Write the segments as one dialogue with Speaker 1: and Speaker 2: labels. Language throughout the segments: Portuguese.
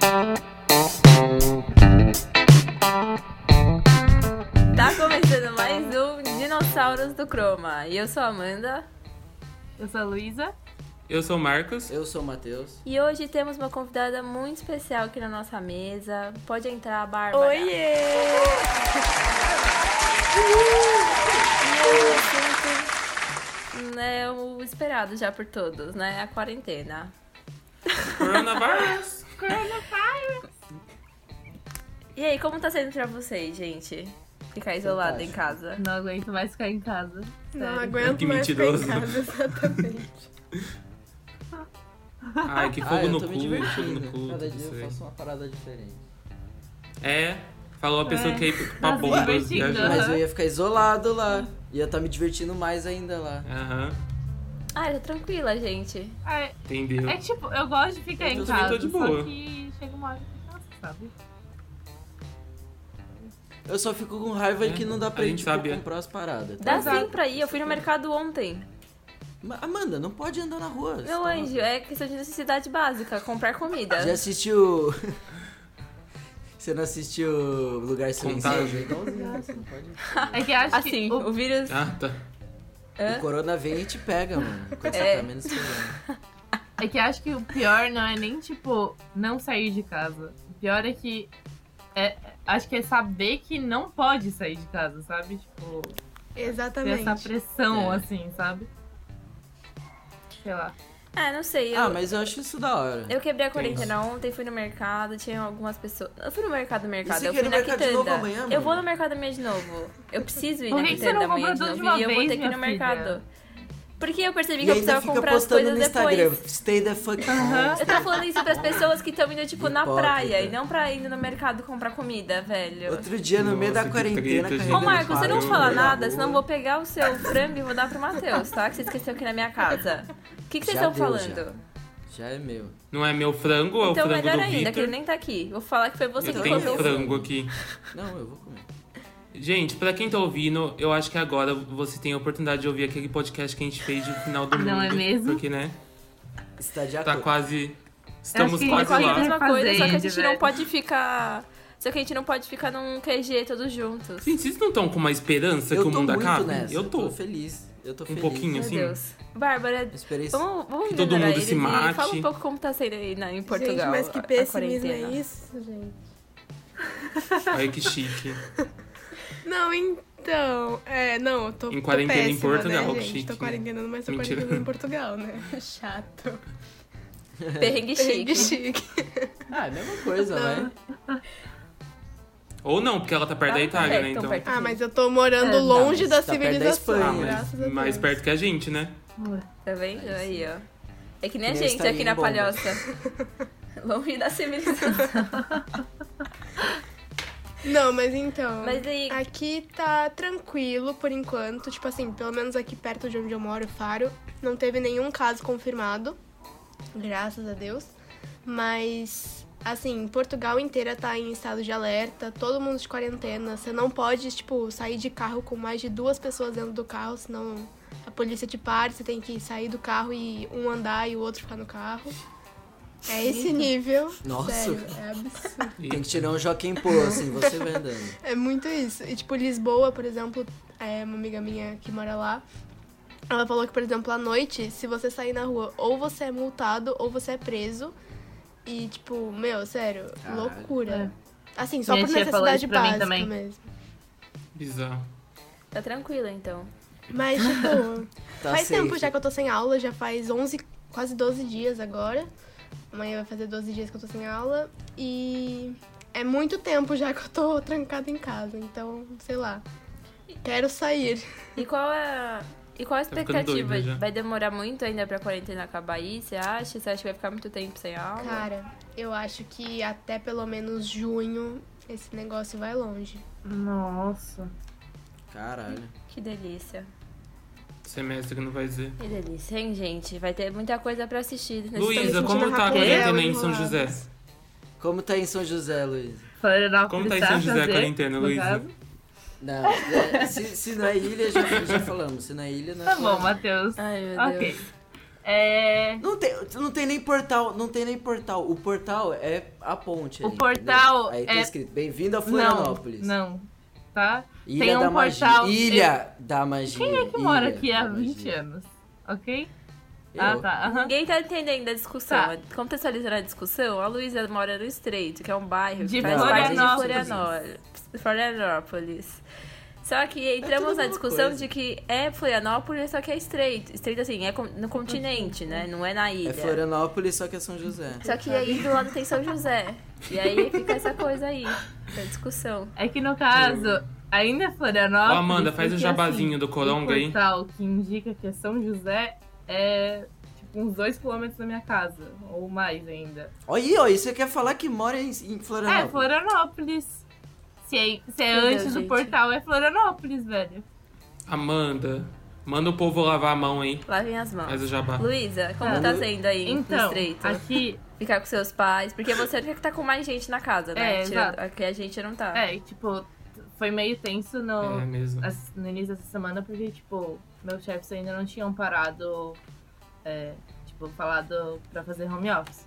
Speaker 1: Tá Malas um do Chroma. E eu sou a Amanda.
Speaker 2: Eu sou a Luísa.
Speaker 3: Eu sou o Marcos.
Speaker 4: Eu sou o Matheus.
Speaker 1: E hoje temos uma convidada muito especial aqui na nossa mesa. Pode entrar, Bárbara.
Speaker 5: Oiê!
Speaker 1: E o assunto é o esperado já por todos, né? A quarentena.
Speaker 3: Coronavirus.
Speaker 2: Coronavirus!
Speaker 1: E aí, como tá sendo pra vocês, gente? Ficar isolado em casa.
Speaker 2: Não aguento mais ficar em casa.
Speaker 5: Não aguento
Speaker 3: Que
Speaker 5: mais ficar em
Speaker 3: mentiroso.
Speaker 5: casa, exatamente.
Speaker 3: Ai, que fogo
Speaker 4: ah, eu
Speaker 3: no
Speaker 4: tô
Speaker 3: cu,
Speaker 4: me
Speaker 3: fogo
Speaker 4: divertindo.
Speaker 3: no cu.
Speaker 4: Cada
Speaker 3: tudo
Speaker 4: dia
Speaker 3: isso
Speaker 4: eu
Speaker 3: aí.
Speaker 4: faço uma parada diferente.
Speaker 3: É, falou a pessoa
Speaker 2: É.
Speaker 3: que é
Speaker 2: Tá
Speaker 3: pra
Speaker 2: se
Speaker 3: bomba.
Speaker 2: divertindo.
Speaker 3: viajando.
Speaker 4: Mas eu ia ficar isolado lá. Ia estar me divertindo mais ainda lá.
Speaker 3: Aham,
Speaker 1: Ah, eu tô tranquila, gente.
Speaker 2: É,
Speaker 3: entendeu.
Speaker 2: é tipo, eu gosto de ficar
Speaker 3: Eu
Speaker 2: em
Speaker 3: também tô
Speaker 2: casa,
Speaker 3: de boa.
Speaker 2: só que chega uma hora que eu canso, sabe?
Speaker 4: Eu só fico com raiva
Speaker 3: É,
Speaker 4: que não dá pra
Speaker 3: a
Speaker 4: ir
Speaker 3: gente
Speaker 4: tipo,
Speaker 3: sabe, é.
Speaker 4: comprar as paradas. Tá?
Speaker 1: Dá
Speaker 2: Exato.
Speaker 1: sim pra ir. Eu fui no mercado ontem.
Speaker 4: Ma- Amanda, não pode andar na rua. você
Speaker 1: Meu
Speaker 4: tá
Speaker 1: anjo, é questão de necessidade básica, comprar comida.
Speaker 4: Já assistiu. Você não assistiu Lugar Silencioso?
Speaker 3: Contágio.
Speaker 4: É igualzinho, você não pode.
Speaker 2: É que eu acho
Speaker 1: Assim,
Speaker 2: que o
Speaker 1: o vírus.
Speaker 3: Ah, tá.
Speaker 4: O corona vem e te pega, mano. Quando você
Speaker 1: É.
Speaker 4: tá menos pegando.
Speaker 2: É que eu acho que o pior não é nem, tipo, não sair de casa. O pior é que. é- acho que é saber que não pode sair de casa, sabe? Tipo, ter essa
Speaker 5: Exatamente.
Speaker 2: pressão,
Speaker 4: É.
Speaker 2: assim, sabe? Sei lá.
Speaker 1: Ah, não sei. Eu,
Speaker 4: Ah, mas eu acho isso da hora.
Speaker 1: eu quebrei a quarentena ontem, fui no mercado, tinha algumas pessoas. Eu fui no mercado, mercado.
Speaker 4: você
Speaker 1: Eu
Speaker 4: quer ir
Speaker 1: fui
Speaker 4: no
Speaker 1: na
Speaker 4: mercado de
Speaker 1: quitanda.
Speaker 4: novo amanhã,
Speaker 1: eu vou
Speaker 4: mano?
Speaker 1: no mercado amanhã de novo. Eu preciso ir
Speaker 2: Por
Speaker 1: na
Speaker 2: que que você
Speaker 1: quitanda
Speaker 2: não
Speaker 1: amanhã de
Speaker 2: comprou tudo
Speaker 1: novo. e
Speaker 2: de uma
Speaker 1: eu vou
Speaker 2: vez,
Speaker 1: ter que ir no
Speaker 2: minha filha?
Speaker 1: mercado. Porque eu percebi
Speaker 4: E
Speaker 1: que eu
Speaker 4: ainda
Speaker 1: precisava
Speaker 4: fica
Speaker 1: comprar as
Speaker 4: postando
Speaker 1: coisas
Speaker 4: no Instagram.
Speaker 1: depois.
Speaker 4: Stay the fuck
Speaker 2: Aham.
Speaker 4: home.
Speaker 1: Eu tava falando isso pras pessoas que estão indo, tipo, na
Speaker 4: Hipócrita.
Speaker 1: praia e não pra ir no mercado comprar comida, velho.
Speaker 4: Outro dia, no
Speaker 3: Nossa,
Speaker 4: meio da
Speaker 3: que
Speaker 4: quarentena,
Speaker 3: treta, gente.
Speaker 1: Ô,
Speaker 4: carregando
Speaker 1: Marcos, você não
Speaker 4: farol,
Speaker 1: fala
Speaker 4: na
Speaker 1: nada,
Speaker 4: rua.
Speaker 1: senão eu vou pegar o seu frango e vou dar pro Matheus, tá? Que você esqueceu aqui na minha casa. O que, que vocês
Speaker 4: Já
Speaker 1: estão
Speaker 4: deu,
Speaker 1: falando?
Speaker 4: Já é meu.
Speaker 3: Não é meu frango, é o
Speaker 1: Então,
Speaker 3: frango
Speaker 1: melhor
Speaker 3: do
Speaker 1: ainda, que
Speaker 3: Victor.
Speaker 1: ele nem tá aqui. Vou falar que foi você
Speaker 3: Eu
Speaker 1: que
Speaker 3: tenho
Speaker 1: comeu.
Speaker 3: frango aqui.
Speaker 4: Não, eu vou comer.
Speaker 3: Gente, pra quem tá ouvindo, eu acho que agora você tem a oportunidade de ouvir aquele podcast que a gente fez no final do mundo.
Speaker 2: Não é mesmo?
Speaker 3: Porque, né,
Speaker 4: Está de
Speaker 3: tá
Speaker 4: acordo.
Speaker 3: quase... Estamos
Speaker 2: que ele
Speaker 3: quase
Speaker 1: Quase a
Speaker 3: lá.
Speaker 2: corre atrás.
Speaker 1: mesma coisa, só que a
Speaker 2: Fazende,
Speaker 1: gente não
Speaker 2: velho.
Speaker 1: pode ficar. Só que a gente não pode ficar num QG todos juntos.
Speaker 3: Gente, vocês não estão com uma esperança
Speaker 4: Eu
Speaker 3: que o
Speaker 4: tô
Speaker 3: mundo
Speaker 4: muito
Speaker 3: acabe?
Speaker 4: nessa.
Speaker 3: Eu tô.
Speaker 4: feliz. Eu tô
Speaker 3: Um
Speaker 4: feliz.
Speaker 3: pouquinho.
Speaker 1: Meu
Speaker 3: assim,
Speaker 1: Deus. Bárbara,
Speaker 4: Eu esperei isso.
Speaker 1: vamos, vamos
Speaker 3: que todo
Speaker 1: melhorar
Speaker 3: mundo
Speaker 1: eles
Speaker 3: se
Speaker 1: e
Speaker 3: mate.
Speaker 1: Fala um pouco como tá sendo aí na, em Portugal.
Speaker 5: gente, mas que
Speaker 1: a- a
Speaker 5: pessimismo é
Speaker 1: quarentena.
Speaker 5: isso, gente?
Speaker 3: Olha que chique.
Speaker 5: Não, então... É, não, eu tô
Speaker 3: Em quarentena
Speaker 5: tô
Speaker 3: em
Speaker 5: péssima,
Speaker 3: Portugal,
Speaker 5: né,
Speaker 3: que
Speaker 5: gente?
Speaker 3: chique,
Speaker 5: Tô
Speaker 3: né?
Speaker 5: quarentenando, mas tô
Speaker 3: Mentira.
Speaker 5: quarentenando em Portugal, né? Chato.
Speaker 1: Perrengue
Speaker 5: Perrengue
Speaker 1: chique.
Speaker 5: chique.
Speaker 4: Ah, é a mesma coisa,
Speaker 5: Não.
Speaker 4: vai.
Speaker 3: Ou não, porque ela tá perto da
Speaker 1: Ah,
Speaker 3: Itália,
Speaker 1: é,
Speaker 3: né,
Speaker 1: tão
Speaker 3: então.
Speaker 1: perto.
Speaker 5: Ah, mas eu tô morando
Speaker 2: É, não,
Speaker 5: longe
Speaker 4: mas
Speaker 5: da
Speaker 4: tá perto da
Speaker 5: civilização,
Speaker 4: Espanha.
Speaker 5: graças a Deus.
Speaker 3: Ah, Mais perto que a gente, né?
Speaker 1: Tá vendo? Aí, ó. É que nem a
Speaker 4: Que nem
Speaker 1: gente
Speaker 4: estaria
Speaker 1: aqui
Speaker 4: em
Speaker 1: na
Speaker 4: bomba.
Speaker 1: palhoça. Longe da civilização.
Speaker 5: Não, mas então.
Speaker 1: Mas aí-
Speaker 5: Aqui tá tranquilo por enquanto. Tipo assim, pelo menos aqui perto de onde eu moro, Faro, não teve nenhum caso confirmado. Graças a Deus. Mas, assim, Portugal inteira tá em estado de alerta, todo mundo de quarentena. Você não pode, tipo, sair de carro com mais de duas pessoas dentro do carro, senão a polícia te para, você tem que sair do carro e um andar e o outro ficar no carro. É esse nível.
Speaker 4: Nossa.
Speaker 5: Sério, é absurdo.
Speaker 3: E-
Speaker 4: Tem que tirar um Joaquim Pô, assim, você vai andando.
Speaker 5: É muito isso. E, tipo, Lisboa, por exemplo, é uma amiga minha que mora lá. Ela falou que, por exemplo, à noite, se você sair na rua, ou você é multado ou você é preso. E, tipo, meu, sério,
Speaker 4: Caralho.
Speaker 5: loucura. Assim, só
Speaker 2: É. Minha
Speaker 5: por
Speaker 2: tia falou
Speaker 5: necessidade
Speaker 2: isso pra mim
Speaker 5: básica
Speaker 2: também.
Speaker 5: mesmo.
Speaker 3: Bizarro.
Speaker 1: Tá tranquila, então.
Speaker 5: Mas, tipo,
Speaker 4: Tá
Speaker 5: faz
Speaker 4: safe.
Speaker 5: tempo já que eu tô sem aula, já faz 11, quase 12 dias agora. Amanhã vai fazer 12 dias que eu tô sem aula. E é muito tempo já que eu tô trancada em casa, então, sei lá. Quero sair.
Speaker 1: E qual é. E qual a
Speaker 3: Tá ficando
Speaker 1: expectativa?
Speaker 3: doida já.
Speaker 1: vai demorar muito ainda pra quarentena acabar aí, você acha? Você acha que vai ficar muito tempo sem aula?
Speaker 5: Cara, eu acho que até pelo menos junho esse negócio vai longe.
Speaker 2: Nossa.
Speaker 4: Caralho.
Speaker 1: Que delícia.
Speaker 3: Semestre não vai dizer.
Speaker 1: Que delícia, hein, gente? Vai ter muita coisa pra assistir nesse
Speaker 3: Luísa,
Speaker 5: sentindo
Speaker 3: como tá a
Speaker 5: Rafael
Speaker 3: quarentena em São
Speaker 5: enrolado.
Speaker 3: José?
Speaker 4: Como tá em São José, Luiz?
Speaker 2: Florianópolis
Speaker 3: Como tá em São José a
Speaker 2: fazer,
Speaker 3: quarentena,
Speaker 2: no
Speaker 3: Luísa?
Speaker 2: caso.
Speaker 4: Não, é, se, se não é ilha, já, já falamos. Se não é ilha, não é
Speaker 2: Tá bom,
Speaker 4: falamos.
Speaker 2: Matheus.
Speaker 1: Ai, meu
Speaker 2: Ok.
Speaker 1: Deus.
Speaker 2: É,
Speaker 4: Não tem, não tem nem portal, não tem nem portal. O portal é a ponte.
Speaker 2: O
Speaker 4: ali,
Speaker 2: portal
Speaker 4: entendeu? Aí tá
Speaker 2: é-
Speaker 4: escrito, bem-vindo a
Speaker 2: Não,
Speaker 4: Florianópolis.
Speaker 2: não. tá?
Speaker 4: Ilha
Speaker 2: Tem um
Speaker 4: da
Speaker 2: portal-
Speaker 4: Magia. Ilha da Magia.
Speaker 2: Quem é que
Speaker 4: Ilha
Speaker 2: mora aqui há
Speaker 4: da
Speaker 2: 20
Speaker 4: Magia.
Speaker 2: anos? Ok?
Speaker 4: Eu.
Speaker 2: Ah, tá. aham.
Speaker 1: Ninguém tá entendendo a discussão.
Speaker 2: Tá.
Speaker 1: Contextualizando a discussão, a Luísa mora no Estreito, que é um bairro
Speaker 2: De
Speaker 1: que faz parte de
Speaker 2: Florianópolis.
Speaker 1: Florianópolis. Florianópolis. Só que entramos
Speaker 4: tudo
Speaker 1: na
Speaker 4: mesma
Speaker 1: discussão
Speaker 4: coisa.
Speaker 1: de que é Florianópolis, só que é Estreito. Estreito, assim, é con- no continente, né? Não é na ilha.
Speaker 4: É Florianópolis, só que é São José.
Speaker 1: Só que aí do lado tem São José. E aí fica essa coisa aí, essa discussão.
Speaker 2: É que no caso, ainda é Florianópolis.
Speaker 3: Ó, Amanda, faz o
Speaker 2: porque, assim,
Speaker 3: jabazinho do Coronga
Speaker 2: o
Speaker 3: aí.
Speaker 2: portal que indica que é São José é tipo uns 2km da minha casa, ou mais ainda.
Speaker 4: Olha aí, ó, isso você quer falar que mora em, em
Speaker 2: É,
Speaker 4: Florianópolis.
Speaker 2: Florianópolis. Se é, se é
Speaker 1: Meu
Speaker 2: antes
Speaker 1: Deus,
Speaker 2: do
Speaker 1: gente.
Speaker 2: portal, é Florianópolis, velho.
Speaker 3: Amanda, manda o povo lavar a mão aí.
Speaker 1: Lavem as mãos.
Speaker 3: Faz o jabá.
Speaker 1: Luísa, como
Speaker 2: Tá.
Speaker 1: tá sendo aí no
Speaker 2: Então,
Speaker 1: Estreito?
Speaker 2: aqui,
Speaker 1: Ficar com seus pais? Porque você é a que tá com mais gente na casa, né?
Speaker 2: É,
Speaker 1: Tirando-
Speaker 2: exato.
Speaker 1: Aqui a gente não tá.
Speaker 2: é, tipo, foi meio tenso no,
Speaker 3: É mesmo.
Speaker 2: as- no início dessa semana, porque, tipo, meus chefes ainda não tinham parado, é, tipo, falado pra fazer home office.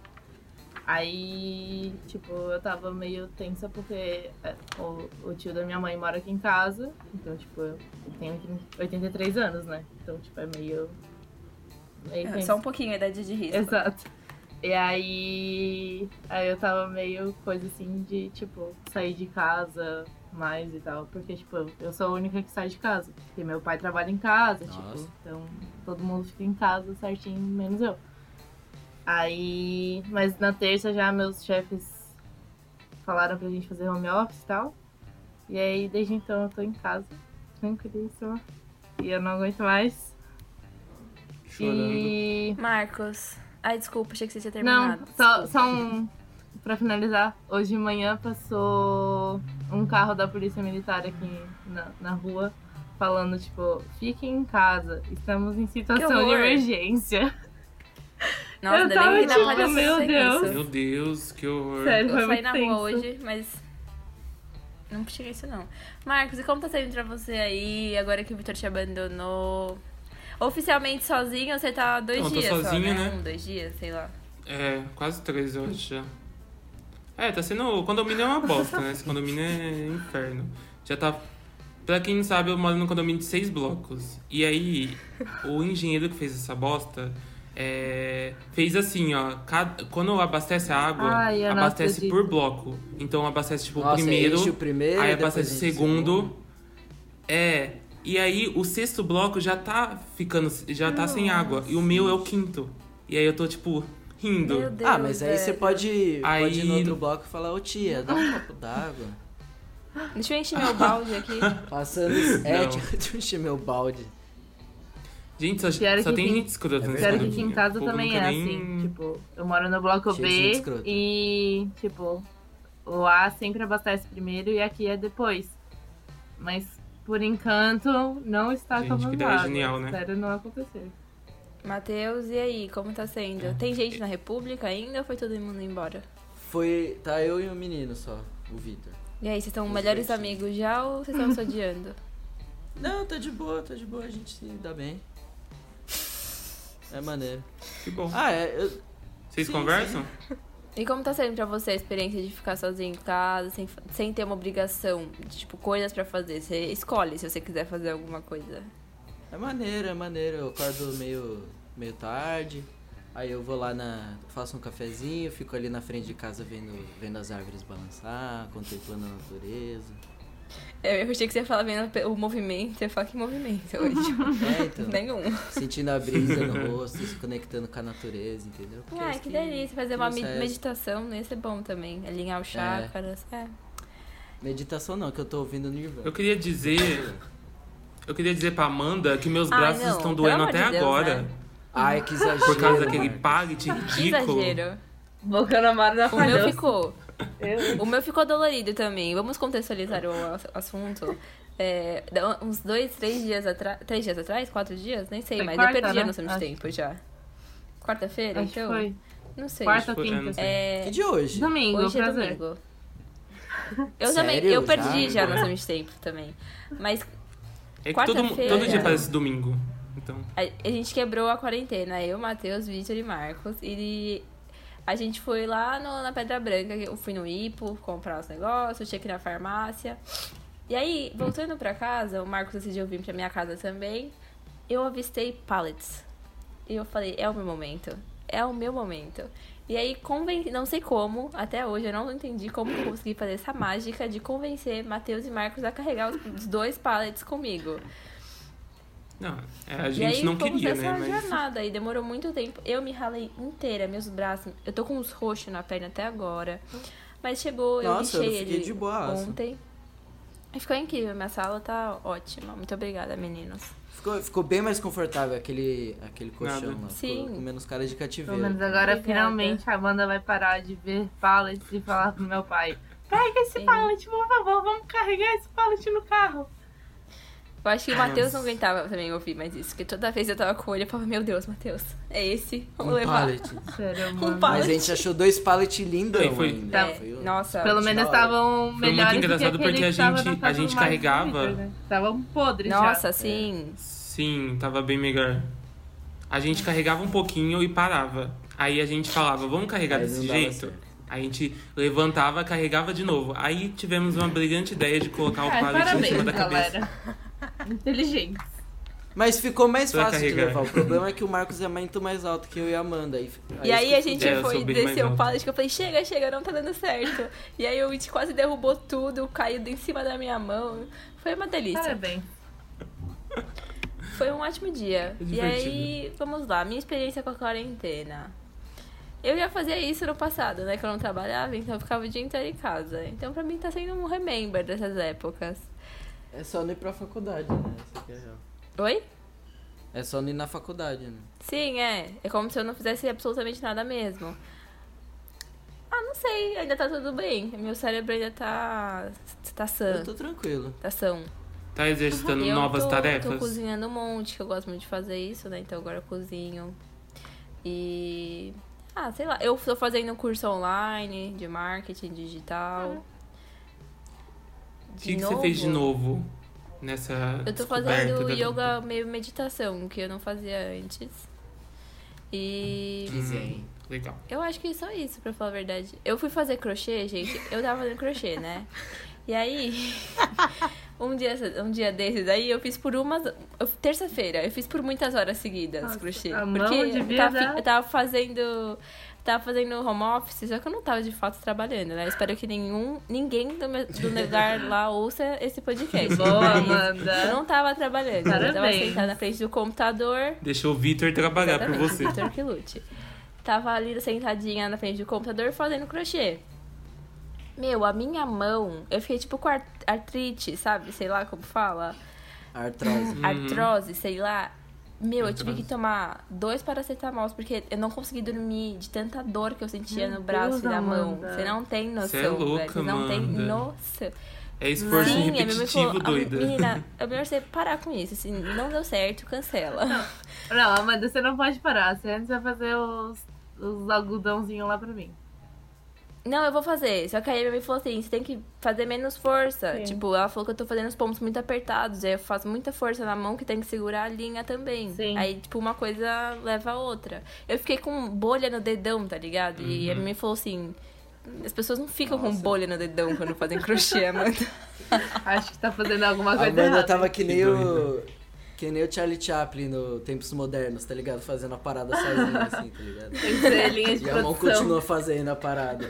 Speaker 2: Aí, tipo, eu tava meio tensa porque é, o, o tio da minha mãe mora aqui em casa, então, tipo, eu tenho 83 anos, né? Então, tipo, é meio. meio
Speaker 1: É,
Speaker 2: tenso.
Speaker 1: Só um pouquinho a idade de risco.
Speaker 2: Exato. E aí, aí eu tava meio coisa assim de, tipo, sair de casa mais e tal. Porque, tipo, eu- eu sou a única que sai de casa. Porque meu pai trabalha em casa,
Speaker 4: Nossa.
Speaker 2: tipo, então todo mundo fica em casa certinho, menos eu. Aí. Mas na terça já meus chefes falaram pra gente fazer home office e tal. E aí desde então eu tô em casa, tranquilíssima. E eu não aguento mais.
Speaker 4: Chorando.
Speaker 2: E.
Speaker 1: Marcos. Ai, desculpa, achei que você tinha
Speaker 2: Não,
Speaker 1: terminado.
Speaker 2: só,
Speaker 1: Desculpa.
Speaker 2: só um. Pra finalizar, hoje de manhã passou um carro da polícia militar aqui na, na rua falando, tipo, fiquem em casa, estamos em situação de
Speaker 1: horror.
Speaker 2: emergência.
Speaker 1: Nossa,
Speaker 2: eu
Speaker 1: ainda
Speaker 2: tava
Speaker 1: bem que
Speaker 2: tipo,
Speaker 1: na palhaça
Speaker 2: meu
Speaker 1: sem
Speaker 2: Deus.
Speaker 1: isso.
Speaker 3: Meu Deus, que horror.
Speaker 2: Sério, foi
Speaker 1: Eu saí
Speaker 2: muito
Speaker 1: na
Speaker 2: tenso.
Speaker 1: rua hoje, mas. Não tinha isso, não. Marcos, e como tá saindo pra você aí, agora que o Vitor te abandonou? Oficialmente sozinho, você tá há dois
Speaker 3: Não, eu tô
Speaker 1: dias só,
Speaker 3: sozinho, né?
Speaker 1: Um, dois dias, sei lá.
Speaker 3: É, quase três, eu acho já. É, tá sendo. O condomínio é uma bosta, né? Esse condomínio é inferno. Já tá. Pra quem não sabe, eu moro num condomínio de seis blocos. E aí, o engenheiro que fez essa bosta é, fez assim, ó. cada- quando abastece a água,
Speaker 2: Ai, eu não
Speaker 3: abastece por
Speaker 2: acredito.
Speaker 3: bloco. Então abastece, tipo,
Speaker 4: Nossa,
Speaker 3: o primeiro.
Speaker 4: enche o primeiro,
Speaker 3: aí
Speaker 4: depois
Speaker 3: abastece o
Speaker 4: enche o
Speaker 3: segundo.
Speaker 4: segundo.
Speaker 3: É. E aí, o sexto bloco já tá ficando. Já tá sem água. E o meu é o quinto. E aí eu tô, tipo, rindo.
Speaker 1: Meu Deus.
Speaker 4: Ah, mas aí você
Speaker 1: velho.
Speaker 4: pode,
Speaker 3: Aí-
Speaker 4: pode ir no outro bloco e falar, ô tia, dá um copo d'água.
Speaker 1: Deixa eu encher meu balde aqui.
Speaker 4: Passando. É,
Speaker 3: Não.
Speaker 4: tia, deixa eu encher meu balde.
Speaker 3: Gente, só,
Speaker 2: Pior é
Speaker 3: só
Speaker 2: que
Speaker 3: tem
Speaker 2: aqui-
Speaker 3: gente escrota nesse
Speaker 4: pior
Speaker 2: Espero
Speaker 4: Verdade.
Speaker 2: que aqui
Speaker 3: condomínio.
Speaker 2: em casa
Speaker 3: é. O povo
Speaker 2: também
Speaker 3: nunca
Speaker 2: é
Speaker 3: nem-
Speaker 2: assim. Tipo, eu moro no bloco
Speaker 4: Cheio de gente
Speaker 2: B
Speaker 4: escrota.
Speaker 2: e, tipo, o A sempre abastece primeiro e aqui é depois. Mas, por enquanto, não está
Speaker 3: Gente, que
Speaker 2: acabando
Speaker 3: ideia
Speaker 2: água.
Speaker 3: genial, né?
Speaker 2: Espero não acontecer.
Speaker 1: Matheus, e aí, como tá sendo? Tem gente na República ainda ou foi todo mundo embora?
Speaker 4: Foi. Tá eu e o menino só, o Vitor.
Speaker 1: E aí, vocês estão
Speaker 4: Os
Speaker 1: melhores
Speaker 4: dois.
Speaker 1: amigos já ou vocês estão se odiando?
Speaker 4: Não, tá de boa, tá de boa, a gente se dá bem. É maneiro.
Speaker 3: Que bom.
Speaker 4: Ah, é. eu-
Speaker 3: Vocês
Speaker 4: sim,
Speaker 3: conversam?
Speaker 1: E como tá sendo pra você a experiência de ficar sozinho em casa, sem, sem ter uma obrigação, de, tipo, coisas pra fazer? Você escolhe se você quiser fazer alguma coisa.
Speaker 4: É maneiro, é maneiro. Eu acordo meio, meio tarde. Aí eu vou lá na. faço um cafezinho, fico ali na frente de casa vendo, vendo as árvores balançar, contemplando a natureza.
Speaker 1: Eu achei que você ia falar vendo pe- o movimento, você fala que movimento hoje.
Speaker 4: É, então.
Speaker 1: Nenhum.
Speaker 4: Sentindo a brisa no rosto, se conectando com a natureza, entendeu? Porque
Speaker 1: Ah,
Speaker 4: isso
Speaker 1: que delícia, fazer
Speaker 4: que
Speaker 1: uma
Speaker 4: não
Speaker 1: med-
Speaker 4: serve.
Speaker 1: meditação, né? Isso é bom também. Alinhar os chakras. É.
Speaker 4: Meditação não, que eu tô ouvindo Nirvana.
Speaker 3: Eu queria dizer. Eu queria dizer pra Amanda que meus
Speaker 1: Ai,
Speaker 3: braços
Speaker 1: não.
Speaker 3: estão
Speaker 1: Pelo
Speaker 3: doendo
Speaker 1: amor
Speaker 3: até
Speaker 1: de Deus,
Speaker 3: agora.
Speaker 4: Ai, que exagero.
Speaker 3: Por causa daquele
Speaker 4: Marcos.
Speaker 3: pallet
Speaker 1: Que
Speaker 3: ridículo.
Speaker 1: exagero.
Speaker 2: Boca na mara da
Speaker 1: O meu ficou. O meu ficou dolorido também. Vamos contextualizar o ass- assunto. É, da- uns dois, três dias atrás. Três dias atrás? Quatro dias? Nem sei,
Speaker 2: Foi
Speaker 1: mas
Speaker 2: quarta,
Speaker 1: eu perdi
Speaker 2: né?
Speaker 1: a noção de
Speaker 2: Acho.
Speaker 1: tempo já. Quarta-feira,
Speaker 2: Acho que
Speaker 1: então?
Speaker 2: foi.
Speaker 1: Não sei.
Speaker 2: Quarta ou
Speaker 3: Foi,
Speaker 2: quinta.
Speaker 3: é, não sei.
Speaker 1: É,
Speaker 4: Que de hoje?
Speaker 2: Domingo,
Speaker 1: hoje é
Speaker 2: prazer.
Speaker 1: domingo. Eu também,
Speaker 4: Sério?
Speaker 1: eu perdi já,
Speaker 4: Já?
Speaker 1: a noção de tempo também. Mas
Speaker 3: É que todo, mu- todo dia
Speaker 1: Quarta-feira.
Speaker 3: parece domingo. Então.
Speaker 1: A, a gente quebrou a quarentena, eu, Matheus, Vitor e Marcos. E a gente foi lá no- na Pedra Branca, eu fui no Ipo comprar os negócios, tinha que ir na farmácia. E aí, voltando pra casa, o Marcos decidiu vir pra minha casa também. Eu avistei pallets. E eu falei, é o meu momento. É o meu momento. E aí, conven... não sei como, até hoje, eu não entendi como que eu consegui fazer essa mágica de convencer Matheus e Marcos a carregar os- os dois pallets comigo.
Speaker 3: Não, é, a
Speaker 1: e
Speaker 3: gente
Speaker 1: aí,
Speaker 3: não
Speaker 1: fomos
Speaker 3: queria,
Speaker 1: nessa
Speaker 3: né? Mas
Speaker 1: jornada e demorou muito tempo. Eu me ralei inteira, meus braços. Eu tô com uns roxos na perna até agora. Mas chegou,
Speaker 4: Nossa,
Speaker 1: eu
Speaker 4: eu
Speaker 1: lixei
Speaker 4: fiquei
Speaker 1: ele
Speaker 4: de boaça.
Speaker 1: ontem. E ficou incrível, minha sala tá ótima. Muito obrigada, meninos.
Speaker 4: Ficou, ficou bem mais confortável aquele, aquele colchão
Speaker 3: Nada.
Speaker 4: lá.
Speaker 1: Sim.
Speaker 4: Ficou com menos cara de
Speaker 2: Pelo
Speaker 4: cativeiro.
Speaker 2: menos agora,
Speaker 1: Obrigada.
Speaker 2: finalmente, a Amanda vai parar de ver pallets e falar pro meu pai: Pega esse
Speaker 1: Sim.
Speaker 2: pallet, por favor, vamos carregar esse pallet no carro.
Speaker 1: Eu acho que o Matheus não aguentava também ouvir mais isso, porque toda vez eu tava com o olho e falava, meu Deus, Matheus, é esse? Vamos
Speaker 4: Um
Speaker 1: levar.
Speaker 4: pallet.
Speaker 2: Sério,
Speaker 1: Um
Speaker 2: mano.
Speaker 4: Mas a gente achou dois pallet lindos
Speaker 3: Aí foi-
Speaker 4: ainda.
Speaker 1: É,
Speaker 4: Foi o-
Speaker 1: nossa,
Speaker 2: Pelo
Speaker 4: Da
Speaker 2: menos
Speaker 4: hora.
Speaker 2: estavam
Speaker 3: muito
Speaker 2: melhores do que
Speaker 3: engraçado
Speaker 2: aquele
Speaker 3: porque a
Speaker 2: que tava
Speaker 3: gente-
Speaker 2: na
Speaker 3: a
Speaker 2: casa
Speaker 3: gente
Speaker 2: do Marcos
Speaker 3: carregava.
Speaker 2: Vitor, né? Estavam podres
Speaker 1: nossa, assim,
Speaker 2: já.
Speaker 1: sim.
Speaker 2: é.
Speaker 3: Sim, tava bem melhor. A gente carregava um pouquinho e parava. Aí a gente falava, vamos carregar
Speaker 4: Aí
Speaker 3: desse
Speaker 4: não dava
Speaker 3: jeito?
Speaker 4: certo.
Speaker 3: A gente levantava, carregava de novo. Aí tivemos uma brilhante ideia de colocar o
Speaker 2: Ah,
Speaker 3: pallet em cima
Speaker 2: parabéns,
Speaker 3: da cabeça.
Speaker 2: galera. Inteligente.
Speaker 4: Mas ficou mais
Speaker 3: Pra
Speaker 4: fácil de
Speaker 3: carregar.
Speaker 4: levar. O problema é que o Marcos é muito mais alto que eu e a Amanda. Aí,
Speaker 1: E aí a
Speaker 4: isso que
Speaker 1: gente
Speaker 3: É, eu
Speaker 1: foi
Speaker 3: sou bem mais
Speaker 1: descer o
Speaker 3: alto.
Speaker 1: pallet que eu falei, chega, chega, não tá dando certo. e aí o It quase derrubou tudo, caiu em cima da minha mão. Foi uma delícia.
Speaker 2: Parabéns.
Speaker 1: Foi um ótimo dia.
Speaker 3: É
Speaker 1: E aí, vamos lá, minha experiência com a quarentena. Eu já fazia isso no passado, né? Que eu não trabalhava, então eu ficava o dia inteiro em casa. Então pra mim tá sendo um remember dessas épocas.
Speaker 4: É só não ir pra faculdade, né? Isso que é real.
Speaker 1: Oi?
Speaker 4: É só não ir na faculdade, né?
Speaker 1: Sim, é. É como se eu não fizesse absolutamente nada mesmo. Ah, não sei, ainda tá tudo bem. Meu cérebro ainda tá. tá sã.
Speaker 4: Eu tô tranquilo.
Speaker 1: Tá são.
Speaker 3: Tá exercitando
Speaker 1: eu
Speaker 3: novas
Speaker 1: tô,
Speaker 3: tarefas?
Speaker 1: tô cozinhando um monte, que eu gosto muito de fazer isso, né? Então agora eu cozinho. E. Ah, sei lá. Eu tô fazendo um curso online de marketing digital.
Speaker 3: o
Speaker 1: De
Speaker 3: que, que você fez de novo nessa
Speaker 1: Eu tô
Speaker 3: descoberta
Speaker 1: fazendo
Speaker 3: da-
Speaker 1: yoga meio meditação, que eu não fazia antes. E.
Speaker 3: Uhum.
Speaker 4: Dizem.
Speaker 3: Legal.
Speaker 1: Eu acho que é só isso, pra falar a verdade. Eu fui fazer crochê, gente. Eu tava fazendo crochê, né? E aí, um dia, um dia desses aí, eu fiz por umas. eu- Terça-feira, eu fiz por muitas horas seguidas
Speaker 2: Nossa,
Speaker 1: crochê.
Speaker 2: a mão
Speaker 1: porque eu
Speaker 2: devia
Speaker 1: tava, fi-
Speaker 2: dar-
Speaker 1: eu tava fazendo. Tava fazendo home office, só que eu não tava de fato trabalhando, né? Eu espero que nenhum, ninguém do, meu- do lugar lá ouça esse podcast.
Speaker 2: Boa,
Speaker 1: Mas Eu
Speaker 2: Amanda.
Speaker 1: não tava trabalhando, eu tava
Speaker 2: Parabéns.
Speaker 1: sentada na frente do computador.
Speaker 3: Deixou o Vitor trabalhar É por
Speaker 1: Exatamente,
Speaker 3: você.
Speaker 1: Vitor que lute. Tava ali sentadinha na frente do computador fazendo crochê. Meu, a minha mão, eu fiquei tipo com ar- artrite, sabe? Sei lá como fala.
Speaker 4: Artrose.
Speaker 1: Artrose, sei lá. Meu, eu tive
Speaker 3: Uhum. Artrose.
Speaker 1: que tomar dois paracetamols porque eu não consegui dormir de tanta dor que eu sentia
Speaker 2: Meu
Speaker 1: no braço e
Speaker 2: Deus,
Speaker 1: na mão.
Speaker 2: Amanda.
Speaker 1: Você não tem noção,
Speaker 3: Cê é
Speaker 1: velho.
Speaker 3: louca,
Speaker 1: Você não tem
Speaker 3: Amanda.
Speaker 1: noção.
Speaker 3: É esforço
Speaker 1: Sim, a minha mãe
Speaker 3: repetitivo,
Speaker 1: falou, "Ah,
Speaker 3: doida.
Speaker 1: Menina, é melhor você parar com isso. Assim, não deu certo, cancela.
Speaker 2: Não, Amanda, você não pode parar. Você antes vai fazer os, os algodãozinhos lá pra mim.
Speaker 1: Não, eu vou fazer. Só que aí minha mãe falou assim: você tem que fazer menos força.
Speaker 2: Sim.
Speaker 1: Tipo, ela falou que eu tô fazendo os pombos muito apertados. Aí eu faço muita força na mão que tem que segurar a linha também.
Speaker 2: Sim.
Speaker 1: Aí, tipo, uma coisa leva a outra. Eu fiquei com bolha no dedão, tá ligado? E a minha mãe falou assim: as pessoas não ficam com bolha no dedão quando fazem crochê, Amanda.
Speaker 2: Acho que tá fazendo alguma
Speaker 4: A
Speaker 2: coisa
Speaker 4: Amanda
Speaker 2: errada.
Speaker 3: tá-
Speaker 4: tava que nem
Speaker 3: Que
Speaker 4: o. Que nem o Charlie Chaplin no Tempos Modernos, tá ligado? Fazendo a parada sozinho, assim, tá ligado?
Speaker 2: Tem que ser linha de
Speaker 4: E a mão
Speaker 2: produção.
Speaker 4: continua fazendo a parada.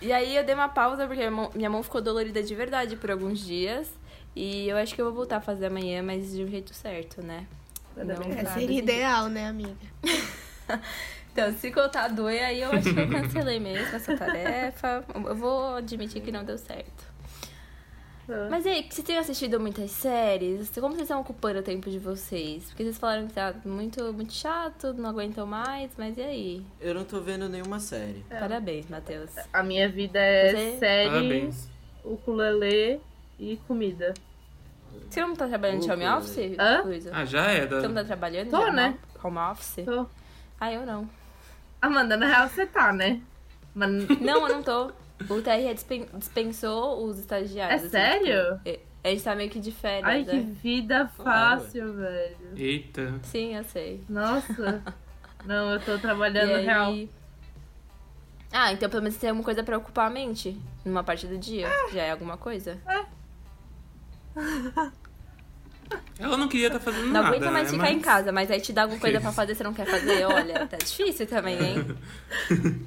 Speaker 1: E aí eu dei uma pausa porque minha mão, minha mão ficou dolorida de verdade por alguns dias. E eu acho que eu vou voltar a fazer amanhã, mas de um jeito certo, né?
Speaker 2: Parabéns.
Speaker 5: É,
Speaker 1: Tá,
Speaker 5: seria
Speaker 1: decidi.
Speaker 5: ideal, né, amiga?
Speaker 1: Então, se contar doer, aí eu acho que eu cancelei mesmo essa tarefa. Eu vou admitir que não deu certo.
Speaker 2: Ah.
Speaker 1: Mas e aí, vocês têm assistido muitas séries? Como vocês estão ocupando o tempo de vocês? Porque vocês falaram que tá muito, muito chato, não aguentam mais, mas e aí?
Speaker 4: Eu não tô vendo nenhuma série.
Speaker 2: É.
Speaker 1: Parabéns, Matheus.
Speaker 2: A minha vida é
Speaker 1: Você-
Speaker 2: série,
Speaker 3: Parabéns.
Speaker 2: ukulele e comida.
Speaker 1: Você não tá trabalhando de home
Speaker 4: Ufa.
Speaker 1: office,
Speaker 2: Hã?
Speaker 1: Luísa?
Speaker 3: Ah, já
Speaker 1: Você não
Speaker 3: era.
Speaker 1: tá trabalhando?
Speaker 2: Tô,
Speaker 1: de home-
Speaker 2: né?
Speaker 1: Home office?
Speaker 2: Tô.
Speaker 1: Ah, eu não.
Speaker 2: Amanda, na real você tá, né? Mas
Speaker 1: Não, eu não tô. O TRE dispen- dispensou os estagiários.
Speaker 2: É
Speaker 1: assim,
Speaker 2: sério?
Speaker 1: tipo, é- a gente tá meio que de férias,
Speaker 2: Ai, que
Speaker 1: né?
Speaker 2: vida fácil, velho.
Speaker 3: Eita.
Speaker 1: Sim, eu sei.
Speaker 2: Nossa. Não, eu tô
Speaker 1: E
Speaker 2: trabalhando
Speaker 1: aí-
Speaker 2: real.
Speaker 5: Ah.
Speaker 1: Ah, então pelo menos tem alguma coisa pra ocupar a mente numa parte do dia. Já é alguma coisa?
Speaker 3: Ela não queria estar fazendo
Speaker 1: Não
Speaker 3: nada.
Speaker 1: aguenta mais
Speaker 5: é
Speaker 3: né?
Speaker 1: ficar em
Speaker 3: Mas-
Speaker 1: casa, mas aí te dá alguma coisa pra
Speaker 3: Isso.
Speaker 1: fazer, você não quer fazer. Olha, tá difícil também, hein?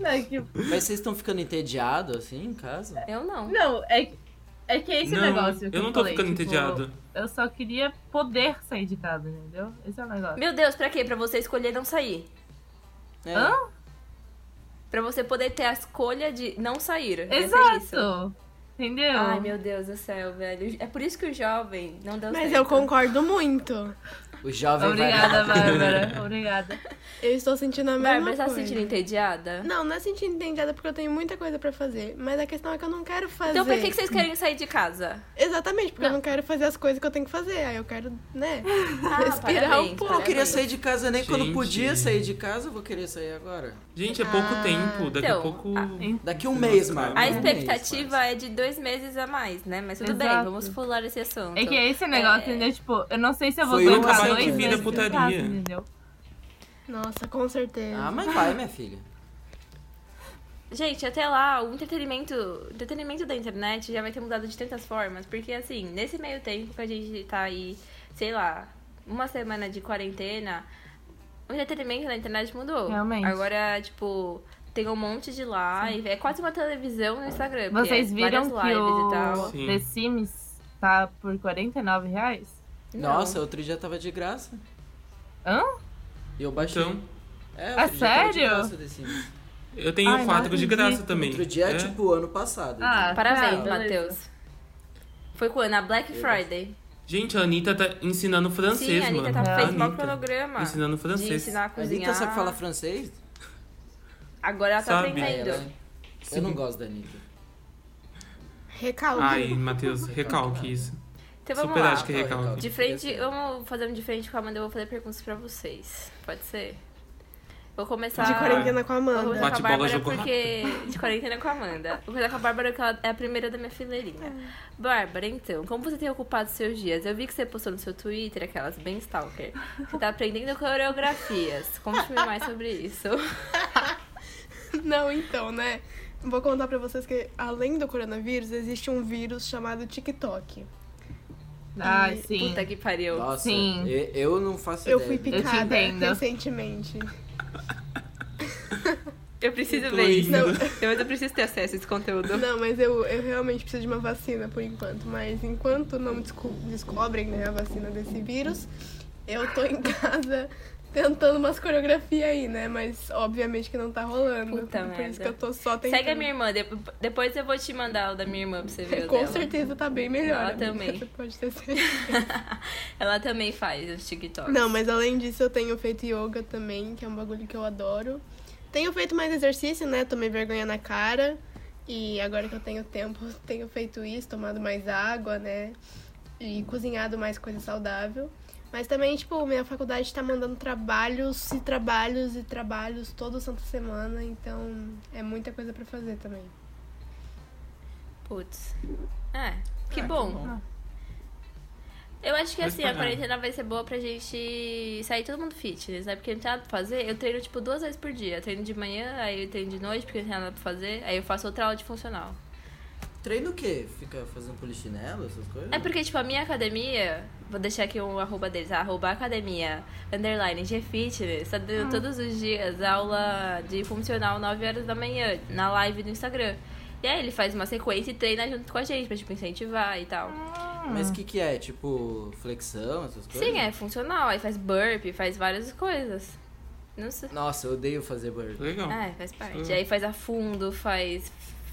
Speaker 2: É que-
Speaker 4: Mas vocês estão ficando entediados, assim, em casa?
Speaker 1: Eu não.
Speaker 2: Não, é que. É que é esse
Speaker 3: não,
Speaker 2: negócio. que
Speaker 3: eu não tô
Speaker 2: falei,
Speaker 3: ficando
Speaker 2: tipo,
Speaker 3: entediado.
Speaker 2: Eu só queria poder sair de casa, entendeu? Esse é o negócio.
Speaker 1: Meu Deus, pra quê? Pra você escolher não sair.
Speaker 4: É.
Speaker 2: Hã?
Speaker 1: Pra você poder ter a escolha de não sair. Essa é isso.
Speaker 2: Exato! Entendeu?
Speaker 1: Ai, meu Deus do céu, velho. É por isso que o jovem não deu
Speaker 5: Mas
Speaker 1: certo.
Speaker 5: eu concordo muito.
Speaker 4: O jovem
Speaker 2: Obrigada,
Speaker 4: vai...
Speaker 2: Bárbara. Obrigada.
Speaker 5: Eu estou sentindo a mesma
Speaker 1: Bárbara, você tá se
Speaker 5: coisa.
Speaker 1: sentindo entediada?
Speaker 5: Não, não é sentindo entediada porque eu tenho muita coisa pra fazer. Mas a questão é que eu não quero fazer.
Speaker 1: Então por que, que vocês querem sair de casa?
Speaker 5: Exatamente, porque eu não quero fazer as coisas que eu tenho que fazer. Aí eu quero, né? respirar
Speaker 1: Ah, parabéns,
Speaker 5: um pouco.
Speaker 4: Eu queria
Speaker 1: Parabéns.
Speaker 4: sair de casa nem quando
Speaker 3: Gente.
Speaker 4: podia sair de casa, eu vou querer sair agora.
Speaker 3: Gente, é pouco
Speaker 5: Ah,
Speaker 3: tempo. Daqui
Speaker 1: então,
Speaker 3: a pouco.
Speaker 2: ah,
Speaker 4: Daqui um mês,
Speaker 3: Nossa,
Speaker 4: Marcos.
Speaker 1: A
Speaker 3: Não, tá
Speaker 4: um mês,
Speaker 1: expectativa
Speaker 4: quase.
Speaker 1: é de dois meses a mais, né? Mas tudo bem,
Speaker 2: Exato.
Speaker 1: vamos pular esse assunto.
Speaker 2: É que é esse negócio,
Speaker 1: É.
Speaker 2: entendeu? Tipo, eu não sei se eu vou
Speaker 3: um
Speaker 4: Foi uma
Speaker 2: aguentar
Speaker 4: semana
Speaker 2: dois
Speaker 4: que vira
Speaker 2: meses em
Speaker 3: putaria.
Speaker 2: casa, entendeu?
Speaker 1: É,
Speaker 5: Nossa, com certeza.
Speaker 4: Ah, mas vai, minha filha.
Speaker 1: Gente, até lá, o entretenimento, o entretenimento da internet já vai ter mudado de tantas formas, porque assim, nesse meio tempo que a gente tá aí, sei lá, uma semana de quarentena, o entretenimento na internet mudou.
Speaker 2: Realmente.
Speaker 1: Agora, tipo, tem um monte de live, é quase uma televisão no Instagram. porque
Speaker 2: Vocês
Speaker 1: é
Speaker 2: viram
Speaker 1: várias
Speaker 2: que
Speaker 1: lives
Speaker 2: o
Speaker 1: e tal.
Speaker 3: Sim.
Speaker 2: The Sims tá por R$ 49 reais?
Speaker 1: Não.
Speaker 4: Nossa, outro dia tava de graça.
Speaker 2: Hã?
Speaker 4: E eu baixei.
Speaker 3: Então,
Speaker 4: é,
Speaker 2: Ah,
Speaker 4: outro dia tava de
Speaker 2: sério?
Speaker 4: graça desse mês.
Speaker 3: eu tenho
Speaker 2: Ai, não
Speaker 3: quatro de graça
Speaker 2: acredito.
Speaker 3: também.
Speaker 4: Outro dia
Speaker 3: é?
Speaker 4: é tipo ano passado.
Speaker 2: Ah,
Speaker 1: Parabéns,
Speaker 2: tá, beleza.
Speaker 1: Matheus. Foi quando? A Black Friday.
Speaker 3: Gente, a Anitta tá ensinando francês,
Speaker 1: Sim, a
Speaker 3: mano.
Speaker 1: Anitta tá, fez
Speaker 2: Ah,
Speaker 1: mó
Speaker 3: Anitta
Speaker 1: cronograma
Speaker 3: ensinando
Speaker 1: de
Speaker 3: francês.
Speaker 1: ensinar a
Speaker 4: Tipo, A
Speaker 1: cozinhar.
Speaker 4: Anitta sabe falar francês?
Speaker 1: Agora ela tá
Speaker 3: Sabe? é.
Speaker 4: Ah,
Speaker 1: aprendendo.
Speaker 4: ela- é. Eu não gosto da Anitta.
Speaker 5: Recalque.
Speaker 3: Ai, Matheus, recalque isso.
Speaker 1: Então vamos
Speaker 3: Super
Speaker 1: lá.
Speaker 3: acho que é recalque.
Speaker 1: De frente, vamos fazer um de frente com a Amanda, eu vou fazer perguntas pra vocês. Pode ser? Vou começar...
Speaker 5: De quarentena com a
Speaker 1: Vou começar com
Speaker 5: Amanda.
Speaker 1: a
Speaker 3: Bate bola,
Speaker 1: Bárbara
Speaker 3: jogo rápido.
Speaker 1: porque... De quarentena com a Amanda. Vou começar com a Bárbara, que ela é a primeira da minha fileirinha. Bárbara, então, como você tem ocupado seus dias? Eu vi que você postou no seu Twitter, aquelas bem stalker. Você tá aprendendo coreografias. Conte-me mais sobre isso.
Speaker 5: Não, então, né? Vou contar pra vocês que, além do coronavírus, existe um vírus chamado TikTok.
Speaker 2: Ah, sim.
Speaker 1: Puta que pariu.
Speaker 4: Nossa,
Speaker 2: Sim.
Speaker 4: e- eu não faço
Speaker 5: Eu fui
Speaker 4: ideia.
Speaker 5: picada
Speaker 2: entendo.
Speaker 5: recentemente.
Speaker 1: Eu preciso
Speaker 3: Tô
Speaker 1: ver isso.
Speaker 3: indo.
Speaker 1: Eu, mas eu preciso ter acesso a esse conteúdo.
Speaker 5: Não, mas eu, eu realmente preciso de uma vacina por enquanto. Mas enquanto não desco- descobrem né, a vacina desse vírus, eu tô em casa tentando umas coreografias aí, né? Mas obviamente que não tá rolando.
Speaker 1: Puta
Speaker 5: por
Speaker 1: merda.
Speaker 5: isso que eu tô só tentando.
Speaker 1: Segue a minha irmã, de- depois eu vou te mandar o da minha irmã pra você ver. o
Speaker 5: Com
Speaker 1: dela.
Speaker 5: certeza tá bem melhor.
Speaker 1: Ela
Speaker 5: amiga,
Speaker 1: também.
Speaker 5: você Pode ter certeza.
Speaker 1: Ela também faz os TikToks.
Speaker 5: Não, mas além disso eu tenho feito yoga também, que é um bagulho que eu adoro. Tenho feito mais exercício, né? Tomei vergonha na cara. E agora que eu tenho tempo, tenho feito isso, tomado mais água, né? E cozinhado mais coisa saudável. Mas também, tipo, minha faculdade tá mandando trabalhos e trabalhos e trabalhos toda santa semana, então é muita coisa pra fazer também.
Speaker 1: Putz. É, que
Speaker 4: Ah,
Speaker 1: bom.
Speaker 2: bom.
Speaker 1: Eu acho que
Speaker 3: Mas
Speaker 1: assim,
Speaker 3: pra-
Speaker 1: a quarentena vai ser boa pra gente sair todo mundo fitness, né? Porque não tem nada pra fazer. Eu treino, tipo, duas vezes por dia. Eu treino de manhã, aí eu treino de noite, porque não tem nada pra fazer. Aí eu faço outra aula de funcional.
Speaker 4: Treino o quê? Fica fazendo polichinelo, essas coisas?
Speaker 1: É porque, tipo, a minha academia, vou deixar aqui o arroba deles, arroba academia, underline, G Fitness, tá dando todos os dias aula de funcional 9 horas da manhã, na live do Instagram. E aí ele faz uma sequência e treina junto com a gente, pra, tipo, incentivar e tal.
Speaker 4: Mas o que que é? Tipo, flexão, essas coisas?
Speaker 1: Sim, é funcional, aí faz burpee, faz várias coisas. Não sei.
Speaker 4: Nossa, eu odeio fazer burpee.
Speaker 3: Legal.
Speaker 2: É.
Speaker 1: Ah, faz parte.
Speaker 3: Sim.
Speaker 1: Aí faz a fundo, faz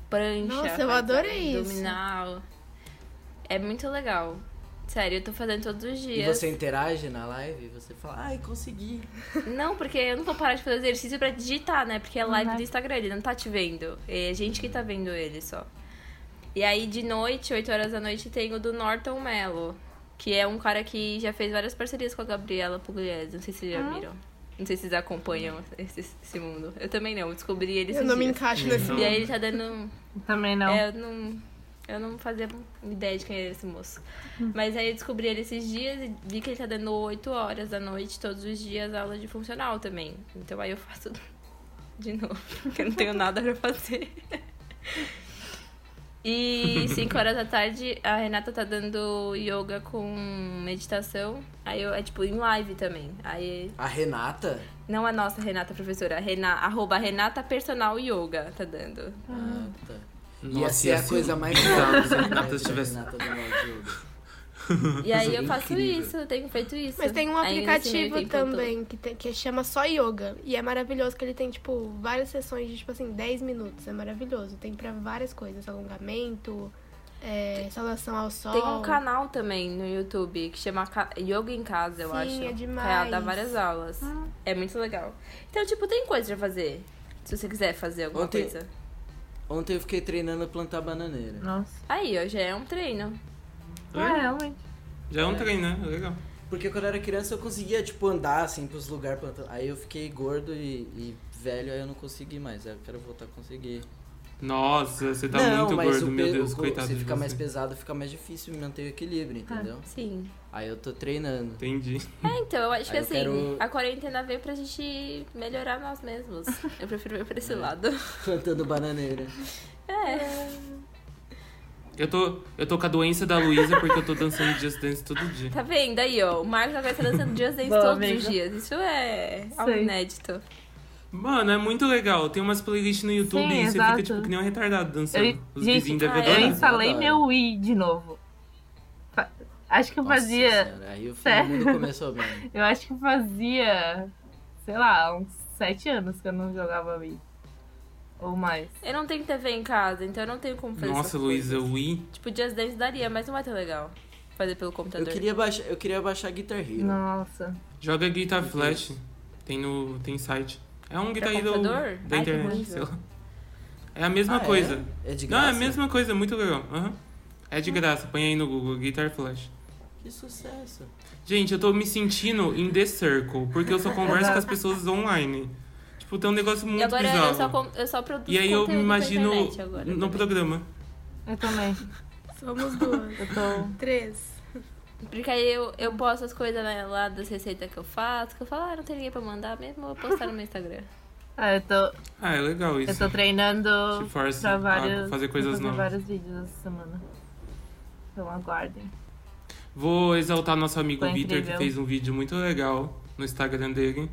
Speaker 1: prancha.
Speaker 5: Nossa, eu
Speaker 1: faz
Speaker 5: adorei isso.
Speaker 1: abdominal. É muito legal. Sério, eu tô fazendo todos os
Speaker 4: E
Speaker 1: dias.
Speaker 4: você interage na live e você fala, ai, consegui.
Speaker 1: Não, porque eu não vou parar de fazer exercício pra digitar, né? Porque é live
Speaker 2: Uhum.
Speaker 1: do Instagram, ele não tá te vendo. É gente que tá vendo ele só. E aí, de noite, 8 horas da noite, tem o do Norton Mello. Que é um cara que já fez várias parcerias com a Gabriela Pugliese. Não sei se vocês já viram. Não sei se vocês acompanham esse, esse mundo. Eu também não, descobri ele
Speaker 5: Eu
Speaker 1: esses
Speaker 5: não me
Speaker 1: dias.
Speaker 5: encaixo nesse
Speaker 3: Então-
Speaker 1: E aí ele tá dando...
Speaker 2: Também não.
Speaker 1: É, eu não... Eu não fazia ideia de quem era esse moço. Mas aí eu descobri ele esses dias e vi que ele tá dando 8 horas da noite, todos os dias, aula de funcional também. Então aí eu faço de novo, porque eu não tenho nada pra fazer. E 5 horas da tarde a Renata tá dando yoga com meditação. Aí eu, é tipo em live também. Aí
Speaker 4: A Renata?
Speaker 1: não a nossa Renata professora, a Rena, arroba Renata Personal Yoga tá dando.
Speaker 4: Ah, tá.
Speaker 3: Nossa,
Speaker 4: Ia ser
Speaker 3: ia
Speaker 4: a
Speaker 3: ser
Speaker 4: coisa mais
Speaker 3: bizarro se a
Speaker 4: bizarra
Speaker 3: Renata
Speaker 4: da
Speaker 3: estivesse-
Speaker 4: Renata do Mal de Yoga.
Speaker 1: E aí eu faço
Speaker 4: Incrível.
Speaker 1: isso, eu tenho feito isso. assim,
Speaker 5: Mas tem um
Speaker 1: Aí nesse meio
Speaker 5: aplicativo
Speaker 1: tempo eu tô-
Speaker 5: também que, tem- que chama só yoga. E é maravilhoso que ele tem, tipo, várias sessões de, tipo assim, 10 minutos. É maravilhoso. Tem pra várias coisas. Alongamento, é, saudação ao sol.
Speaker 1: Tem um canal também no YouTube que chama Ca- Yoga em Casa, eu
Speaker 5: Sim,
Speaker 1: acho.
Speaker 5: é
Speaker 1: Que ela dá
Speaker 5: demais.
Speaker 1: várias aulas. É muito legal. Então, tipo, tem coisa pra fazer. Se você quiser fazer alguma
Speaker 4: Ontem-
Speaker 1: coisa.
Speaker 4: Ontem eu fiquei treinando a plantar bananeira.
Speaker 2: Nossa.
Speaker 1: Aí, ó, já é um treino.
Speaker 2: É, realmente.
Speaker 3: Já é um trem, né? Legal.
Speaker 4: Porque quando eu era criança eu conseguia, tipo, andar assim pros lugares plantando. Aí eu fiquei gordo e, e velho, aí eu não consegui mais. Aí eu quero voltar a conseguir.
Speaker 3: Nossa, você tá
Speaker 4: não,
Speaker 3: muito
Speaker 4: mas
Speaker 3: gordo,
Speaker 4: o
Speaker 3: meu
Speaker 4: pe-
Speaker 3: Deus,
Speaker 4: o,
Speaker 3: coitado
Speaker 4: Se
Speaker 3: de
Speaker 4: fica
Speaker 3: você.
Speaker 4: mais pesado, fica mais difícil manter o equilíbrio, entendeu?
Speaker 1: Sim.
Speaker 4: Aí eu tô treinando.
Speaker 3: Entendi.
Speaker 1: É, então, eu acho que
Speaker 4: Aí eu
Speaker 1: assim,
Speaker 4: quero-
Speaker 1: a quarentena veio pra gente melhorar nós mesmos. Eu prefiro ver pra esse lado.
Speaker 4: Plantando bananeira.
Speaker 1: É.
Speaker 3: Eu tô, eu tô com a doença da Luísa porque eu tô dançando Just Dance todo dia.
Speaker 1: Tá vendo aí, ó? O Marcos agora tá dançando dias dentes
Speaker 2: Boa,
Speaker 1: todos os
Speaker 2: amiga.
Speaker 1: dias. Isso é algo
Speaker 2: Sei.
Speaker 1: inédito.
Speaker 3: Mano, é muito legal. Tem umas playlists no YouTube
Speaker 2: Sim,
Speaker 3: e você
Speaker 2: exato.
Speaker 3: fica, tipo, que nem um retardado dançando.
Speaker 2: Eu-
Speaker 3: Os
Speaker 2: gente,
Speaker 3: vizinhos devem
Speaker 1: ah,
Speaker 3: adorar.
Speaker 2: Eu
Speaker 1: Adoro,
Speaker 2: instalei
Speaker 4: adoro.
Speaker 2: meu Wii de novo. Fa- Acho que eu
Speaker 4: Nossa
Speaker 2: fazia.
Speaker 4: senhora, aí o
Speaker 2: Sério?
Speaker 4: mundo começou bem.
Speaker 2: Eu acho que fazia. Sei lá, uns sete anos que eu não jogava Wii. Ou mais.
Speaker 1: Eu não tenho TV em casa, então eu não tenho como fazer
Speaker 3: Nossa,
Speaker 1: essas
Speaker 3: Luísa,
Speaker 1: coisas.
Speaker 3: Wii.
Speaker 1: Tipo, dias dentes daria, mas não é tão legal fazer pelo
Speaker 4: Eu
Speaker 1: computador.
Speaker 4: queria, baixar, eu queria baixar Guitar Hero.
Speaker 2: Nossa.
Speaker 3: Joga Guitar Flash. Tem no tem site. É um Guitar
Speaker 1: Pra
Speaker 3: Hero
Speaker 1: computador?
Speaker 3: da
Speaker 1: Ai, que
Speaker 3: internet,
Speaker 1: horrível.
Speaker 3: sei lá. É a mesma
Speaker 4: Ah, é?
Speaker 3: coisa.
Speaker 4: É de
Speaker 3: Não, é
Speaker 4: graça?
Speaker 3: a mesma coisa, muito legal. Aham. É
Speaker 1: Hum.
Speaker 3: de graça, põe aí no Google, Guitar Flash.
Speaker 4: Que sucesso.
Speaker 3: Gente, eu tô me sentindo em The Circle, porque eu só converso com as pessoas online. Tipo, tem um negócio muito
Speaker 1: e agora
Speaker 3: bizarro.
Speaker 1: eu só, com- eu só produzo
Speaker 3: E aí eu
Speaker 1: conteúdo
Speaker 3: me
Speaker 1: pra
Speaker 3: imagino
Speaker 1: internet agora,
Speaker 3: no
Speaker 1: também.
Speaker 3: programa.
Speaker 2: Eu também.
Speaker 5: Somos duas.
Speaker 2: Eu tô.
Speaker 5: Três.
Speaker 1: Porque aí eu, eu posto as coisas né, lá das receitas que eu faço, que eu falo, ah, não tem ninguém pra mandar mesmo, eu vou postar no meu Instagram.
Speaker 2: Ah, eu tô,
Speaker 3: Ah, é legal
Speaker 2: eu
Speaker 3: isso.
Speaker 2: tô treinando
Speaker 3: Te força
Speaker 2: pra
Speaker 3: a
Speaker 2: vários.
Speaker 3: fazer coisas
Speaker 2: pra fazer
Speaker 3: novas.
Speaker 2: vários vídeos essa semana. Então aguardem.
Speaker 3: Vou exaltar nosso amigo
Speaker 2: Foi
Speaker 3: Vitor, que
Speaker 2: incrível.
Speaker 3: fez um vídeo muito legal no Instagram dele.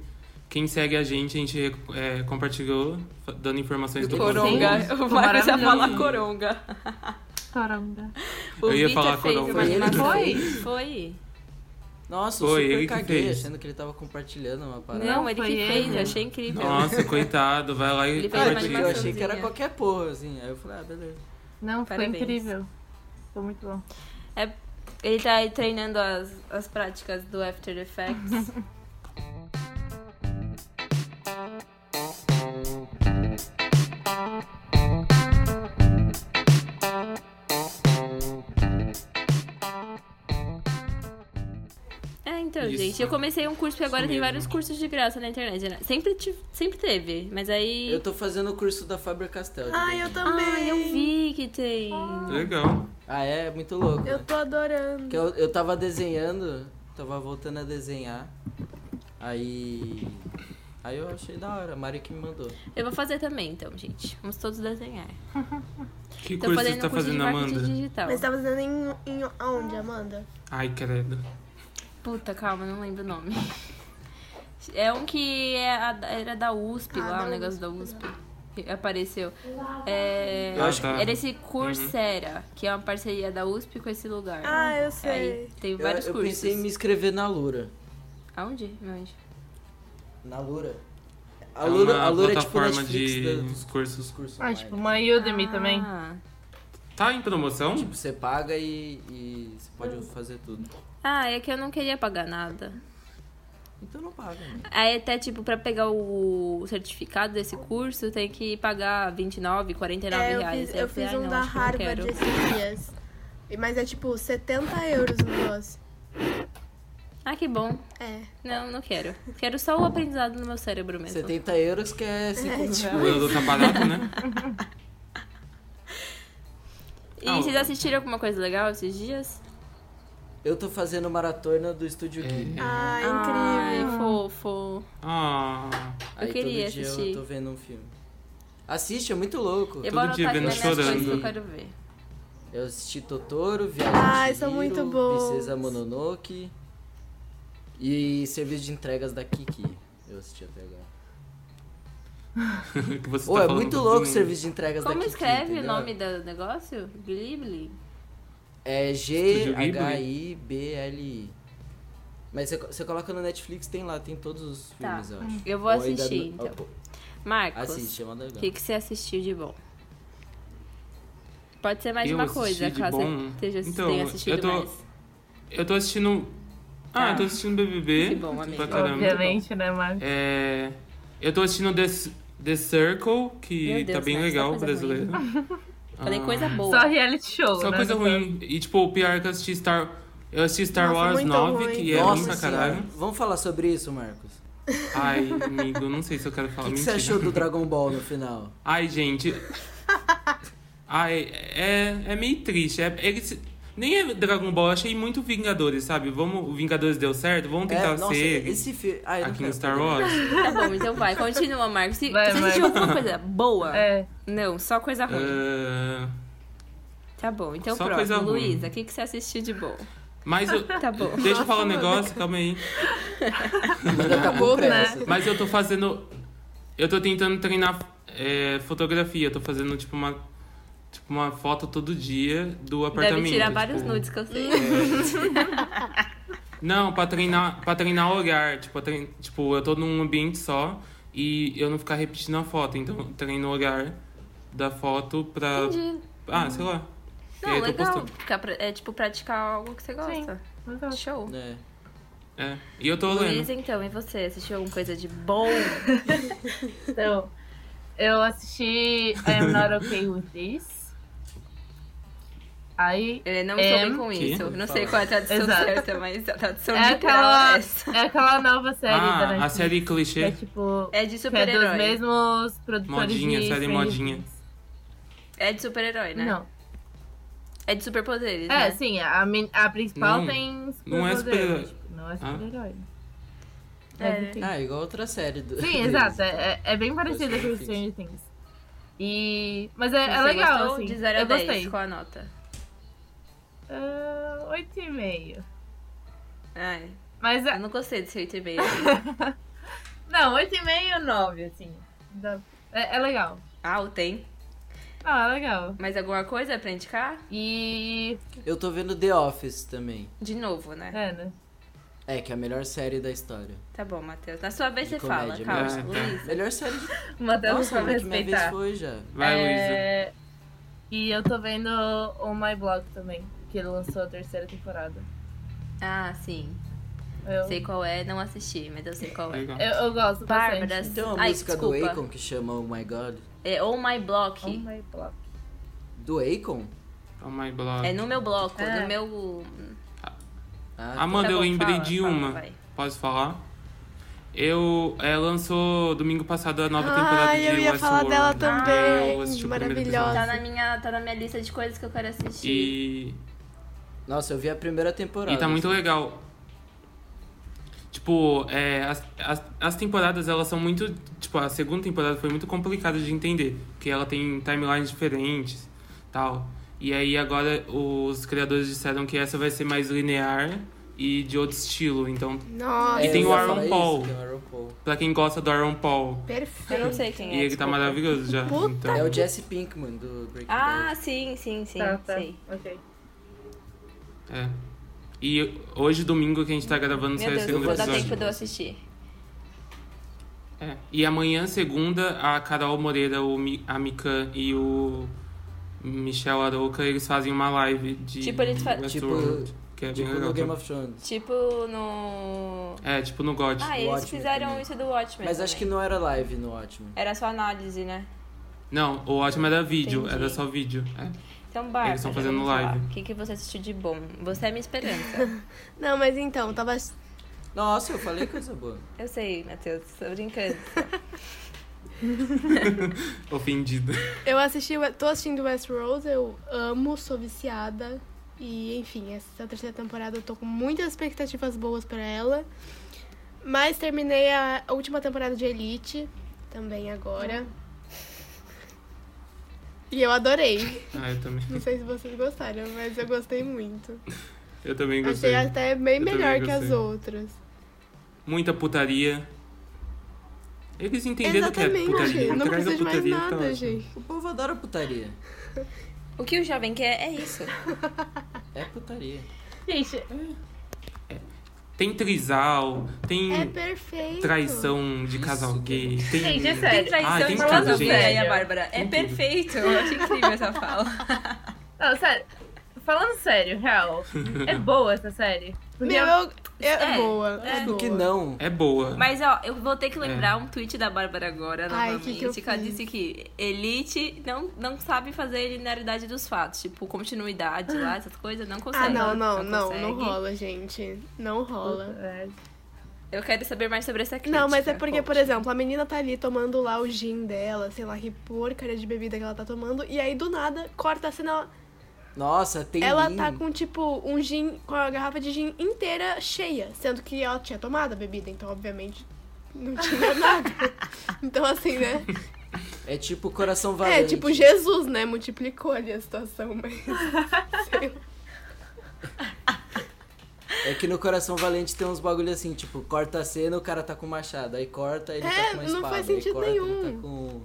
Speaker 3: Quem segue a gente, a gente é, compartilhou, fa- dando informações do
Speaker 2: Coronga.
Speaker 3: mundo.
Speaker 1: Tipo, assim, o
Speaker 2: Marcos ia
Speaker 3: falar
Speaker 1: coronga.
Speaker 2: Caramba.
Speaker 1: O
Speaker 3: Eu ia
Speaker 1: Vitor
Speaker 3: falar
Speaker 1: fez
Speaker 3: coronga.
Speaker 1: uma
Speaker 4: Foi ele que
Speaker 1: animação.
Speaker 2: fez?
Speaker 1: Foi.
Speaker 4: Nossa,
Speaker 3: Foi,
Speaker 4: eu
Speaker 3: ele
Speaker 4: super
Speaker 3: que
Speaker 4: caguei,
Speaker 3: fez.
Speaker 4: achando que ele tava compartilhando uma parada.
Speaker 1: Não, ele
Speaker 2: foi
Speaker 1: que
Speaker 2: ele.
Speaker 1: fez, eu achei incrível.
Speaker 3: Nossa, coitado, vai lá e
Speaker 1: Ele fez
Speaker 4: Ah,
Speaker 1: uma
Speaker 4: porque
Speaker 3: compartilha.
Speaker 4: eu achei que era
Speaker 1: animaçãozinha.
Speaker 4: qualquer porra, assim. Aí eu falei, ah, beleza.
Speaker 2: Não, foi
Speaker 1: Parabéns.
Speaker 2: incrível. Foi muito bom. Ah,
Speaker 1: Ele tá aí treinando as, as práticas do After Effects. É, então,
Speaker 3: Isso.
Speaker 1: gente, eu comecei um curso porque
Speaker 3: Isso
Speaker 1: agora tem
Speaker 3: mesmo.
Speaker 1: vários cursos de graça na internet, né? Sempre, tive- sempre teve, mas aí.
Speaker 4: Eu tô fazendo o curso da Faber Castell. tipo,
Speaker 5: Ai, eu também.
Speaker 1: Ah, eu vi que tem.
Speaker 3: Legal.
Speaker 4: Ah, é? É Muito louco. né?
Speaker 5: Eu tô adorando.
Speaker 4: Porque eu, eu tava desenhando, tava voltando a desenhar. Aí. Aí eu achei da hora, a Mari que me mandou.
Speaker 1: Eu vou fazer também, então, gente. Vamos todos desenhar.
Speaker 3: Que
Speaker 1: Tô
Speaker 3: curso
Speaker 1: fazendo
Speaker 3: você tá
Speaker 1: um curso
Speaker 3: fazendo,
Speaker 1: de marketing
Speaker 3: Amanda?
Speaker 1: digital.
Speaker 5: Mas tá fazendo em, em onde, Amanda?
Speaker 3: Ai, credo.
Speaker 1: Puta, calma, não lembro o nome. É um que é a- era da USP
Speaker 5: Ah,
Speaker 1: lá,
Speaker 5: da
Speaker 1: o negócio da USP. que Apareceu. É,
Speaker 3: Eu acho que-
Speaker 1: Era esse Coursera, que é uma parceria da USP com esse lugar. É,
Speaker 5: Ah, eu
Speaker 1: Aí
Speaker 5: sei.
Speaker 1: tem
Speaker 4: Eu,
Speaker 1: vários
Speaker 4: eu
Speaker 1: cursos.
Speaker 4: pensei em me inscrever na Lura.
Speaker 1: Aonde? Meu anjo?
Speaker 4: Na Lura? A
Speaker 3: É
Speaker 4: Lura,
Speaker 3: uma
Speaker 4: a Lura é tipo a
Speaker 3: plataforma
Speaker 4: Netflix
Speaker 3: de
Speaker 4: da- dos, dos
Speaker 3: cursos.
Speaker 4: cursos.
Speaker 2: Ah,
Speaker 4: online.
Speaker 2: tipo, uma Udemy também.
Speaker 1: Ah.
Speaker 3: Tá em promoção?
Speaker 4: Tipo, você paga e, e você pode fazer tudo.
Speaker 1: Ah, é que eu não queria pagar nada.
Speaker 4: Então não paga, né?
Speaker 1: Aí até, tipo, pra pegar o certificado desse curso, tem que pagar 29, 49
Speaker 5: É, eu
Speaker 1: reais.
Speaker 5: fiz,
Speaker 1: Aí
Speaker 5: eu
Speaker 1: falei,
Speaker 5: fiz
Speaker 1: "Ai,
Speaker 5: um
Speaker 1: não,
Speaker 5: da
Speaker 1: acho que eu não
Speaker 5: Harvard
Speaker 1: quero."
Speaker 5: esses dias. E- Mas é tipo 70 euros o negócio.
Speaker 1: Ah, que bom.
Speaker 5: É.
Speaker 1: Não, não quero. Quero só o aprendizado no meu cérebro mesmo.
Speaker 4: 70 euros que é 5 mil
Speaker 5: tipo-
Speaker 3: O
Speaker 4: reais.
Speaker 3: euro tá barato, né?
Speaker 1: E
Speaker 3: Ah,
Speaker 1: vocês
Speaker 3: o-
Speaker 1: assistiram alguma coisa legal esses dias?
Speaker 4: Eu tô fazendo maratona do Estúdio
Speaker 3: É,
Speaker 4: Ghibli.
Speaker 5: Ah,
Speaker 1: Ai,
Speaker 5: incrível.
Speaker 1: fofo.
Speaker 3: Ah,
Speaker 1: Eu queria
Speaker 4: todo dia
Speaker 1: assistir.
Speaker 4: Eu tô vendo um filme. Assiste, é muito louco.
Speaker 1: Eu vou
Speaker 3: Todo
Speaker 1: anotar
Speaker 3: dia
Speaker 1: aqui
Speaker 3: vendo
Speaker 1: nas coisas que
Speaker 3: chorando.
Speaker 1: eu quero ver.
Speaker 4: Eu assisti Totoro, Viagem
Speaker 5: Ai,
Speaker 4: de
Speaker 5: são
Speaker 4: Chihiro,
Speaker 5: muito bons.
Speaker 4: Princesa Mononoke e Serviço de Entregas da Kiki. Eu assisti até agora.
Speaker 3: que você
Speaker 4: Ô,
Speaker 3: tá
Speaker 4: é
Speaker 3: falando
Speaker 4: muito
Speaker 3: do
Speaker 4: louco o
Speaker 3: mundo.
Speaker 4: Serviço de Entregas da
Speaker 1: Como
Speaker 4: Kiki.
Speaker 1: escreve o
Speaker 4: entendeu?
Speaker 1: nome do negócio? Ghibli?
Speaker 4: É
Speaker 3: Ghibli.
Speaker 4: G-H-I-B-L-I. Mas você, você coloca no Netflix, tem lá, tem todos os
Speaker 1: Tá.
Speaker 4: filmes, eu acho.
Speaker 1: Eu vou
Speaker 4: Ou ainda
Speaker 1: assistir,
Speaker 4: não-
Speaker 1: então.
Speaker 4: ou-
Speaker 1: Marcos,
Speaker 4: Assiste, é uma
Speaker 1: o
Speaker 4: legal.
Speaker 1: que, que você assistiu de bom? Pode ser mais de
Speaker 3: Eu
Speaker 1: uma coisa,
Speaker 3: assisti de
Speaker 1: caso
Speaker 3: bom?
Speaker 1: você esteja
Speaker 3: Então,
Speaker 1: tenha assistido
Speaker 3: eu tô-
Speaker 1: mais.
Speaker 3: Eu tô assistindo. Ah,
Speaker 1: Tá.
Speaker 3: eu tô assistindo BBB.
Speaker 1: Que bom, amigo.
Speaker 3: pra caramba.
Speaker 2: Obviamente, né, Marcos?
Speaker 3: É, eu tô assistindo The, The Circle, que
Speaker 1: Meu Deus,
Speaker 3: tá bem
Speaker 1: Marcos,
Speaker 3: legal,
Speaker 1: só coisa
Speaker 3: brasileiro.
Speaker 1: Falei
Speaker 3: Ah,
Speaker 1: coisa boa.
Speaker 2: Só reality show,
Speaker 3: Só
Speaker 2: né?
Speaker 3: coisa
Speaker 2: no caso.
Speaker 3: ruim. E tipo, o pior é que eu assisti Star. Eu assisti Star
Speaker 5: Nossa,
Speaker 3: Wars
Speaker 5: muito
Speaker 3: 9,
Speaker 5: ruim.
Speaker 3: que é ruim pra
Speaker 4: Nossa senhora.
Speaker 3: caralho.
Speaker 4: Vamos falar sobre isso, Marcos.
Speaker 3: Ai, amigo, não sei se eu quero
Speaker 4: O
Speaker 3: falar
Speaker 4: que, que você
Speaker 3: mentira.
Speaker 4: achou do Dragon Ball no final?
Speaker 3: Ai, gente. Ai, é, é meio triste. É, eles- nem é Dragon Ball, eu achei muito Vingadores, sabe? Vamos, o Vingadores deu certo, vamos tentar
Speaker 4: é, nossa,
Speaker 3: ser
Speaker 4: esse filme. Ah, eu não
Speaker 3: aqui no
Speaker 4: quero
Speaker 3: Star
Speaker 4: falar.
Speaker 3: Wars.
Speaker 1: Tá bom, então vai. Continua, Marcos. Se,
Speaker 2: Vai,
Speaker 1: você assistiu
Speaker 2: Marcos.
Speaker 1: alguma coisa boa?
Speaker 2: É.
Speaker 1: Não, só coisa ruim.
Speaker 3: Ah,
Speaker 1: Tá bom, então
Speaker 3: só
Speaker 1: pronto.
Speaker 3: coisa ruim.
Speaker 1: Luísa, o que, que você assistiu de bom?
Speaker 3: mas eu,
Speaker 1: Tá bom.
Speaker 3: deixa eu falar um negócio, calma aí.
Speaker 5: Acabou,
Speaker 4: Pressa,
Speaker 5: né?
Speaker 4: tá?
Speaker 3: Mas eu tô fazendo. Eu tô tentando treinar é, fotografia. Eu tô fazendo, tipo, uma. Tipo, uma foto todo dia do apartamento.
Speaker 1: Deve tirar vários
Speaker 3: tipo,
Speaker 1: nudes que eu sei.
Speaker 3: Não, pra treinar, pra treinar o olhar. Tipo, trein- tipo, eu tô num ambiente só e eu não ficar repetindo a foto. Então, eu treino o olhar da foto pra.
Speaker 1: Entendi.
Speaker 3: Ah, sei lá. E
Speaker 1: Não,
Speaker 3: aí eu tô
Speaker 1: legal.
Speaker 3: postando.
Speaker 1: Ficar pra- É tipo praticar algo que você gosta.
Speaker 2: Legal.
Speaker 1: Show.
Speaker 4: É.
Speaker 3: É. E eu tô
Speaker 1: Luísa,
Speaker 3: lendo.
Speaker 1: então, e você? Assistiu alguma coisa de bom?
Speaker 2: Então, eu assisti é, I'm Not Okay With This. Aí
Speaker 1: Eu não
Speaker 2: É,
Speaker 1: estou bem com
Speaker 3: que?
Speaker 1: isso. Não sei qual é a tradução
Speaker 2: Exato.
Speaker 1: certa, mas a tradução
Speaker 2: é
Speaker 1: literal
Speaker 2: aquela,
Speaker 1: é essa.
Speaker 2: é aquela nova série da
Speaker 3: Ah,
Speaker 2: Netflix.
Speaker 3: a série
Speaker 2: que é
Speaker 3: clichê.
Speaker 2: tipo.
Speaker 1: É de
Speaker 2: Que é dos
Speaker 1: super-herói.
Speaker 2: mesmos produtores
Speaker 3: Modinha,
Speaker 2: de
Speaker 3: série
Speaker 2: Stranger
Speaker 3: modinha.
Speaker 2: Things.
Speaker 1: É de super-herói, né?
Speaker 2: Não.
Speaker 1: É de superpoderes,
Speaker 2: É,
Speaker 1: né?
Speaker 2: sim, a, men- a principal
Speaker 3: Não,
Speaker 2: tem
Speaker 3: não é
Speaker 2: superpoder,
Speaker 3: super-herói.
Speaker 2: tipo, Não é super-herói.
Speaker 1: É.
Speaker 2: Mas, enfim.
Speaker 4: Ah, igual outra série. Do...
Speaker 2: Sim, exato. É, é bem parecida com
Speaker 4: Stranger
Speaker 2: o
Speaker 4: Things.
Speaker 2: Stranger Things. E... Mas é,
Speaker 1: Você
Speaker 2: é legal,
Speaker 1: gostou
Speaker 2: assim.
Speaker 1: de 0 a
Speaker 2: eu
Speaker 1: 10,
Speaker 2: gostei.
Speaker 1: qual a nota?
Speaker 2: Ah, Oito e meio.
Speaker 1: Ai,
Speaker 2: Mas,
Speaker 1: eu
Speaker 2: é-
Speaker 1: não gostei desse 8 e meio.
Speaker 2: não, oito e meio, nove, assim. Dá- É, é legal.
Speaker 1: ah, o tem.
Speaker 2: Ah, é legal.
Speaker 1: Mais alguma coisa pra indicar?
Speaker 2: E...
Speaker 4: Eu tô vendo The Office também.
Speaker 1: De novo, né?
Speaker 2: É, né?
Speaker 4: É, que é a melhor série da história.
Speaker 1: Tá bom, Matheus. Na sua vez
Speaker 4: De
Speaker 1: você fala,
Speaker 4: comédia,
Speaker 1: calma,
Speaker 3: né?
Speaker 1: Luiz.
Speaker 4: Melhor série de
Speaker 2: O Matheus
Speaker 4: Nossa,
Speaker 2: vai
Speaker 4: mas que minha vez
Speaker 2: respeitar.
Speaker 4: foi já.
Speaker 3: Vai, Luísa.
Speaker 2: É, E eu tô vendo On My Blog também, que ele lançou a terceira temporada.
Speaker 1: Ah, sim.
Speaker 2: Eu,
Speaker 1: Sei qual é, não assisti, mas eu sei qual é.
Speaker 3: Legal.
Speaker 2: eu, eu gosto
Speaker 1: Bárbara,
Speaker 2: bastante. É
Speaker 4: Tem Então é uma
Speaker 1: Ai,
Speaker 4: música do
Speaker 1: desculpa.
Speaker 4: Akon que chama Oh My God.
Speaker 1: É On My Block.
Speaker 2: On My Blog.
Speaker 4: Do Akon?
Speaker 3: Oh my blog.
Speaker 1: É no meu bloco,
Speaker 2: É.
Speaker 1: no meu.
Speaker 4: Ah,
Speaker 3: Amanda,
Speaker 1: Tá bom,
Speaker 3: eu lembrei
Speaker 1: fala,
Speaker 3: de
Speaker 1: fala,
Speaker 3: uma.
Speaker 1: vai.
Speaker 3: Posso falar? Eu é, lançou domingo passado a nova temporada
Speaker 5: Ai,
Speaker 3: de
Speaker 5: eu ia falar
Speaker 3: Westworld.
Speaker 5: dela
Speaker 3: Ai, eu assisti
Speaker 5: também.
Speaker 3: o primeiro episódio.
Speaker 1: Tá
Speaker 5: Maravilhosa.
Speaker 1: na, minha, tá na minha lista de coisas que eu quero assistir.
Speaker 3: E
Speaker 4: Nossa, eu vi a primeira temporada.
Speaker 3: E tá muito legal. Tipo, é, as, as, as temporadas, elas são muito... Tipo, a segunda temporada foi muito complicada de entender. Porque ela tem timelines diferentes, tal. E aí, agora, os criadores disseram que essa vai ser mais linear e de outro estilo. Então,
Speaker 5: Nossa,
Speaker 4: É,
Speaker 3: E tem
Speaker 4: eu
Speaker 3: o
Speaker 4: ia
Speaker 3: Aaron
Speaker 4: falar isso,
Speaker 3: Paul.
Speaker 4: Tem o Aaron Paul.
Speaker 3: pra quem gosta do Aaron Paul...
Speaker 1: Eu não
Speaker 5: perfeito.
Speaker 1: sei quem é.
Speaker 3: e ele tá
Speaker 1: desculpa.
Speaker 3: maravilhoso já.
Speaker 5: Puta
Speaker 3: então.
Speaker 4: É o Jesse Pinkman do Breaking
Speaker 1: Ah,
Speaker 4: Bad.
Speaker 1: sim, sim, sim.
Speaker 2: Tá, tá.
Speaker 1: sei.
Speaker 2: Ok.
Speaker 3: É. E hoje, domingo, que a gente tá gravando,
Speaker 1: Meu
Speaker 3: saiu o
Speaker 1: Deus, não
Speaker 3: segundo
Speaker 1: vou dar
Speaker 3: episódio.
Speaker 1: tempo de eu assistir.
Speaker 3: É. E amanhã, segunda, a Carol Moreira, o Mi- a Mikan e o Michel Arouca, eles fazem uma live de
Speaker 1: Tipo, eles fa-
Speaker 3: Westworld, que é
Speaker 4: Tipo
Speaker 3: bem legal.
Speaker 4: no Game
Speaker 3: também.
Speaker 4: of Thrones.
Speaker 1: Tipo no.
Speaker 3: É, tipo no God.
Speaker 1: Ah, eles
Speaker 4: Watchmen
Speaker 1: fizeram
Speaker 4: também.
Speaker 1: isso do Watchmen.
Speaker 4: Mas acho que
Speaker 1: também.
Speaker 4: não era live no Watchmen.
Speaker 1: Era só análise, né?
Speaker 3: Não, o ótimo era vídeo,
Speaker 1: Entendi.
Speaker 3: era só vídeo. É.
Speaker 1: Então, Bárbara,
Speaker 3: Eles tão fazendo
Speaker 1: vamos lá.
Speaker 3: live.
Speaker 1: O que, que você assistiu de bom? Você é minha esperança.
Speaker 5: Não, mas então, tava.
Speaker 4: Nossa, eu falei coisa boa.
Speaker 1: eu sei, Matheus, tô brincando.
Speaker 3: Ofendido.
Speaker 5: Eu assisti, tô assistindo Westworld, eu amo, sou viciada. E enfim, essa terceira temporada eu tô com muitas expectativas boas pra ela. Mas terminei a última temporada de Elite também agora. E eu adorei.
Speaker 3: Ah, eu também.
Speaker 5: Não sei se vocês gostaram, mas eu gostei muito.
Speaker 3: Eu também gostei.
Speaker 5: Achei até bem
Speaker 3: Eu também
Speaker 5: melhor que as
Speaker 3: gostei.
Speaker 5: outras.
Speaker 3: Muita putaria. Eles entenderam o que é
Speaker 5: Exatamente.
Speaker 3: putaria.
Speaker 5: Eu não
Speaker 3: Traz a
Speaker 5: preciso de mais
Speaker 3: putaria, tá
Speaker 5: nada,
Speaker 3: ótimo.
Speaker 5: gente.
Speaker 4: O povo adora putaria.
Speaker 1: O que o jovem quer é isso.
Speaker 4: É putaria.
Speaker 2: Gente,
Speaker 3: Tem trisal, tem
Speaker 5: É perfeito.
Speaker 3: Hum. traição de casal
Speaker 4: Isso.
Speaker 3: gay. Tem...
Speaker 2: gente, é
Speaker 1: Tem
Speaker 2: sério.
Speaker 3: Ah,
Speaker 1: traição
Speaker 3: tem
Speaker 1: de
Speaker 3: tudo,
Speaker 1: casal
Speaker 3: gente.
Speaker 1: gay aí, a tá Bárbara.
Speaker 3: Tem
Speaker 1: É
Speaker 3: tudo.
Speaker 1: perfeito. Eu achei incrível essa fala.
Speaker 2: Não, sério. Falando sério, real. É boa essa série. Porque
Speaker 5: Meu, eu, eu- é,
Speaker 1: É,
Speaker 5: boa. É,
Speaker 1: é.
Speaker 4: Por
Speaker 5: boa.
Speaker 4: que não?
Speaker 3: É boa.
Speaker 1: Mas ó, eu vou
Speaker 3: É.
Speaker 1: ter que lembrar um tweet da Bárbara agora,
Speaker 5: Ai,
Speaker 1: novamente,
Speaker 5: que que
Speaker 1: que,
Speaker 5: eu
Speaker 1: ela
Speaker 5: fiz?
Speaker 1: disse que elite não, não sabe fazer linearidade dos fatos, tipo, continuidade lá, essas coisas, não consegue.
Speaker 5: Ah, não, não, não, não,
Speaker 1: consegue.
Speaker 5: rola, gente. Não rola.
Speaker 2: É.
Speaker 1: Eu quero saber mais sobre essa crítica.
Speaker 5: Não, mas é porque, por
Speaker 1: coach.
Speaker 5: exemplo, a menina tá ali tomando lá o gin dela, sei lá que porcaria de bebida que ela tá tomando, e aí do nada corta a cena.
Speaker 4: Nossa, tem
Speaker 5: Ela
Speaker 4: mim.
Speaker 5: tá com, tipo, um gin, com a garrafa de gin inteira cheia, sendo que ela tinha tomado a bebida, então, obviamente, não tinha nada. Então, assim, né?
Speaker 4: É tipo coração valente.
Speaker 5: É, tipo, Jesus, né? Multiplicou ali a situação, mas. sei lá.
Speaker 4: É que no coração valente tem uns bagulho assim, tipo, corta a cena, o cara tá com machado. Aí corta, ele tá
Speaker 5: É,
Speaker 4: com uma
Speaker 5: não
Speaker 4: espada.
Speaker 5: faz
Speaker 4: aí
Speaker 5: sentido
Speaker 4: corta, ele
Speaker 5: nenhum.
Speaker 4: Tá com...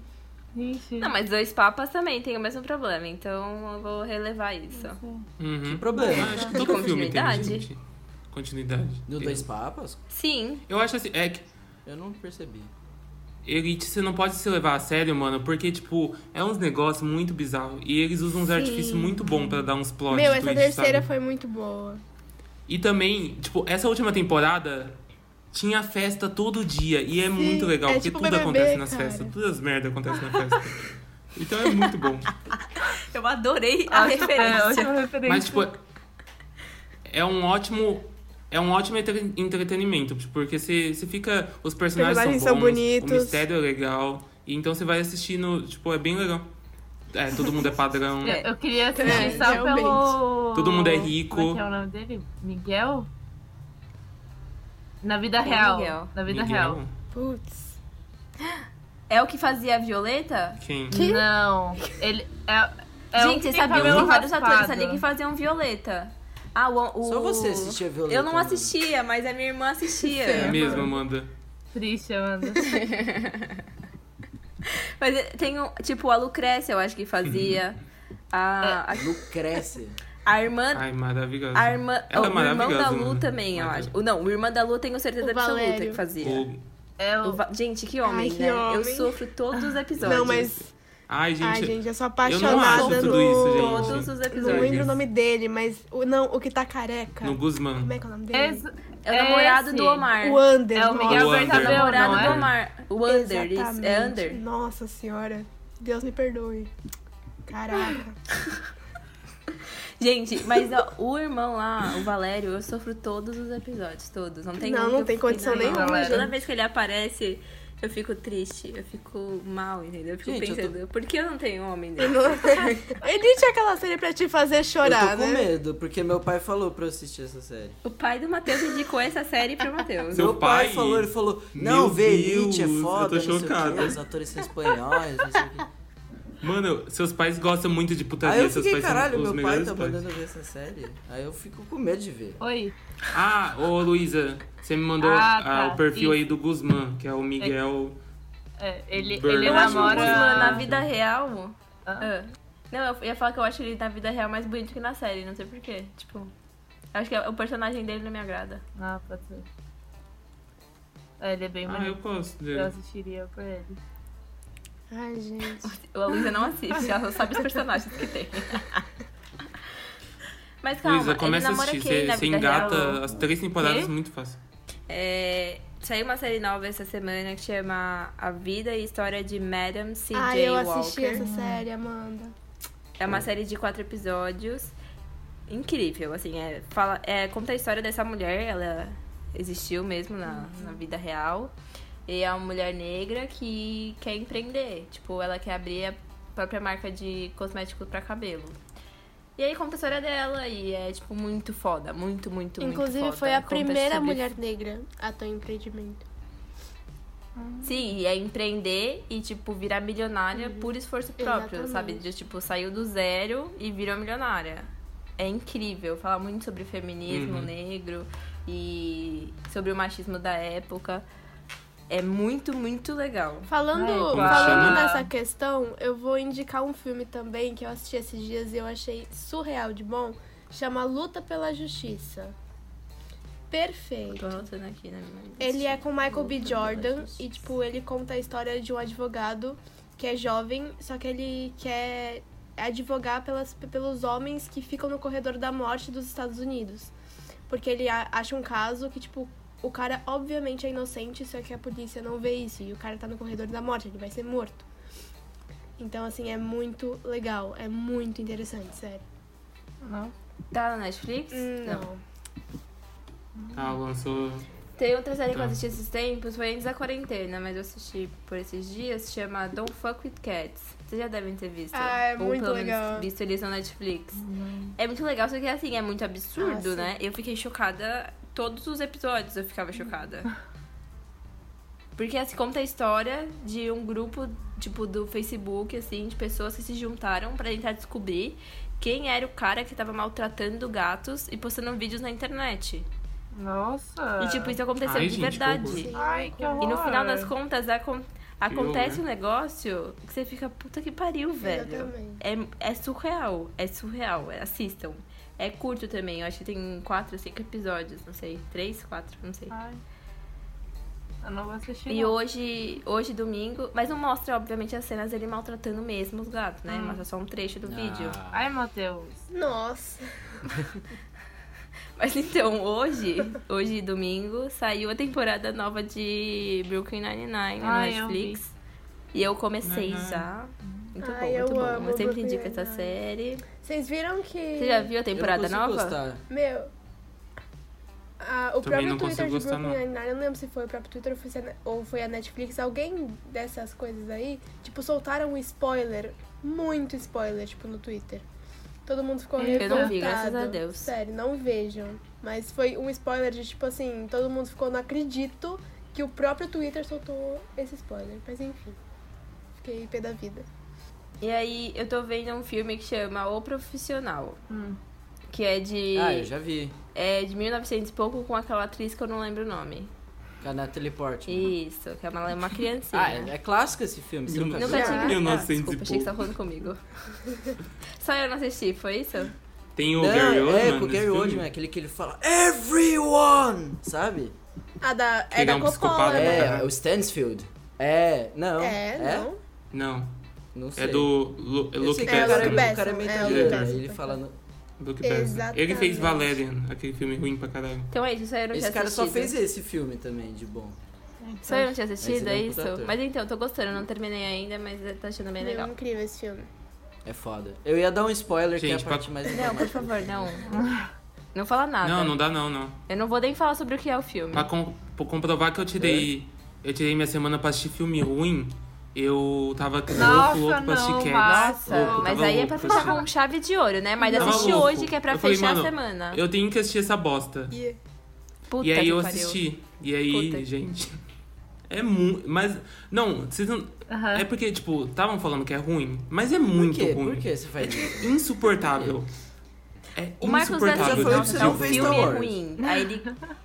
Speaker 2: Gente.
Speaker 1: Não, mas dois papas também tem o mesmo problema, então eu vou relevar isso.
Speaker 3: Uhum.
Speaker 4: Problema.
Speaker 3: Ah, acho que
Speaker 1: De
Speaker 3: todo filme tem,
Speaker 1: continuidade.
Speaker 3: gente. Continuidade.
Speaker 4: No
Speaker 3: Tem.
Speaker 4: Dois Papas?
Speaker 1: Sim,
Speaker 3: Eu acho assim, é que
Speaker 4: Eu não percebi.
Speaker 3: Elite, você não pode se levar a sério, mano, porque, tipo, é uns negócios muito bizarros. E eles usam uns
Speaker 5: Sim.
Speaker 3: artifícios muito bons pra dar uns plot
Speaker 5: Meu, essa
Speaker 3: twist,
Speaker 5: terceira
Speaker 3: sabe?
Speaker 5: foi muito boa.
Speaker 3: E também, tipo, essa última temporada tinha festa todo dia. E é muito legal,
Speaker 5: é
Speaker 3: porque
Speaker 5: tipo
Speaker 3: tudo
Speaker 5: BBB,
Speaker 3: acontece nas
Speaker 5: cara.
Speaker 3: festas. Todas as merdas acontecem na festa. então é muito bom.
Speaker 1: eu adorei a
Speaker 2: Ótima- É,
Speaker 1: referência.
Speaker 2: ótima referência.
Speaker 3: Mas, tipo, é um ótimo. É um ótimo entre- entretenimento, tipo, porque você você fica. Os personagens,
Speaker 5: Personagens
Speaker 3: são,
Speaker 5: são
Speaker 3: bons,
Speaker 5: bonitos.
Speaker 3: O mistério é legal. E então você vai assistindo, tipo, é bem legal. É, todo mundo é padrão.
Speaker 2: Eu, eu queria
Speaker 5: É,
Speaker 2: assistir só
Speaker 5: realmente.
Speaker 2: pelo.
Speaker 3: Todo mundo é rico.
Speaker 2: Como é que é o nome dele? Miguel? Na vida
Speaker 1: Quem é
Speaker 2: real.
Speaker 1: Miguel?
Speaker 2: Na vida
Speaker 3: Miguel,
Speaker 2: real.
Speaker 5: Putz.
Speaker 1: É o que fazia a Violeta?
Speaker 3: Quem?
Speaker 2: Não. Ele. É, é um
Speaker 1: Gente,
Speaker 2: que
Speaker 1: vocês
Speaker 2: tem
Speaker 1: sabiam
Speaker 2: cabelo
Speaker 1: que vários atores
Speaker 2: raspado.
Speaker 1: sabiam que faziam Violeta. Ah, o, o-
Speaker 4: Só você assistia Violeta.
Speaker 1: Eu não
Speaker 4: né?
Speaker 1: assistia, mas a minha irmã assistia.
Speaker 3: É mesmo, Amanda.
Speaker 2: Triste, Amanda.
Speaker 1: Mas eh, tem, um- tipo, a Lucrécia, eu acho que fazia. A,
Speaker 4: É.
Speaker 1: a,
Speaker 4: Lucrécia.
Speaker 1: a irmã...
Speaker 3: Ai, maravilhosa.
Speaker 1: A irmã,
Speaker 3: Ela é
Speaker 1: o irmão
Speaker 3: maravilhosa,
Speaker 1: da Lu
Speaker 3: mano.
Speaker 1: também, eu
Speaker 3: Maravilhosa.
Speaker 1: acho. O- Não, o irmão da Lu tenho certeza
Speaker 5: O
Speaker 1: absoluta
Speaker 5: Valério.
Speaker 1: que fazia.
Speaker 3: O-
Speaker 2: É o.
Speaker 1: O Va- Gente, que homem,
Speaker 5: Ai, que
Speaker 1: né? Eu
Speaker 5: homem.
Speaker 1: sofro todos os episódios.
Speaker 5: Não, mas.
Speaker 3: Ai, gente.
Speaker 5: Ai, gente, eu sou
Speaker 3: eu não acho
Speaker 5: apaixonada
Speaker 3: tudo
Speaker 5: no.
Speaker 3: isso,
Speaker 1: Todos
Speaker 3: gente.
Speaker 1: os
Speaker 5: Não lembro o
Speaker 1: episódios.
Speaker 5: nome dele, mas. O, não, o que tá careca.
Speaker 3: No Guzman.
Speaker 5: Como é que é o nome dele?
Speaker 2: É,
Speaker 1: É o namorado do Omar.
Speaker 5: O Ander.
Speaker 2: É o
Speaker 5: nossa.
Speaker 2: Miguel
Speaker 3: O Ander.
Speaker 1: O
Speaker 2: Bertabel,
Speaker 1: namorado
Speaker 2: não
Speaker 1: do
Speaker 2: é?
Speaker 1: Omar. O Under, isso.
Speaker 5: Exatamente.
Speaker 1: É Under.
Speaker 5: Nossa senhora. Deus me perdoe. Caraca.
Speaker 1: Gente, mas ó, o irmão lá, o Valério, eu sofro todos os episódios, todos. Não tem
Speaker 5: Não,
Speaker 1: um que
Speaker 5: não
Speaker 1: eu
Speaker 5: tem
Speaker 1: fique
Speaker 5: condição
Speaker 1: mal.
Speaker 2: nenhuma, Valério.
Speaker 1: Toda vez que ele aparece, eu fico triste, eu fico mal, entendeu? Eu fico
Speaker 4: Gente, eu tô-
Speaker 1: pensando, por que eu não tenho homem né?
Speaker 5: Eu
Speaker 1: dele?
Speaker 5: não- Ele tinha aquela série pra te fazer
Speaker 4: Eu
Speaker 5: chorar,
Speaker 4: tô com
Speaker 5: né?
Speaker 4: medo, porque meu pai falou pra eu assistir essa série.
Speaker 1: O pai do Matheus indicou essa série pro Matheus.
Speaker 3: Seu
Speaker 4: meu pai,
Speaker 3: pai?
Speaker 4: falou, ele falou,
Speaker 3: Meu
Speaker 4: não, vê Elite é
Speaker 3: Deus, eu
Speaker 4: foda,
Speaker 3: tô
Speaker 4: não sei o quê,
Speaker 3: chocado.
Speaker 4: os atores são espanhóis, não sei o quê.
Speaker 3: Mano, seus pais gostam muito de putaria.
Speaker 4: Aí Ah, eu
Speaker 3: Tá seus
Speaker 4: fiquei,
Speaker 3: pais
Speaker 4: caralho,
Speaker 3: são os
Speaker 4: meu pai
Speaker 3: melhores
Speaker 4: tá
Speaker 3: pais.
Speaker 4: mandando ver essa série. Aí eu fico com medo de ver.
Speaker 2: Oi.
Speaker 3: Ah, ô Luísa, você me mandou
Speaker 2: Ah,
Speaker 3: ah,
Speaker 2: tá.
Speaker 3: o perfil
Speaker 2: Isso.
Speaker 3: aí do Guzmán, que é o Miguel.
Speaker 2: É, ele
Speaker 3: Burn.
Speaker 2: ele
Speaker 3: Eu
Speaker 1: Eu acho o
Speaker 2: namora.
Speaker 1: Guzman na vida real.
Speaker 2: Ah.
Speaker 1: Ah. Não, eu ia falar que eu acho ele na vida real mais bonito que na série, não sei porquê. Tipo, eu acho que é, o personagem dele não me agrada.
Speaker 2: Ah, pode ser. É, ele é bem
Speaker 3: Ah, eu
Speaker 2: bonito.
Speaker 3: gosto
Speaker 2: eu...
Speaker 3: dele.
Speaker 2: assistiria por ele.
Speaker 5: Ai, gente.
Speaker 1: A Luísa não assiste, ela só sabe os personagens que tem. Mas calma,
Speaker 3: Luísa, começa a
Speaker 1: ele namora
Speaker 3: assistir.
Speaker 1: quem
Speaker 3: Você,
Speaker 1: na
Speaker 3: você
Speaker 1: vida
Speaker 3: engata
Speaker 1: real?
Speaker 3: as três temporadas
Speaker 2: Quê?
Speaker 3: muito fácil.
Speaker 1: É, saiu uma série nova essa semana que chama A Vida e História de Madam C.J.
Speaker 5: Ai, Ah, eu assisti
Speaker 1: Walker. Uhum.
Speaker 5: essa série, Amanda.
Speaker 1: É uma série de quatro episódios. Incrível, assim, é, fala, é, conta a história dessa mulher, ela existiu mesmo na, na vida real. E é uma mulher negra que quer empreender. Tipo, ela quer abrir a própria marca de cosmético pra cabelo. E aí conta a história dela e é, tipo, muito foda. Muito, muito, muito foda.
Speaker 5: Inclusive, foi a
Speaker 1: Conta
Speaker 5: primeira
Speaker 1: sobre-
Speaker 5: mulher negra a ter um empreendimento.
Speaker 1: Sim, e é empreender e, tipo, virar milionária por esforço próprio,
Speaker 5: Uhum. Exatamente.
Speaker 1: sabe? De, tipo, saiu do zero e virou milionária. É incrível. Fala muito sobre feminismo
Speaker 3: Uhum.
Speaker 1: negro e sobre o machismo da época. É muito, muito legal.
Speaker 5: Falando,
Speaker 2: Ai, como
Speaker 5: falando
Speaker 3: chama?
Speaker 5: nessa questão, eu vou indicar um filme também que eu assisti esses dias e eu achei surreal de bom. Chama Luta pela Justiça.
Speaker 1: Tô
Speaker 5: Perfeito.
Speaker 1: anotando aqui na minha lista.
Speaker 5: Ele é com Michael B.
Speaker 4: Luta pela
Speaker 5: Jordan
Speaker 4: Justiça.
Speaker 5: e, tipo, ele conta a história de um advogado que é jovem, só que ele quer advogar pelas, pelos homens que ficam no corredor da morte dos Estados Unidos. Porque ele a- acha um caso que, tipo, o cara obviamente é inocente, só que a polícia não vê isso. E o cara tá no corredor da morte, ele vai ser morto. Então, assim, é muito legal, é muito interessante, sério.
Speaker 2: Não.
Speaker 1: Tá na Netflix?
Speaker 5: Hum, Não.
Speaker 3: Ah, lançou.
Speaker 1: Tem outra série que eu
Speaker 3: Tá.
Speaker 1: assisti esses tempos, foi antes da quarentena, mas eu assisti por esses dias, chama Don't Fuck With Cats. Vocês já devem ter visto.
Speaker 5: Ah, é
Speaker 1: Ou
Speaker 5: muito
Speaker 1: pelo
Speaker 5: legal.
Speaker 1: menos visto eles na Netflix. É muito legal, só que assim, é muito absurdo,
Speaker 5: Ah, sim.
Speaker 1: né? Eu fiquei chocada, todos os episódios eu ficava chocada. Porque assim, conta a história de um grupo, tipo, do Facebook, assim, de pessoas que se juntaram pra tentar descobrir quem era o cara que tava maltratando gatos e postando vídeos na internet.
Speaker 2: Nossa.
Speaker 1: E tipo, isso aconteceu
Speaker 3: Ai,
Speaker 1: de
Speaker 3: gente, que
Speaker 1: verdade.
Speaker 3: horror.
Speaker 2: Ai, que horror.
Speaker 1: E no final das contas, acon- acontece um
Speaker 3: horror.
Speaker 1: negócio que você fica, puta que pariu, velho.
Speaker 5: Exatamente.
Speaker 1: É, é surreal, é surreal. é- Assistam. É curto também, eu acho que tem quatro, cinco episódios, não sei. Três, quatro, não sei.
Speaker 2: Ai. Eu não vou assistir.
Speaker 1: E
Speaker 2: não.
Speaker 1: hoje, hoje, domingo, mas não mostra, obviamente, as cenas dele maltratando mesmo os gatos, né?
Speaker 2: Hum.
Speaker 1: Mostra só um trecho do
Speaker 4: Ah,
Speaker 1: vídeo.
Speaker 2: Ai, Matheus.
Speaker 5: Nossa.
Speaker 1: Mas então, hoje, hoje domingo, saiu a temporada nova de Brooklyn Nine-Nine na
Speaker 2: Ai, eu
Speaker 1: Netflix. e eu comecei
Speaker 3: Nine-Nine.
Speaker 1: já. Muito
Speaker 5: Uhum. Ai,
Speaker 1: bom,
Speaker 5: eu
Speaker 1: muito bom.
Speaker 5: amo
Speaker 1: eu sempre
Speaker 5: Brooklyn
Speaker 1: indico essa série.
Speaker 5: Nine-Nine. Vocês viram que.
Speaker 1: Você já viu a temporada
Speaker 4: eu não
Speaker 1: nova?
Speaker 4: consigo Gostar.
Speaker 5: Meu. a- o
Speaker 3: Também
Speaker 5: próprio
Speaker 3: não
Speaker 5: Twitter
Speaker 3: consigo
Speaker 5: de
Speaker 3: gostar, não.
Speaker 5: Brooklyn Nine-Nine, eu não lembro se foi o próprio Twitter ou foi se a Ne- ou foi a Netflix, alguém dessas coisas aí, tipo, soltaram um spoiler, muito spoiler, tipo, no Twitter. Todo mundo ficou
Speaker 2: Eu
Speaker 5: revoltado.
Speaker 2: não
Speaker 1: vi, graças a Deus.
Speaker 5: Sério, não vejam. Mas foi um spoiler de, tipo assim, todo mundo ficou, não acredito que o próprio Twitter soltou esse spoiler. Mas enfim, fiquei pé da vida.
Speaker 1: E aí, eu tô vendo um filme que chama O Profissional,
Speaker 2: Hum.
Speaker 1: que é de.
Speaker 4: Ah, eu já vi.
Speaker 1: É de 1900 e pouco com aquela atriz que eu não lembro o nome.
Speaker 4: Com a Natalie Portman.
Speaker 1: Isso, que é uma, uma criancinha.
Speaker 4: Ah, é, é clássico esse filme, você
Speaker 3: Mil-
Speaker 4: nunca
Speaker 1: Nunca
Speaker 4: viu?
Speaker 1: tinha.
Speaker 3: Mil
Speaker 1: Ah,
Speaker 3: novecentos e
Speaker 1: desculpa, achei que você tava
Speaker 3: pouco.
Speaker 1: falando comigo. Só eu não assisti, foi isso?
Speaker 3: Tem o
Speaker 4: Não,
Speaker 3: Gary Oldman.
Speaker 4: é, com o
Speaker 3: nesse
Speaker 4: Gary
Speaker 3: filme?
Speaker 4: Oldman, aquele que ele fala Everyone, sabe?
Speaker 5: A da.
Speaker 3: Ele
Speaker 5: É da
Speaker 3: é um
Speaker 5: Coppola,
Speaker 3: psicopata,
Speaker 5: né?
Speaker 3: né?
Speaker 4: É, o Stansfield. É, não.
Speaker 5: É, não.
Speaker 3: Não.
Speaker 4: Não sei.
Speaker 3: É do Lu, é
Speaker 4: Eu
Speaker 3: Luke
Speaker 4: sei que
Speaker 5: É,
Speaker 4: o cara,
Speaker 3: Besson.
Speaker 5: Luke Besson.
Speaker 4: o cara é meio
Speaker 5: É,
Speaker 3: Luke
Speaker 4: italiano,
Speaker 5: Besson.
Speaker 4: ele fala... no-
Speaker 3: Luke Besson. Ele fez
Speaker 5: Exatamente.
Speaker 3: Valerian, aquele filme ruim pra caralho.
Speaker 1: Então é isso, só eu não
Speaker 4: Esse
Speaker 1: tinha
Speaker 4: cara
Speaker 1: assistido.
Speaker 4: só fez esse filme também, de bom.
Speaker 1: Só eu não tinha assistido,
Speaker 4: ele é um
Speaker 1: é
Speaker 4: puta
Speaker 1: isso?
Speaker 4: ator.
Speaker 1: Mas então, tô gostando, não terminei ainda, mas tá achando bem
Speaker 5: Meu,
Speaker 1: legal.
Speaker 5: incrível esse filme.
Speaker 4: É foda. Eu ia dar um spoiler, que é
Speaker 3: Gente,
Speaker 4: a parte
Speaker 3: pra-
Speaker 4: mais...
Speaker 1: Não, por favor, não. Não fala nada.
Speaker 3: Não, Tá, não dá não, não.
Speaker 1: Eu não vou nem falar sobre o que é o filme.
Speaker 3: Pra, com- pra comprovar que eu tirei.
Speaker 4: É.
Speaker 3: Eu tirei minha semana pra assistir filme ruim, eu tava
Speaker 2: Nossa,
Speaker 3: louco, louco pra assistir
Speaker 2: não,
Speaker 3: Cats.
Speaker 2: Nossa,
Speaker 3: Louco,
Speaker 1: Mas
Speaker 3: tava
Speaker 1: aí é
Speaker 3: louco
Speaker 1: pra fechar
Speaker 3: assistir.
Speaker 1: com chave de ouro, né? Mas
Speaker 3: Tava
Speaker 1: assiste
Speaker 3: louco.
Speaker 1: hoje, que é pra
Speaker 3: Tá Eu falei,
Speaker 1: fechar
Speaker 3: mano,
Speaker 1: a semana.
Speaker 3: Eu tenho que assistir essa bosta.
Speaker 5: E
Speaker 1: Puta
Speaker 3: E aí
Speaker 1: que
Speaker 3: eu
Speaker 1: pariu.
Speaker 3: assisti. E aí,
Speaker 1: Puta que-
Speaker 3: gente. É muito. Mas. Não, vocês não.
Speaker 2: Aham.
Speaker 3: É porque, tipo, estavam falando que é ruim, mas é
Speaker 4: Por
Speaker 3: muito
Speaker 4: quê?
Speaker 3: ruim. É
Speaker 4: Por que você faz isso?
Speaker 3: Insuportável. É
Speaker 1: O Marcos já
Speaker 4: Já
Speaker 3: insuportável. de
Speaker 4: foi o
Speaker 1: não,
Speaker 4: que você
Speaker 3: assistir.
Speaker 1: não, o
Speaker 4: fez
Speaker 1: filme
Speaker 4: Star
Speaker 1: é
Speaker 4: Wars.
Speaker 1: ruim. Aí ele,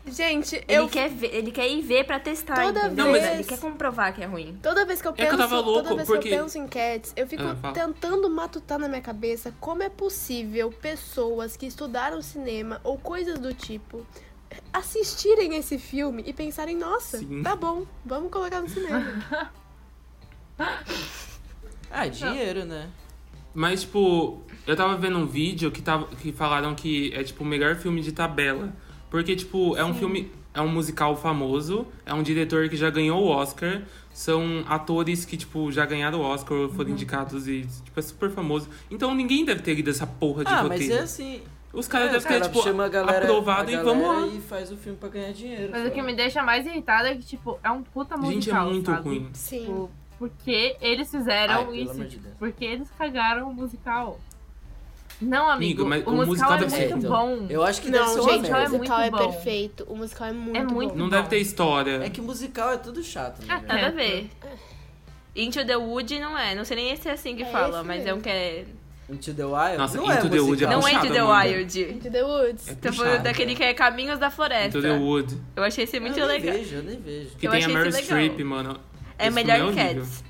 Speaker 5: Gente,
Speaker 1: ele,
Speaker 5: eu
Speaker 1: quer ver, ele quer ir ver pra testar,
Speaker 5: Toda
Speaker 1: entendeu?
Speaker 3: vez-
Speaker 1: Ele quer comprovar que é ruim.
Speaker 5: toda vez que eu
Speaker 3: que eu
Speaker 5: penso,
Speaker 3: tava louco,
Speaker 5: toda vez
Speaker 3: porque-
Speaker 5: que eu penso em cats, eu fico
Speaker 3: Ah, fala.
Speaker 5: tentando matutar na minha cabeça como é possível pessoas que estudaram cinema ou coisas do tipo assistirem esse filme e pensarem, nossa,
Speaker 3: Sim.
Speaker 5: tá bom, vamos colocar no cinema.
Speaker 4: Ah, dinheiro, né?
Speaker 3: Mas, tipo, eu tava vendo um vídeo que, tava, que falaram que é, tipo, o melhor filme de tabela. Porque, tipo, é um filme. É um musical famoso, é um diretor que já ganhou o Oscar, são atores que, tipo, já ganharam o Oscar ou
Speaker 4: Uhum.
Speaker 3: foram indicados e, tipo, é super famoso. Então ninguém deve ter lido essa porra de
Speaker 4: Ah,
Speaker 3: roteiro.
Speaker 4: mas é assim...
Speaker 3: Os
Speaker 4: é,
Speaker 3: caras
Speaker 4: os
Speaker 3: devem ter,
Speaker 4: cara
Speaker 3: tipo,
Speaker 4: chama a galera,
Speaker 3: aprovado
Speaker 4: a
Speaker 3: e
Speaker 4: galera
Speaker 3: vamos lá.
Speaker 4: e faz o filme pra ganhar dinheiro.
Speaker 2: Mas o
Speaker 4: pô.
Speaker 2: que me deixa mais irritada é que, tipo, é um puta
Speaker 3: Gente, é
Speaker 2: musical,
Speaker 3: muito
Speaker 2: sabe?
Speaker 3: ruim.
Speaker 5: Sim.
Speaker 2: Tipo, porque eles fizeram
Speaker 4: Ai, pelo
Speaker 2: isso.
Speaker 4: amor de
Speaker 2: tipo,
Speaker 4: Deus.
Speaker 2: porque eles cagaram o musical. Não, amigo,
Speaker 3: Amigo, mas
Speaker 2: o,
Speaker 3: o
Speaker 2: musical,
Speaker 3: musical deve
Speaker 2: é
Speaker 3: ser-
Speaker 2: muito
Speaker 4: então,
Speaker 2: bom.
Speaker 4: Eu acho que deve
Speaker 5: Não,
Speaker 4: ser uma
Speaker 5: gente,
Speaker 2: é
Speaker 5: o
Speaker 4: merda.
Speaker 5: musical é
Speaker 2: muito bom.
Speaker 5: perfeito. O musical é muito,
Speaker 2: muito
Speaker 5: bom.
Speaker 3: Não deve ter história.
Speaker 4: Então. É que musical é tudo chato, né? velho?
Speaker 1: Nada a ver. É. Into the Wood não é. Não sei nem se é assim que
Speaker 5: É
Speaker 1: fala,
Speaker 5: esse
Speaker 1: mas é um que é.
Speaker 4: Into the Wild
Speaker 3: Nossa,
Speaker 4: não
Speaker 3: Into
Speaker 4: é
Speaker 3: the Wild é
Speaker 4: musical.
Speaker 1: Não é
Speaker 3: puxado,
Speaker 1: Into the
Speaker 3: Amanda.
Speaker 1: Wild.
Speaker 5: Into the Woods.
Speaker 3: É
Speaker 1: Então foi
Speaker 3: puxado.
Speaker 1: daquele que é Caminhos da Floresta.
Speaker 3: Into the Wood.
Speaker 1: Eu achei esse muito
Speaker 4: eu nem
Speaker 1: legal.
Speaker 4: vejo, eu nem vejo.
Speaker 3: Que
Speaker 1: Eu
Speaker 3: tem a
Speaker 1: achei
Speaker 3: Meryl
Speaker 1: isso legal.
Speaker 3: Streep, mano.
Speaker 1: É
Speaker 3: Esse filme
Speaker 1: melhor que
Speaker 3: horrível.
Speaker 1: Cats.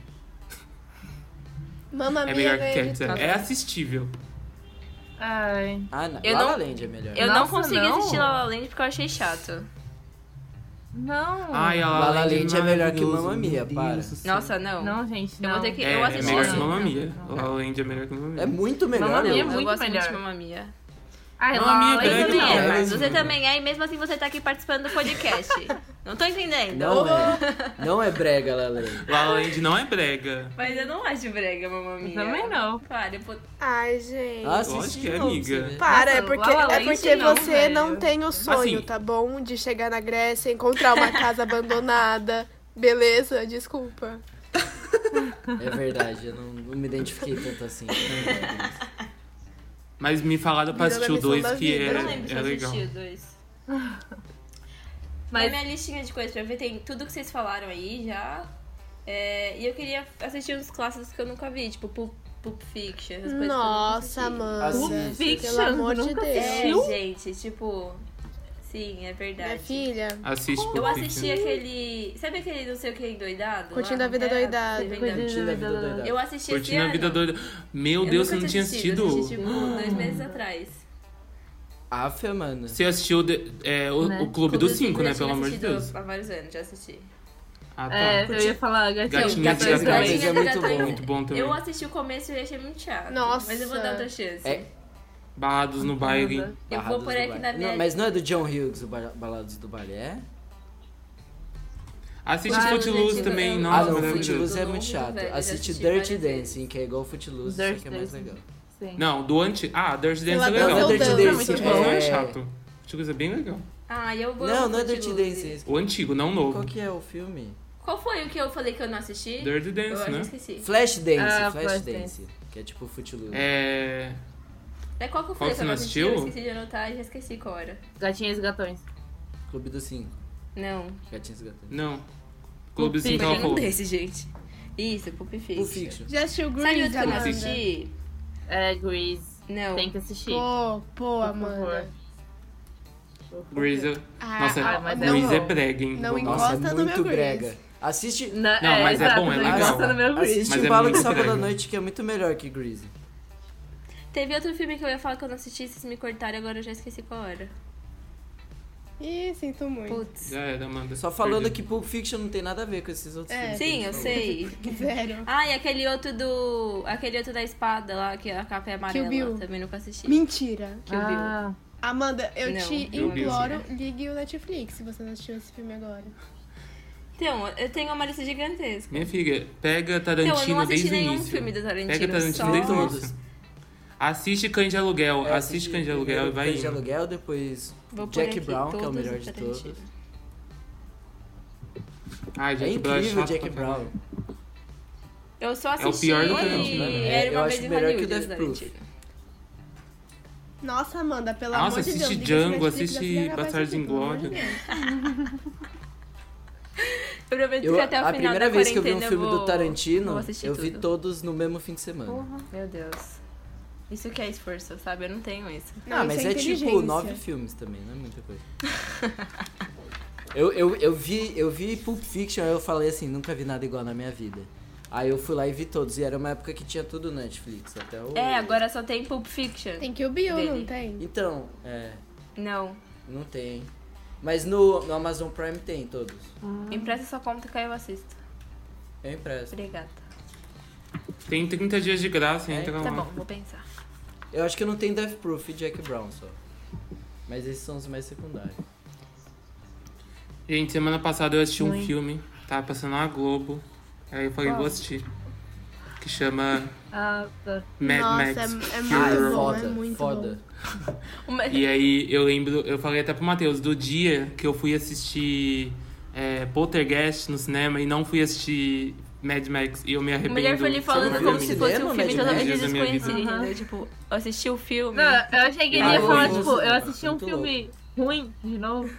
Speaker 5: Mamma
Speaker 3: É
Speaker 5: Mia né?
Speaker 3: melhor que
Speaker 5: ganha de
Speaker 3: Cats.
Speaker 5: tudo.
Speaker 3: É é assistível.
Speaker 2: Ai.
Speaker 4: Ah, não.
Speaker 1: Eu
Speaker 4: La La
Speaker 1: não-
Speaker 4: Land é melhor.
Speaker 1: Eu não
Speaker 2: Nossa,
Speaker 1: consegui
Speaker 2: não.
Speaker 1: assistir La La Land porque eu achei chato.
Speaker 2: Não.
Speaker 3: Ai, a La
Speaker 4: La La
Speaker 3: Land
Speaker 4: Land é melhor que
Speaker 3: maravilhoso,
Speaker 4: Mamma Mia,
Speaker 3: meu
Speaker 4: para.
Speaker 3: Deus do céu.
Speaker 1: Nossa, não.
Speaker 2: Não, gente,
Speaker 1: Eu
Speaker 2: não.
Speaker 1: vou ter que-
Speaker 3: É,
Speaker 1: eu
Speaker 3: é
Speaker 1: assisti
Speaker 3: melhor que
Speaker 1: sim.
Speaker 3: Mamma
Speaker 2: Não,
Speaker 3: Mia.
Speaker 2: não.
Speaker 3: La La Land é melhor que Mamma Mia.
Speaker 4: É muito melhor.
Speaker 2: Mamma Mia é
Speaker 4: meu.
Speaker 1: eu
Speaker 2: muito
Speaker 1: gosto
Speaker 2: melhor.
Speaker 1: muito de Mamma Mia.
Speaker 2: Ai,
Speaker 3: Mamma Mia,
Speaker 2: Lala
Speaker 3: Ele
Speaker 1: Você
Speaker 3: Grande
Speaker 2: Land
Speaker 1: também é,
Speaker 3: não.
Speaker 1: mas você
Speaker 4: Ele não.
Speaker 1: também é, e mesmo assim você tá aqui participando do podcast. Não tô entendendo.
Speaker 4: Não é. Não é brega, La La Land.
Speaker 3: La La Land não é brega.
Speaker 1: Mas eu não acho brega, mamãe.
Speaker 2: Também não.
Speaker 1: Para, eu vou-
Speaker 5: Ai, gente.
Speaker 4: Ah,
Speaker 3: Lógico
Speaker 4: assiste de
Speaker 3: que é,
Speaker 4: novo, você
Speaker 3: amiga.
Speaker 4: vê.
Speaker 5: Para, é
Speaker 2: Nossa,
Speaker 5: porque,
Speaker 2: La La
Speaker 5: é
Speaker 2: Land
Speaker 5: porque
Speaker 2: não,
Speaker 5: você
Speaker 2: velho.
Speaker 5: não tem o sonho,
Speaker 3: Assim.
Speaker 5: tá bom? De chegar na Grécia, encontrar uma casa abandonada. Beleza? Desculpa.
Speaker 4: É verdade, eu não, não me identifiquei tanto assim.
Speaker 3: Mas me falaram pra
Speaker 5: Virou
Speaker 3: assistir o
Speaker 5: a lição
Speaker 3: 2
Speaker 5: da
Speaker 3: que
Speaker 5: vida.
Speaker 3: é,
Speaker 1: eu não lembro se
Speaker 3: é
Speaker 1: eu
Speaker 3: legal.
Speaker 1: assisti os dois.
Speaker 2: Mas-
Speaker 1: Mas... É minha listinha de coisas pra ver tem tudo que vocês falaram aí já. É, e eu queria assistir uns clássicos que eu nunca vi, tipo Pulp, Pulp Fiction, essas coisas. que eu nunca
Speaker 5: Nossa,
Speaker 1: assisti.
Speaker 5: mano.
Speaker 3: Assim.
Speaker 4: Assiste.
Speaker 2: Pulp Fiction,
Speaker 5: Pelo amor de
Speaker 2: nunca
Speaker 5: Deus.
Speaker 2: assistiu?
Speaker 1: É, gente, tipo. Sim, é verdade.
Speaker 5: Minha filha.
Speaker 3: Assiste Pulp
Speaker 1: Eu assisti
Speaker 3: Fiction.
Speaker 1: aquele. Sabe aquele não sei o que é endoidado?
Speaker 5: Curtindo
Speaker 1: lá?
Speaker 5: a Vida
Speaker 1: É,
Speaker 5: Doidado.
Speaker 1: Curtindo a Vida
Speaker 2: Coisa
Speaker 4: Curtindo a vida
Speaker 2: doida.
Speaker 4: doidada.
Speaker 1: Eu assisti esse
Speaker 3: Curtindo a
Speaker 1: ano.
Speaker 3: vida doida. Meu
Speaker 1: Eu nunca
Speaker 3: Deus, você não
Speaker 1: tinha
Speaker 3: tinha
Speaker 1: assistido.
Speaker 3: assistido?
Speaker 1: Eu assisti, tipo,
Speaker 5: Ah.
Speaker 1: dois meses atrás.
Speaker 4: Afia, mano.
Speaker 3: Você assistiu de- é, o,
Speaker 2: Né?
Speaker 3: o Clube dos Cinco, né? Pelo amor de
Speaker 1: Eu já tinha
Speaker 3: Deus.
Speaker 1: assistido há vários anos, já assisti.
Speaker 3: Ah, tá.
Speaker 2: É, eu ia falar gatinho.
Speaker 3: Gatinhos
Speaker 4: Gatinhos
Speaker 3: e
Speaker 1: Gatinhos
Speaker 3: Gatinhos
Speaker 4: Gatinhos
Speaker 1: e
Speaker 4: é muito
Speaker 1: Gatinhos.
Speaker 4: bom.
Speaker 3: Muito bom também.
Speaker 1: Eu assisti o começo e achei muito chato.
Speaker 5: Nossa.
Speaker 1: Mas eu vou dar outra chance.
Speaker 4: É. Ah,
Speaker 3: Barrados no baile.
Speaker 1: Eu vou
Speaker 4: Barrados
Speaker 1: pôr
Speaker 4: do
Speaker 1: aqui
Speaker 4: Balé.
Speaker 1: na minha.
Speaker 4: Não, mas não é do John Hughes, o Ba- Balados do é? Balé?
Speaker 3: Assisti
Speaker 1: Ah,
Speaker 3: Footloose
Speaker 1: gente,
Speaker 3: também.
Speaker 1: eu-
Speaker 4: Ah,
Speaker 3: Nossa,
Speaker 4: não,
Speaker 1: Não,
Speaker 3: maravilhoso.
Speaker 4: Footloose é
Speaker 1: não,
Speaker 4: muito
Speaker 1: não,
Speaker 4: chato.
Speaker 1: velho, eu já
Speaker 4: Assiste
Speaker 1: assisti
Speaker 4: Dirty
Speaker 1: várias vezes.
Speaker 4: Dancing, que é igual Footloose, só
Speaker 2: Dirty
Speaker 4: que é mais
Speaker 2: Dancing.
Speaker 4: legal.
Speaker 2: Sim.
Speaker 3: Não, do anti... Ah, Dirty Dance é
Speaker 5: Ela
Speaker 3: legal.
Speaker 4: Não,
Speaker 5: dança
Speaker 4: Dirty
Speaker 5: o
Speaker 4: Dancing
Speaker 5: danço.
Speaker 3: Footloose não é
Speaker 4: é-
Speaker 3: chato. Footloose é bem legal.
Speaker 1: Ah, eu vou.
Speaker 4: Não, não é Dirty Dancing.
Speaker 3: O antigo, não o
Speaker 4: Qual
Speaker 3: novo.
Speaker 4: que é o filme?
Speaker 1: Qual foi o que eu falei que eu não assisti?
Speaker 3: Dirty
Speaker 1: é? eu acho
Speaker 3: Dance,
Speaker 1: que
Speaker 3: né?
Speaker 1: esqueci.
Speaker 4: Flash Dance,
Speaker 2: Ah,
Speaker 4: Flash,
Speaker 2: Flash
Speaker 4: Dance, Que é tipo Footloose.
Speaker 3: É...
Speaker 1: É qual que eu
Speaker 3: Qual
Speaker 1: falei
Speaker 3: que
Speaker 1: que eu não
Speaker 3: você não
Speaker 1: assisti? Eu
Speaker 3: assistiu?
Speaker 1: esqueci de anotar e já esqueci qual era.
Speaker 2: Gatinhas e gatões.
Speaker 4: Clube dos Cinco. é
Speaker 1: Não.
Speaker 4: Gatinhos e Gatinhos.
Speaker 3: Não. Clube dos
Speaker 2: Fiction.
Speaker 3: Cinco,
Speaker 1: Foi
Speaker 3: ela
Speaker 1: nenhum
Speaker 3: falou.
Speaker 1: desse, gente. Isso, Pulp
Speaker 4: Pulp
Speaker 1: Fiction.
Speaker 4: Fiction.
Speaker 5: Já assistiu
Speaker 1: Sabe
Speaker 5: Grease,
Speaker 1: outro que eu não
Speaker 5: Amanda?
Speaker 1: assisti?
Speaker 2: É, Grease.
Speaker 1: Não.
Speaker 2: Tem que assistir.
Speaker 5: Pô, pô,
Speaker 2: por favor.
Speaker 5: Amanda.
Speaker 3: Grease.
Speaker 5: Ah,
Speaker 3: Nossa,
Speaker 2: ah, mas
Speaker 5: não,
Speaker 3: Grease é brega, hein?
Speaker 5: Não
Speaker 4: Nossa, é
Speaker 5: Gosta do
Speaker 4: muito
Speaker 5: meu Grease.
Speaker 4: brega. Assiste...
Speaker 2: Na-
Speaker 3: Não, mas é
Speaker 2: exato,
Speaker 3: bom, é
Speaker 2: eu
Speaker 3: legal.
Speaker 2: gosto do meu Grease.
Speaker 4: Assiste
Speaker 3: Mas é
Speaker 4: Bala de
Speaker 3: muito
Speaker 4: Sábado à
Speaker 3: brega.
Speaker 4: Noite, que é muito melhor que Grease.
Speaker 1: Teve outro filme que eu ia falar que eu não assisti, vocês me cortaram, agora eu já esqueci qual era.
Speaker 5: Ih, sinto muito.
Speaker 1: Putz.
Speaker 3: Já era, Amanda.
Speaker 4: Só falando
Speaker 3: Perdi.
Speaker 4: que Pulp Fiction não tem nada a ver com esses outros
Speaker 5: É.
Speaker 4: filmes. que
Speaker 1: Sim,
Speaker 4: a
Speaker 1: eu
Speaker 4: gente
Speaker 1: sei.
Speaker 5: Sério.
Speaker 1: Ah, e aquele outro do. Aquele outro da espada lá, que a capa é amarela.
Speaker 5: Kill Bill.
Speaker 1: Também nunca assisti.
Speaker 5: Mentira.
Speaker 1: Kill Bill.
Speaker 2: Ah,
Speaker 5: Amanda, eu
Speaker 1: Não,
Speaker 5: te
Speaker 1: eu vi,
Speaker 5: imploro, ligue o Netflix se você não assistiu esse filme agora.
Speaker 1: Então, eu tenho uma lista gigantesca.
Speaker 3: Minha filha, pega
Speaker 1: Então, eu não
Speaker 3: Tarantino
Speaker 1: assisti
Speaker 3: desde o
Speaker 1: nenhum
Speaker 3: início.
Speaker 1: filme do Tarantino.
Speaker 3: Pega
Speaker 1: só... um.
Speaker 3: Tarantino desde o início. Assiste Cães de Aluguel.
Speaker 4: É,
Speaker 3: assiste Cães de Aluguel e
Speaker 4: primeiro
Speaker 3: vai
Speaker 4: Cães de
Speaker 3: indo.
Speaker 4: Aluguel, depois
Speaker 1: Vou pôr
Speaker 4: Jack
Speaker 1: aqui
Speaker 4: Brown, que é o
Speaker 1: todos
Speaker 4: melhor
Speaker 1: do
Speaker 4: de todos.
Speaker 1: Tarantino.
Speaker 3: Ai,
Speaker 4: É
Speaker 3: Jack Brown é
Speaker 4: incrível
Speaker 3: chato
Speaker 4: Jack
Speaker 3: pra caralho.
Speaker 4: Brown.
Speaker 1: Eu só
Speaker 3: É o
Speaker 1: assisti.
Speaker 3: pior do Tarantino, né?
Speaker 1: Era
Speaker 4: É, Eu
Speaker 1: uma
Speaker 4: acho
Speaker 1: vez em
Speaker 4: melhor que o
Speaker 1: Hollywood do
Speaker 4: Death Proof.
Speaker 1: Tarantino.
Speaker 5: Nossa, Amanda, pelo
Speaker 3: Nossa,
Speaker 5: amor de Deus.
Speaker 3: assiste
Speaker 5: liga esse
Speaker 3: Django,
Speaker 5: Netflix,
Speaker 3: assiste
Speaker 5: você vai acabar
Speaker 3: Bastardos
Speaker 5: isso aqui,
Speaker 3: em
Speaker 5: pelo amor de
Speaker 3: Glória.
Speaker 5: Deus.
Speaker 1: Eu prometo
Speaker 4: Eu,
Speaker 1: que até o
Speaker 4: a
Speaker 1: final
Speaker 4: primeira
Speaker 1: da
Speaker 4: vez que eu vi um
Speaker 1: quarentena
Speaker 4: filme
Speaker 1: vou-
Speaker 4: do Tarantino,
Speaker 1: vou assistir
Speaker 4: eu vi
Speaker 1: tudo.
Speaker 4: todos no mesmo fim de semana.
Speaker 1: Meu Deus. Isso que é esforço, sabe? Eu não tenho isso.
Speaker 5: Não,
Speaker 4: ah,
Speaker 5: isso
Speaker 4: mas é, tipo
Speaker 5: inteligência.
Speaker 4: nove filmes também, não é muita coisa. eu, eu, eu, vi, eu vi Pulp Fiction, aí eu falei assim, nunca vi nada igual na minha vida. Aí eu fui lá e vi todos, e era uma época que tinha tudo no Netflix, até o...
Speaker 1: É, agora só tem Pulp Fiction.
Speaker 5: Tem que o Bill,
Speaker 1: Dele.
Speaker 5: não tem?
Speaker 4: Então, é,
Speaker 1: Não.
Speaker 4: não tem. Mas no, no Amazon Prime tem todos.
Speaker 1: Empresta sua conta que aí eu assisto.
Speaker 4: Eu impresso.
Speaker 1: Obrigada.
Speaker 3: Tem 30 dias de graça,
Speaker 4: É,
Speaker 3: entra
Speaker 1: Tá
Speaker 3: lá.
Speaker 1: bom, vou pensar.
Speaker 4: Eu acho que não tem Death Proof e Jack Brown só. Mas esses são os mais secundários.
Speaker 3: Gente, semana passada eu assisti um filme, tava passando na Globo. Aí eu falei, vou assistir. Que chama
Speaker 2: ah, tá.
Speaker 3: Mad
Speaker 5: Nossa,
Speaker 3: Max.
Speaker 5: é-
Speaker 3: Fury
Speaker 5: é muito
Speaker 3: Road.
Speaker 5: bom.
Speaker 4: Ah, foda,
Speaker 5: muito
Speaker 4: foda.
Speaker 1: Uma-
Speaker 3: E é aí eu lembro, eu falei até pro Matheus, do dia que eu fui assistir é, Poltergeist no cinema e não fui assistir Mad Max e eu me
Speaker 1: O
Speaker 3: arrependo.
Speaker 1: melhor foi ele falando
Speaker 3: sobre
Speaker 1: como
Speaker 3: a
Speaker 1: se
Speaker 3: minha
Speaker 1: fosse
Speaker 4: Cinema,
Speaker 1: um filme
Speaker 4: Mad
Speaker 1: totalmente
Speaker 3: Max?
Speaker 1: desconhecido,
Speaker 2: Aham.
Speaker 1: entendeu? Tipo, eu assisti o filme.
Speaker 2: Não, eu achei que ele
Speaker 3: Ah,
Speaker 2: ia
Speaker 3: eu
Speaker 2: falar,
Speaker 3: ouvi
Speaker 2: tipo,
Speaker 4: isso,
Speaker 2: eu assisti um
Speaker 4: é muito
Speaker 2: filme ruim de novo.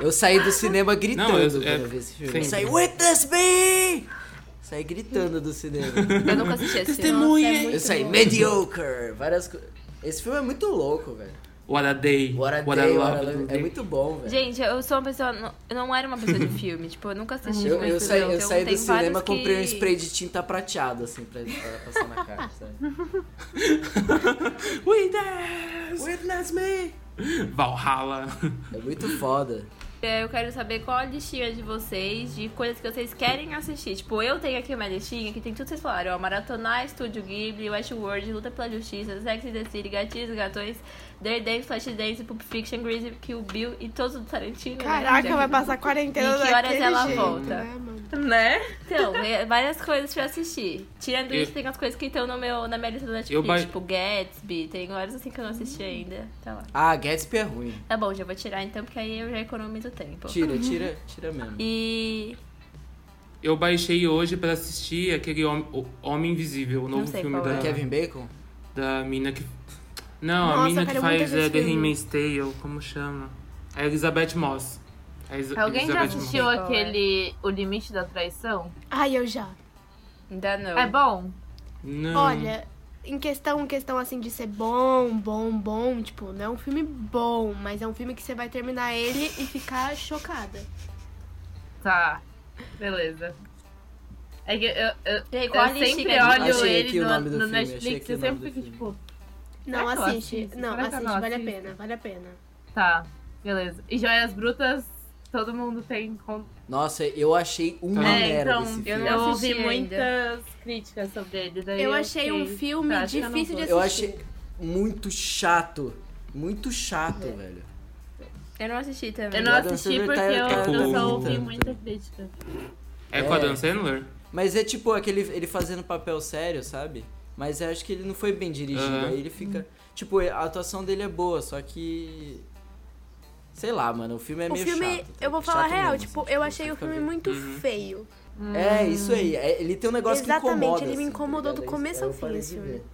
Speaker 4: Eu saí do cinema gritando
Speaker 3: Não, eu-
Speaker 4: quando
Speaker 3: é-
Speaker 4: eu vi esse filme. Eu
Speaker 3: sim.
Speaker 4: saí, witness me! Saí gritando do cinema.
Speaker 1: Eu nunca assisti esse
Speaker 5: é
Speaker 1: filme.
Speaker 5: Testemunha!
Speaker 4: eu saí, mediocre! Várias coisas. Esse filme é muito louco, velho.
Speaker 3: What a day.
Speaker 4: What a
Speaker 3: a né?
Speaker 4: Day, What a
Speaker 3: lovely
Speaker 4: Love. É
Speaker 3: day.
Speaker 4: muito bom, velho.
Speaker 1: Gente, eu sou uma pessoa. não- Eu não era uma pessoa de filme. tipo, eu nunca assisti
Speaker 4: Eu,
Speaker 1: filme,
Speaker 4: eu saí,
Speaker 1: entendeu?
Speaker 4: eu
Speaker 1: Então,
Speaker 4: saí do
Speaker 1: tem vários
Speaker 4: cinema,
Speaker 1: que...
Speaker 4: comprei um spray de tinta prateado, assim, pra, pra passar na cara, sabe?
Speaker 3: Witness!
Speaker 4: Witness me!
Speaker 3: Valhalla.
Speaker 4: É muito foda.
Speaker 1: É, Eu quero saber qual a listinha de vocês, de coisas que vocês querem assistir. Tipo, eu tenho aqui uma listinha que tem tudo que vocês falaram. Ó, Maratonar, Estúdio Ghibli, Westworld, Luta pela Justiça, Sex and the City, Gatinhos e Gatões, Daredevil, Flashdance, Pulp Fiction, Grease, Kill Bill e todos do Tarantino. né?
Speaker 5: Caraca,
Speaker 1: Já
Speaker 5: vai
Speaker 1: que-
Speaker 5: passar quarentena
Speaker 1: E que horas
Speaker 5: daquele
Speaker 1: ela
Speaker 5: jeito,
Speaker 1: volta?
Speaker 5: né, mano?
Speaker 2: Né?
Speaker 1: Então, é, várias coisas pra assistir. Tirando
Speaker 3: Eu-
Speaker 1: isso, tem as coisas que estão no meu, na minha lista do Netflix,
Speaker 3: Eu ba-
Speaker 1: tipo Gatsby, tem vários assim que eu não
Speaker 5: Hum.
Speaker 1: assisti ainda. Tá lá.
Speaker 4: Ah, Gatsby é ruim.
Speaker 1: Tá bom, já vou tirar então, porque aí eu já economizo tempo.
Speaker 4: Tira, tira, tira mesmo.
Speaker 1: E.
Speaker 3: Eu baixei hoje pra assistir aquele Hom- o Homem Invisível, o novo
Speaker 1: sei
Speaker 3: filme
Speaker 1: qual
Speaker 3: da,
Speaker 1: é.
Speaker 4: Kevin Bacon?
Speaker 3: da mina que. Não,
Speaker 5: Nossa,
Speaker 3: a mina
Speaker 5: eu
Speaker 3: que
Speaker 5: quero muito
Speaker 3: faz
Speaker 5: ver
Speaker 3: é,
Speaker 5: esse
Speaker 3: The
Speaker 5: filme.
Speaker 3: Handmaid's Tale, como chama? É A Elizabeth Moss. É A Elis-
Speaker 2: Alguém já
Speaker 3: Elizabeth
Speaker 2: assistiu
Speaker 1: Moss.
Speaker 2: aquele O Limite da Traição?
Speaker 5: Ai, eu já.
Speaker 4: Hum.
Speaker 1: Ainda não.
Speaker 2: É bom?
Speaker 3: Não.
Speaker 5: Olha, em questão, questão assim de ser bom, bom, bom, tipo, não é um filme bom, mas é um filme que você vai terminar ele e ficar chocada.
Speaker 2: Tá. Beleza. É que eu, eu,
Speaker 1: E aí,
Speaker 2: eu
Speaker 1: qual a listinha
Speaker 2: sempre
Speaker 1: de-
Speaker 2: olho
Speaker 4: Achei aqui
Speaker 2: ele
Speaker 4: o
Speaker 2: no,
Speaker 4: nome do
Speaker 2: no
Speaker 4: filme, achei
Speaker 2: Netflix
Speaker 4: aqui
Speaker 2: e
Speaker 4: o nome
Speaker 2: sempre
Speaker 4: do
Speaker 2: fico tipo,
Speaker 5: Não
Speaker 2: Será que eu
Speaker 5: assiste.
Speaker 2: assisto?
Speaker 5: Não,
Speaker 2: Será que eu
Speaker 5: assiste,
Speaker 2: não
Speaker 5: vale a
Speaker 2: assisto?
Speaker 5: pena, vale a pena.
Speaker 2: tá, beleza. E Joias Brutas, todo mundo tem. com-
Speaker 4: Nossa, eu achei uma
Speaker 3: É,
Speaker 4: merda
Speaker 2: então,
Speaker 4: desse
Speaker 1: eu não
Speaker 4: filme.
Speaker 2: Eu
Speaker 1: assisti
Speaker 2: ouvi
Speaker 1: ainda.
Speaker 2: muitas críticas sobre ele. Daí
Speaker 5: Eu achei um
Speaker 2: fiquei,
Speaker 5: filme
Speaker 2: tá, acho que eu não
Speaker 5: difícil
Speaker 2: vou.
Speaker 5: de
Speaker 4: Eu
Speaker 5: assistir.
Speaker 4: achei muito chato. Muito chato,
Speaker 5: É.
Speaker 4: velho.
Speaker 1: Eu não assisti também.
Speaker 2: Eu não
Speaker 4: O Adam
Speaker 2: assisti
Speaker 4: Silver
Speaker 2: porque
Speaker 4: tá-
Speaker 2: eu,
Speaker 4: tá
Speaker 2: eu só
Speaker 3: com-
Speaker 2: ouvi
Speaker 4: tanto.
Speaker 2: muita crítica.
Speaker 3: É com a
Speaker 4: É.
Speaker 3: Dan Sandler?
Speaker 4: Mas é tipo aquele ele fazendo papel sério, sabe? Mas eu acho que ele não foi bem dirigido.
Speaker 3: Aham.
Speaker 4: Aí ele
Speaker 5: Uhum.
Speaker 4: fica. Tipo, a atuação dele é boa, só que. Sei lá, mano, o filme é
Speaker 5: O
Speaker 4: meio
Speaker 5: filme,
Speaker 4: chato. tá?
Speaker 5: eu vou
Speaker 4: Chato
Speaker 5: falar a real,
Speaker 4: mesmo,
Speaker 5: tipo,
Speaker 4: assim,
Speaker 5: eu
Speaker 4: você
Speaker 5: achei o
Speaker 4: fica Uhum.
Speaker 5: filme
Speaker 4: vendo.
Speaker 5: muito feio.
Speaker 4: É, isso aí. é- ele tem um negócio que
Speaker 5: Exatamente,
Speaker 4: incomoda.
Speaker 5: ele me
Speaker 4: assim, tá
Speaker 5: incomodou do
Speaker 4: ligado?
Speaker 5: começo
Speaker 4: Aí
Speaker 5: ao
Speaker 4: eu
Speaker 5: fim,
Speaker 4: parei
Speaker 5: esse
Speaker 4: de
Speaker 5: filme.
Speaker 4: ver.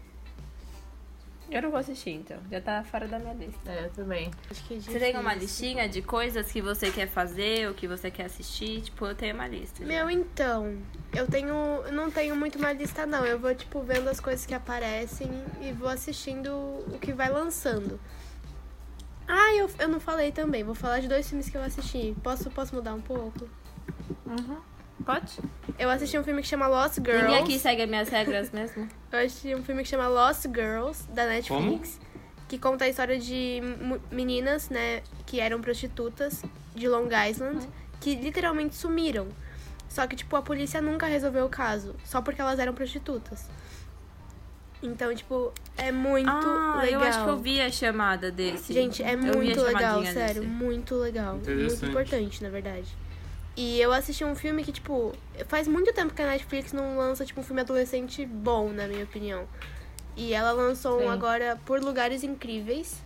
Speaker 1: Eu não vou assistir, então. Já tá fora da minha lista.
Speaker 2: É, eu também.
Speaker 5: Acho que
Speaker 1: Você tem uma listinha de coisas que você quer fazer, ou que você quer assistir? Tipo, eu tenho uma lista. já.
Speaker 5: Meu, então, eu tenho. eu Não tenho muito uma lista, não. Eu vou, tipo, vendo as coisas que aparecem e vou assistindo o que vai lançando. Ah, eu, eu não falei também. Vou falar de dois filmes que eu assisti. Posso, posso mudar um pouco?
Speaker 1: Pode?
Speaker 5: Eu assisti um filme que chama Lost Girls.
Speaker 1: Ninguém aqui segue as minhas regras mesmo.
Speaker 5: Eu assisti um filme que chama Lost Girls, da Netflix. Que conta a história de mu- meninas, né, que eram prostitutas de Long
Speaker 1: Uhum.
Speaker 5: Island, que literalmente sumiram. Só que, tipo, a polícia nunca resolveu o caso, só porque elas eram prostitutas. Então, tipo, é muito
Speaker 1: ah,
Speaker 5: legal.
Speaker 1: eu acho que eu vi a chamada desse.
Speaker 5: Gente, é
Speaker 1: Eu vi a
Speaker 5: muito legal,
Speaker 1: chamadinha
Speaker 5: sério.
Speaker 1: desse.
Speaker 5: Muito legal. Muito
Speaker 3: Interessante.
Speaker 5: importante, na verdade. E eu assisti um filme que, tipo, faz muito tempo que a Netflix não lança, tipo, um filme adolescente bom, na minha opinião. E ela lançou um
Speaker 2: Sim.
Speaker 5: agora por lugares incríveis,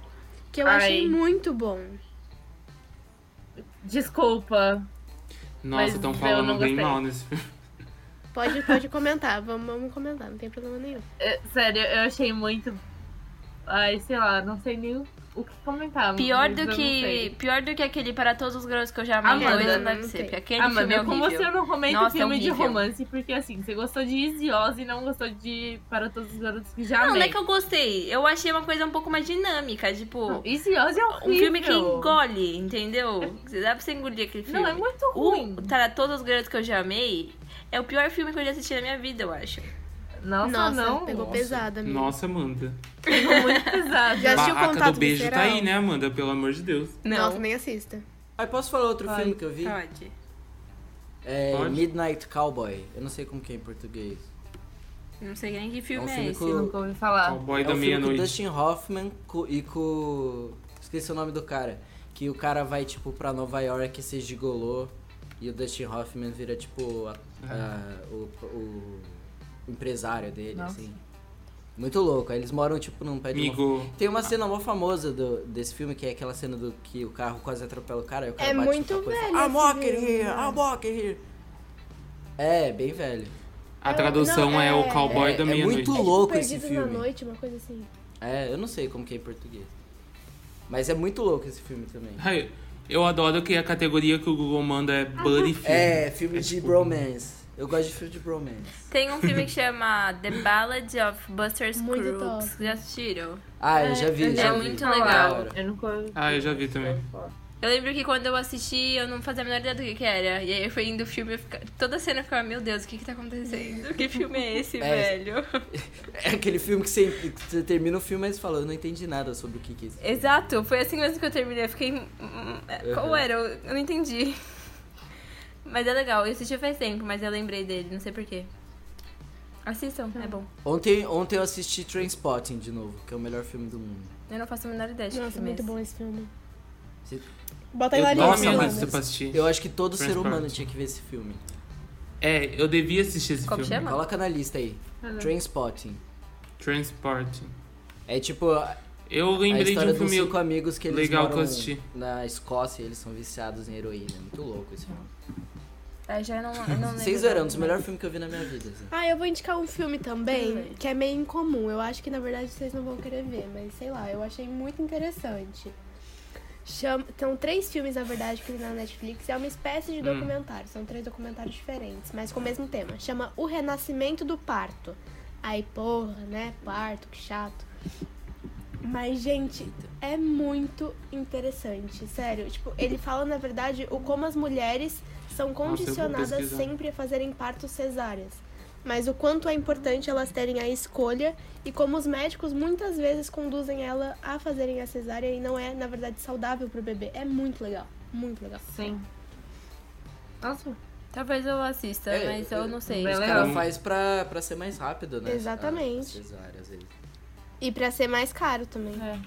Speaker 5: que eu
Speaker 2: Ai.
Speaker 5: achei muito bom.
Speaker 2: Desculpa.
Speaker 3: Nossa,
Speaker 2: Mas
Speaker 3: estão
Speaker 2: eu
Speaker 3: falando
Speaker 2: não
Speaker 3: bem
Speaker 2: gostei.
Speaker 3: mal nesse filme.
Speaker 5: Pode, pode comentar, vamos, vamos comentar, não tem problema nenhum.
Speaker 2: É, sério, eu achei muito. Ai, sei lá, não sei nem o- o que comentar.
Speaker 1: Pior
Speaker 2: mas
Speaker 1: do
Speaker 2: eu não
Speaker 1: que.
Speaker 2: sei.
Speaker 1: Pior do que aquele para todos os grãos que eu já amei.
Speaker 2: Amanda,
Speaker 1: Amanda, não
Speaker 5: não
Speaker 1: deve ser,
Speaker 5: tem.
Speaker 1: porque aquele
Speaker 2: Ah,
Speaker 1: filme
Speaker 2: mano,
Speaker 1: é
Speaker 2: eu como
Speaker 1: horrível.
Speaker 2: você não comento
Speaker 1: Nossa, é
Speaker 2: filme de
Speaker 1: horrível.
Speaker 2: romance, porque assim, você gostou de Easy Oz e não gostou de Para Todos os Garotos que já
Speaker 1: Não, não é
Speaker 2: amei.
Speaker 1: que eu gostei. Eu achei uma coisa um pouco mais dinâmica, tipo,
Speaker 2: Easy Oz é
Speaker 1: um
Speaker 2: horrível.
Speaker 1: filme que engole, Uh. entendeu? Dá pra você engolir aquele filme.
Speaker 2: Não, é muito ruim.
Speaker 1: O Para Todos os Garotos que eu já amei é o pior filme que eu já assisti na minha vida, eu acho.
Speaker 2: Nossa, não.
Speaker 5: pegou
Speaker 4: Nossa.
Speaker 5: pesada, amiga.
Speaker 3: Nossa, Amanda.
Speaker 2: Pegou muito pesado.
Speaker 5: Já Hum. assistiu
Speaker 3: Barraca
Speaker 5: Contato
Speaker 3: do Beijo tá
Speaker 5: Visceral?
Speaker 3: aí, né, Amanda? Pelo amor de Deus.
Speaker 5: Nossa, nem assista.
Speaker 4: Aí posso falar outro
Speaker 2: Vai.
Speaker 4: filme que eu vi?
Speaker 1: Pode.
Speaker 4: É
Speaker 3: Pode.
Speaker 4: Midnight Cowboy. Eu não sei como que é em português.
Speaker 1: Não sei nem que
Speaker 4: É um
Speaker 1: filme é,
Speaker 4: filme
Speaker 1: esse.
Speaker 4: com-
Speaker 2: Nunca ouvi falar.
Speaker 3: Cowboy
Speaker 4: é
Speaker 3: da
Speaker 4: um filme com o
Speaker 3: meia-noite.
Speaker 4: Dustin Hoffman co- e com. Esqueci o nome do cara. Que o cara vai, tipo, pra Nova York se gigolô. E o Dustin Hoffman vira, tipo, a- a- o, o empresário dele,
Speaker 2: Nossa.
Speaker 4: assim. Muito louco. Aí eles moram, tipo, num pé de uma-
Speaker 3: Amigo.
Speaker 4: Tem uma cena mó famosa do- desse filme, que é aquela cena do que o carro quase atropela o cara e o cara
Speaker 5: É
Speaker 4: bate
Speaker 5: muito
Speaker 4: no capô e
Speaker 5: velho
Speaker 4: fala,
Speaker 5: esse
Speaker 4: I'm walking
Speaker 5: filme,
Speaker 4: here,
Speaker 5: né?
Speaker 4: I'm walking here. É, bem velho.
Speaker 3: A
Speaker 5: Eu-
Speaker 3: tradução
Speaker 5: não,
Speaker 3: é, o
Speaker 5: é-
Speaker 3: cowboy
Speaker 4: é-
Speaker 3: da
Speaker 4: é
Speaker 3: meia-noite.
Speaker 4: muito- louco esse
Speaker 5: Perdidos
Speaker 4: filme.
Speaker 5: na noite, uma coisa assim.
Speaker 4: É, eu não sei como que é em português. Mas é muito louco esse filme também.
Speaker 3: Ai, eu adoro que a categoria que o Google manda é Buddy Film.
Speaker 4: É, filme de bromance. Eu gosto de filme de bromance.
Speaker 1: Tem um filme que chama The Ballad of Buster
Speaker 5: Muito
Speaker 1: Scrooge.
Speaker 5: top.
Speaker 1: Já assistiram?
Speaker 4: Ah, eu já vi,
Speaker 2: eu
Speaker 4: já
Speaker 1: já
Speaker 4: vi.
Speaker 1: ouvi é muito legal.
Speaker 4: Claro.
Speaker 2: Eu nunca.
Speaker 3: Ah, eu já vi também.
Speaker 1: Eu lembro que quando eu assisti, eu não fazia a menor ideia do que, que era. E aí eu fui indo o filme, eu fica... toda cena eu ficava, meu Deus, o que que tá acontecendo? Que filme é esse, velho?
Speaker 4: É aquele filme que você, que você termina o filme e você fala, eu não entendi nada sobre o que que é isso.
Speaker 1: Exato, foi assim mesmo que eu terminei. Eu fiquei. hum, hum, é, Qual
Speaker 4: Uhum.
Speaker 1: era? Eu eu não entendi. Mas é legal, eu assisti faz tempo, mas eu lembrei dele, não sei porquê. Assistam, é bom.
Speaker 4: Ontem, ontem eu assisti Trainspotting de novo, que é o melhor filme do mundo.
Speaker 1: Eu não faço a menor ideia de que
Speaker 5: Nossa,
Speaker 1: filme é
Speaker 5: muito
Speaker 1: esse.
Speaker 5: bom esse filme.
Speaker 4: Você-
Speaker 5: Bota aí
Speaker 3: Eu
Speaker 5: na
Speaker 3: dou a
Speaker 4: Nossa,
Speaker 3: minha
Speaker 4: mano.
Speaker 3: lista pra assistir.
Speaker 4: Eu acho que todo ser humano
Speaker 3: Transporte.
Speaker 4: tinha que ver esse filme.
Speaker 3: É, eu devia assistir esse
Speaker 1: Qual que
Speaker 3: filme.
Speaker 1: chama?
Speaker 4: Coloca na lista
Speaker 1: Tá
Speaker 4: aí. Trainspotting.
Speaker 3: Transport.
Speaker 4: É tipo a
Speaker 3: Eu
Speaker 4: a
Speaker 3: lembrei de
Speaker 4: história
Speaker 3: um
Speaker 4: dos
Speaker 3: filme.
Speaker 4: cinco amigos que eles
Speaker 3: legal que eu
Speaker 4: moram
Speaker 3: assisti.
Speaker 4: na Escócia e eles são viciados em heroína. É Muito louco esse filme.
Speaker 1: Ah, já não, eu não lembro.
Speaker 4: Vocês verão, um dos melhores filmes que eu vi na minha vida. assim.
Speaker 5: Ah, eu vou indicar um filme
Speaker 1: Tudo
Speaker 5: também,
Speaker 1: bem.
Speaker 5: que é meio incomum. Eu acho que na verdade vocês não vão querer ver, mas sei lá, eu achei muito interessante. Chama... São três filmes, na verdade, que tem na Netflix. É uma espécie de
Speaker 3: Hum.
Speaker 5: documentário. São três documentários diferentes, mas com o mesmo tema. Chama O Renascimento do Parto. Aí, porra, né? Parto, que chato. Mas, gente, é muito interessante, sério. Tipo, ele fala, na verdade, o como as mulheres são
Speaker 3: vou
Speaker 5: condicionadas
Speaker 3: pesquisar.
Speaker 5: sempre a fazerem partos cesáreas. Mas o quanto é importante elas terem a escolha e como os médicos muitas vezes conduzem ela a fazerem a cesárea e não é, na verdade, saudável pro bebê. É muito legal, muito legal.
Speaker 2: Sim. Nossa,
Speaker 1: Talvez eu assista,
Speaker 4: É,
Speaker 1: mas eu
Speaker 4: eu-
Speaker 1: não sei.
Speaker 2: Vai
Speaker 4: Os
Speaker 2: lá.
Speaker 4: caras
Speaker 3: Hum.
Speaker 4: faz pra, pra ser mais rápido, né?
Speaker 5: Exatamente.
Speaker 4: A- a cesárea, às vezes.
Speaker 5: E pra ser mais caro também.
Speaker 2: é.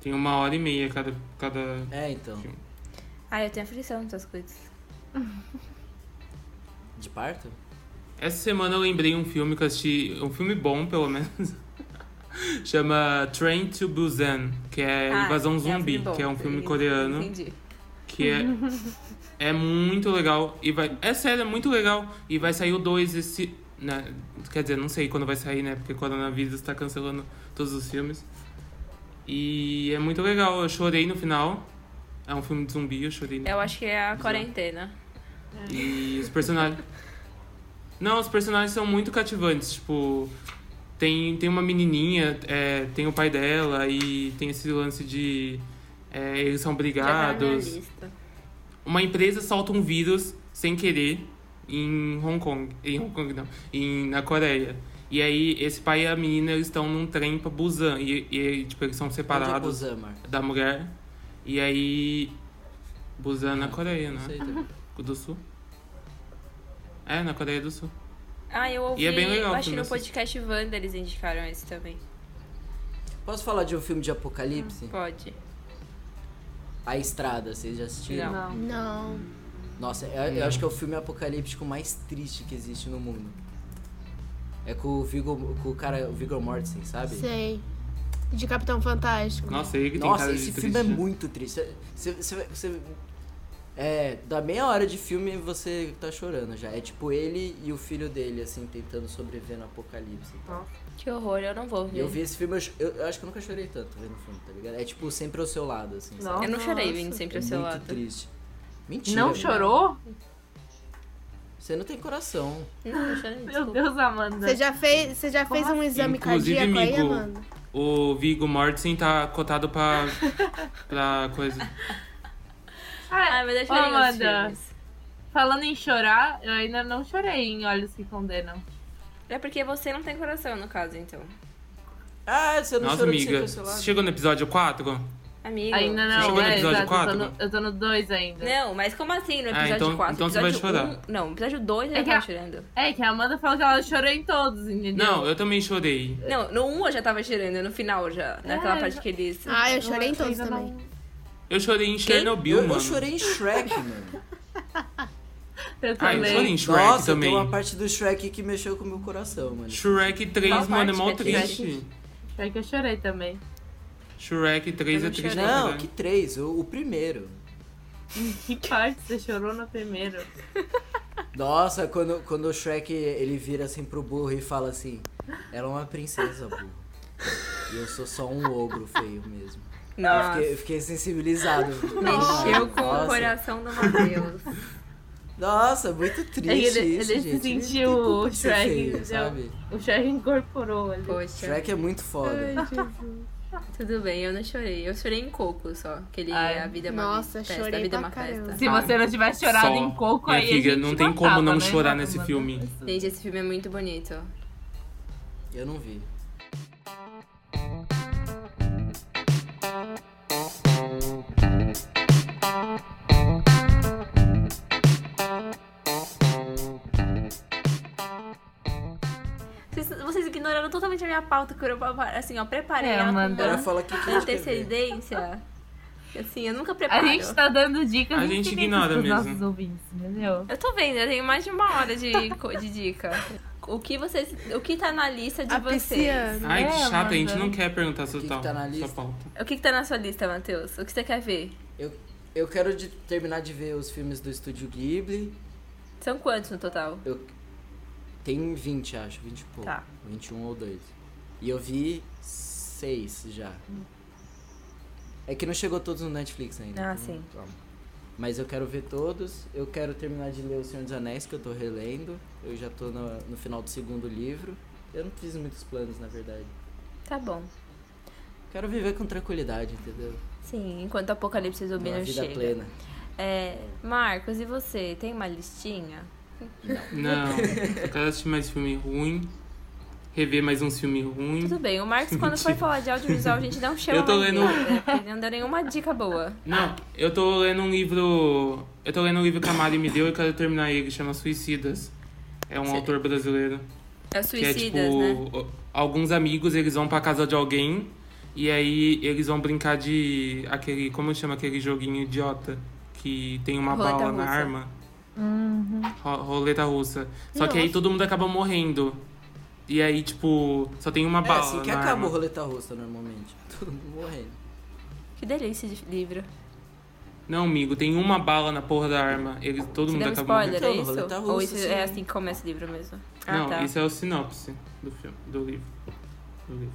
Speaker 3: Tem uma hora e meia cada. cada...
Speaker 4: É, então.
Speaker 1: Ah, eu tenho aflição dessas coisas.
Speaker 4: De parto?
Speaker 3: Essa semana eu lembrei um filme que eu assisti. Um filme bom, pelo menos. Chama Train to Busan, que é
Speaker 1: Ah,
Speaker 3: Invasão
Speaker 1: um
Speaker 3: Zumbi,
Speaker 1: filme bom.
Speaker 3: que é um filme
Speaker 1: Entendi.
Speaker 3: coreano.
Speaker 1: Entendi.
Speaker 3: que é, é muito legal e vai é sério, é muito legal e vai sair o 2 esse, né, quer dizer, não sei quando vai sair, né, porque coronavírus tá cancelando todos os filmes. E é muito legal, eu chorei no final. É um filme de zumbi, eu chorei. No...
Speaker 1: Eu acho que é a quarentena.
Speaker 3: E os personagens Não, os personagens são muito cativantes, tipo tem, tem uma menininha, é, tem o pai dela e tem esse lance de é, eles
Speaker 1: Já tá
Speaker 3: são
Speaker 1: na minha
Speaker 3: brigados.
Speaker 1: lista.
Speaker 3: Uma empresa solta um vírus sem querer em Hong Kong. Em Hong Kong, não. Em, na Coreia. E aí, esse pai e a menina eles estão num trem pra Busan. E, e, tipo, eles são
Speaker 4: Onde é
Speaker 3: separados
Speaker 4: Busan, Marco?
Speaker 3: da mulher. E aí. Busan na Coreia,
Speaker 4: Não sei
Speaker 3: né?
Speaker 4: também.
Speaker 3: Do Sul. É, na Coreia do Sul.
Speaker 1: Ah, eu ouvi.
Speaker 3: E é bem legal
Speaker 1: eu
Speaker 3: o
Speaker 1: acho que
Speaker 3: filme,
Speaker 1: no podcast Wanda eles indicaram esse também.
Speaker 4: Posso falar de um filme de apocalipse?
Speaker 1: Pode.
Speaker 4: A Estrada, vocês já assistiram?
Speaker 1: Não.
Speaker 2: Não.
Speaker 5: Não.
Speaker 4: Nossa, eu, eu acho que é o filme apocalíptico mais triste que existe no mundo. É com o Viggo, com o cara, o Viggo Mortensen, sabe?
Speaker 5: Sei. De Capitão Fantástico.
Speaker 3: Nossa, ele que tem
Speaker 4: Nossa,
Speaker 3: cara
Speaker 4: esse
Speaker 3: de
Speaker 4: filme é
Speaker 3: triste. né?
Speaker 4: muito triste. Você, você, você- você- é, dá meia hora de filme e você tá chorando já. É tipo ele e o filho dele, assim, tentando sobreviver no apocalipse. e tal.
Speaker 1: Que horror, eu não vou
Speaker 4: E
Speaker 1: ver.
Speaker 4: eu vi esse filme, eu, ch- eu- eu acho que eu nunca chorei tanto vendo o filme, tá ligado? É tipo sempre ao seu lado, assim. sabe?
Speaker 1: Eu não chorei
Speaker 5: Nossa.
Speaker 1: vindo sempre
Speaker 4: é
Speaker 1: ao seu
Speaker 4: muito
Speaker 1: lado.
Speaker 4: triste. Mentira. né?
Speaker 2: Não chorou?
Speaker 4: Você não tem coração.
Speaker 1: Não, eu chorei.
Speaker 2: Meu
Speaker 1: desculpa.
Speaker 2: Deus, Amanda.
Speaker 5: Você já fez, você já
Speaker 2: Como
Speaker 5: fez um exame
Speaker 3: Inclusive,
Speaker 5: cardíaco aí,
Speaker 3: amigo,
Speaker 5: Amanda?
Speaker 3: O Viggo Mortensen tá cotado pra. pra coisa.
Speaker 1: Ah, mas eu
Speaker 2: Ô,
Speaker 1: chorei nos
Speaker 2: Amanda.
Speaker 1: filmes.
Speaker 2: Falando em chorar, eu ainda não chorei em Olhos que Condenam.
Speaker 1: É porque você não tem coração, no caso, então.
Speaker 4: Ah, você não
Speaker 3: Nossa,
Speaker 4: chorou de ser
Speaker 3: amiga.
Speaker 4: cancelado.
Speaker 3: Chegou no episódio 4?
Speaker 1: Amigo.
Speaker 2: Ainda
Speaker 3: Você
Speaker 2: não,
Speaker 3: chegou no
Speaker 2: é,
Speaker 3: episódio
Speaker 2: exato. Eu tô,
Speaker 3: quatro?
Speaker 2: no, eu tô no 2 ainda.
Speaker 1: Não, mas como assim no
Speaker 3: Ah,
Speaker 1: episódio
Speaker 3: então-
Speaker 1: 4?
Speaker 3: então você vai
Speaker 1: episódio
Speaker 3: chorar.
Speaker 1: um- Não, episódio 2 eu
Speaker 2: É
Speaker 1: já
Speaker 2: que
Speaker 1: tava
Speaker 2: a-
Speaker 1: chorando.
Speaker 2: É que a Amanda falou que ela chorou em todos, entendeu?
Speaker 3: Não, eu também chorei.
Speaker 1: Não, no 1 eu já tava chorando, no final já. Naquela
Speaker 2: É,
Speaker 1: parte
Speaker 2: já-
Speaker 1: que eles.
Speaker 5: Ah, eu chorei em todos
Speaker 2: ainda
Speaker 5: também.
Speaker 2: não-
Speaker 3: Eu chorei em Chernobyl,
Speaker 4: Eu, eu
Speaker 3: mano.
Speaker 4: chorei em Shrek, mano.
Speaker 2: Eu
Speaker 3: Ah, eu
Speaker 2: também.
Speaker 3: chorei em Shrek
Speaker 4: Nossa,
Speaker 3: também.
Speaker 4: tem uma parte do Shrek que mexeu com o meu coração, mano.
Speaker 3: Shrek 3,
Speaker 1: Qual
Speaker 3: mano, é mó
Speaker 1: parte que é
Speaker 3: triste.
Speaker 1: triste?
Speaker 2: É que eu chorei também.
Speaker 3: Shrek 3 é
Speaker 1: Eu não
Speaker 3: triste.
Speaker 1: chorei.
Speaker 3: pra
Speaker 4: Não,
Speaker 3: caralho.
Speaker 4: que três, o, o primeiro.
Speaker 2: Que parte? Você chorou na primeira.
Speaker 4: Nossa, quando, quando o Shrek ele vira assim pro burro e fala assim: Ela é uma princesa, burro. E eu sou só um ogro feio mesmo. Eu
Speaker 1: Nossa.
Speaker 4: fiquei, eu fiquei sensibilizado.
Speaker 1: Mexeu com
Speaker 4: Nossa.
Speaker 1: o coração do Matheus.
Speaker 4: Nossa, muito triste
Speaker 2: Ele- ele
Speaker 4: isso,
Speaker 2: se
Speaker 4: gente. Não
Speaker 2: sentiu
Speaker 4: tem culpa de ser
Speaker 2: Shrek,
Speaker 4: feio,
Speaker 2: entendeu?
Speaker 4: sabe?
Speaker 2: O Shrek incorporou ali.
Speaker 1: Poxa,
Speaker 4: Shrek é muito foda.
Speaker 1: tudo bem, eu não chorei. Eu chorei em coco só. Aquele
Speaker 2: Ai.
Speaker 1: A Vida é uma
Speaker 5: Nossa,
Speaker 1: festa.
Speaker 5: chorei
Speaker 1: a vida é
Speaker 5: pra
Speaker 1: uma
Speaker 5: caramba.
Speaker 1: festa.
Speaker 2: Se você não tivesse chorado
Speaker 3: Só.
Speaker 2: em coco,
Speaker 3: Minha
Speaker 2: aí
Speaker 3: filha,
Speaker 2: a gente
Speaker 3: não tem
Speaker 2: matava,
Speaker 3: como não
Speaker 2: né?
Speaker 3: chorar
Speaker 2: Matava.
Speaker 3: nesse filme.
Speaker 1: Gente, esse filme é muito bonito.
Speaker 4: Eu não vi.
Speaker 1: Vocês, vocês ignoraram totalmente a minha pauta que eu assim, ó, preparei
Speaker 2: É,
Speaker 1: ela com
Speaker 2: Amanda.
Speaker 1: uma-
Speaker 4: Ela fala que
Speaker 2: Ah,
Speaker 4: que a
Speaker 1: na
Speaker 4: gente quer ver.
Speaker 1: antecedência. Assim, eu nunca
Speaker 2: A
Speaker 1: preparo.
Speaker 2: gente tá dando dicas
Speaker 3: A gente
Speaker 2: infinitas
Speaker 3: ignora
Speaker 2: pros
Speaker 3: mesmo.
Speaker 2: nossos ouvintes, entendeu?
Speaker 1: Eu tô vendo, eu tenho mais de uma hora de, co- de dica. O que vocês. O que tá na lista de
Speaker 5: A
Speaker 1: vocês?
Speaker 5: pisciana.
Speaker 3: Ai, que
Speaker 2: É,
Speaker 3: chato, a gente
Speaker 2: Amanda.
Speaker 3: não quer perguntar
Speaker 4: O que
Speaker 3: sobre
Speaker 4: que
Speaker 3: tal.
Speaker 4: tá na
Speaker 3: sua
Speaker 4: lista?
Speaker 3: pauta.
Speaker 1: O que, que tá na sua lista, Matheus? O que você quer ver?
Speaker 4: Eu, eu quero de- terminar de ver os filmes do estúdio Ghibli.
Speaker 1: São quantos no total?
Speaker 4: Eu, tem 20, acho, 20 e pouco.
Speaker 1: Tá.
Speaker 4: 21 ou 2. E eu vi 6 já. É que não chegou todos no Netflix ainda.
Speaker 1: Ah,
Speaker 4: então,
Speaker 1: sim.
Speaker 4: calma. Mas eu quero ver todos. Eu quero terminar de ler O Senhor dos Anéis, que eu tô relendo. Eu já tô no, no final do segundo livro. Eu não fiz muitos planos, na verdade.
Speaker 1: Tá bom.
Speaker 4: Quero viver com tranquilidade, entendeu?
Speaker 1: Sim, enquanto o apocalipse zumbi
Speaker 4: Uma
Speaker 1: não
Speaker 4: vida
Speaker 1: chega.
Speaker 4: plena.
Speaker 1: É, Marcos, e você? Tem uma listinha?
Speaker 3: Não, eu quero assistir mais filme ruim, rever mais uns filmes ruins.
Speaker 1: Tudo bem, o Marcos, quando for falar de audiovisual, a gente não chama
Speaker 3: Hum. Eu tô
Speaker 1: mais
Speaker 3: lendo-
Speaker 1: ele, né? Porque ele não deu nenhuma dica boa.
Speaker 3: Não, eu tô lendo um livro. Eu tô lendo um livro que a Mari me deu e quero terminar ele, chama Suicidas. É um autor brasileiro.
Speaker 1: É suicidas,
Speaker 3: que é tipo,
Speaker 1: né?
Speaker 3: o- alguns amigos eles vão pra casa de alguém e aí eles vão brincar de aquele, como chama aquele joguinho idiota que tem uma
Speaker 1: Roleta
Speaker 3: bala na
Speaker 1: russa. Uhum.
Speaker 3: arma. Ro- roleta russa. Só que aí todo mundo acaba morrendo. E aí, tipo, só tem uma
Speaker 4: É
Speaker 3: bala
Speaker 4: assim que
Speaker 3: na
Speaker 4: acaba
Speaker 3: arma.
Speaker 4: o roleta russa normalmente. Todo mundo morrendo.
Speaker 1: Que delícia de livro.
Speaker 3: Não, amigo, tem uma bala na porra da arma. Eles, todo
Speaker 1: Você
Speaker 3: mundo
Speaker 1: deu um
Speaker 3: acaba
Speaker 1: spoiler,
Speaker 4: Então,
Speaker 1: é isso?
Speaker 4: roleta
Speaker 1: Ou
Speaker 4: russa,
Speaker 1: isso
Speaker 4: sim.
Speaker 1: é assim que começa o livro mesmo?
Speaker 3: morrendo.
Speaker 1: ah,
Speaker 3: Não,
Speaker 1: tá.
Speaker 3: isso é o sinopse do filme, do livro. Do livro.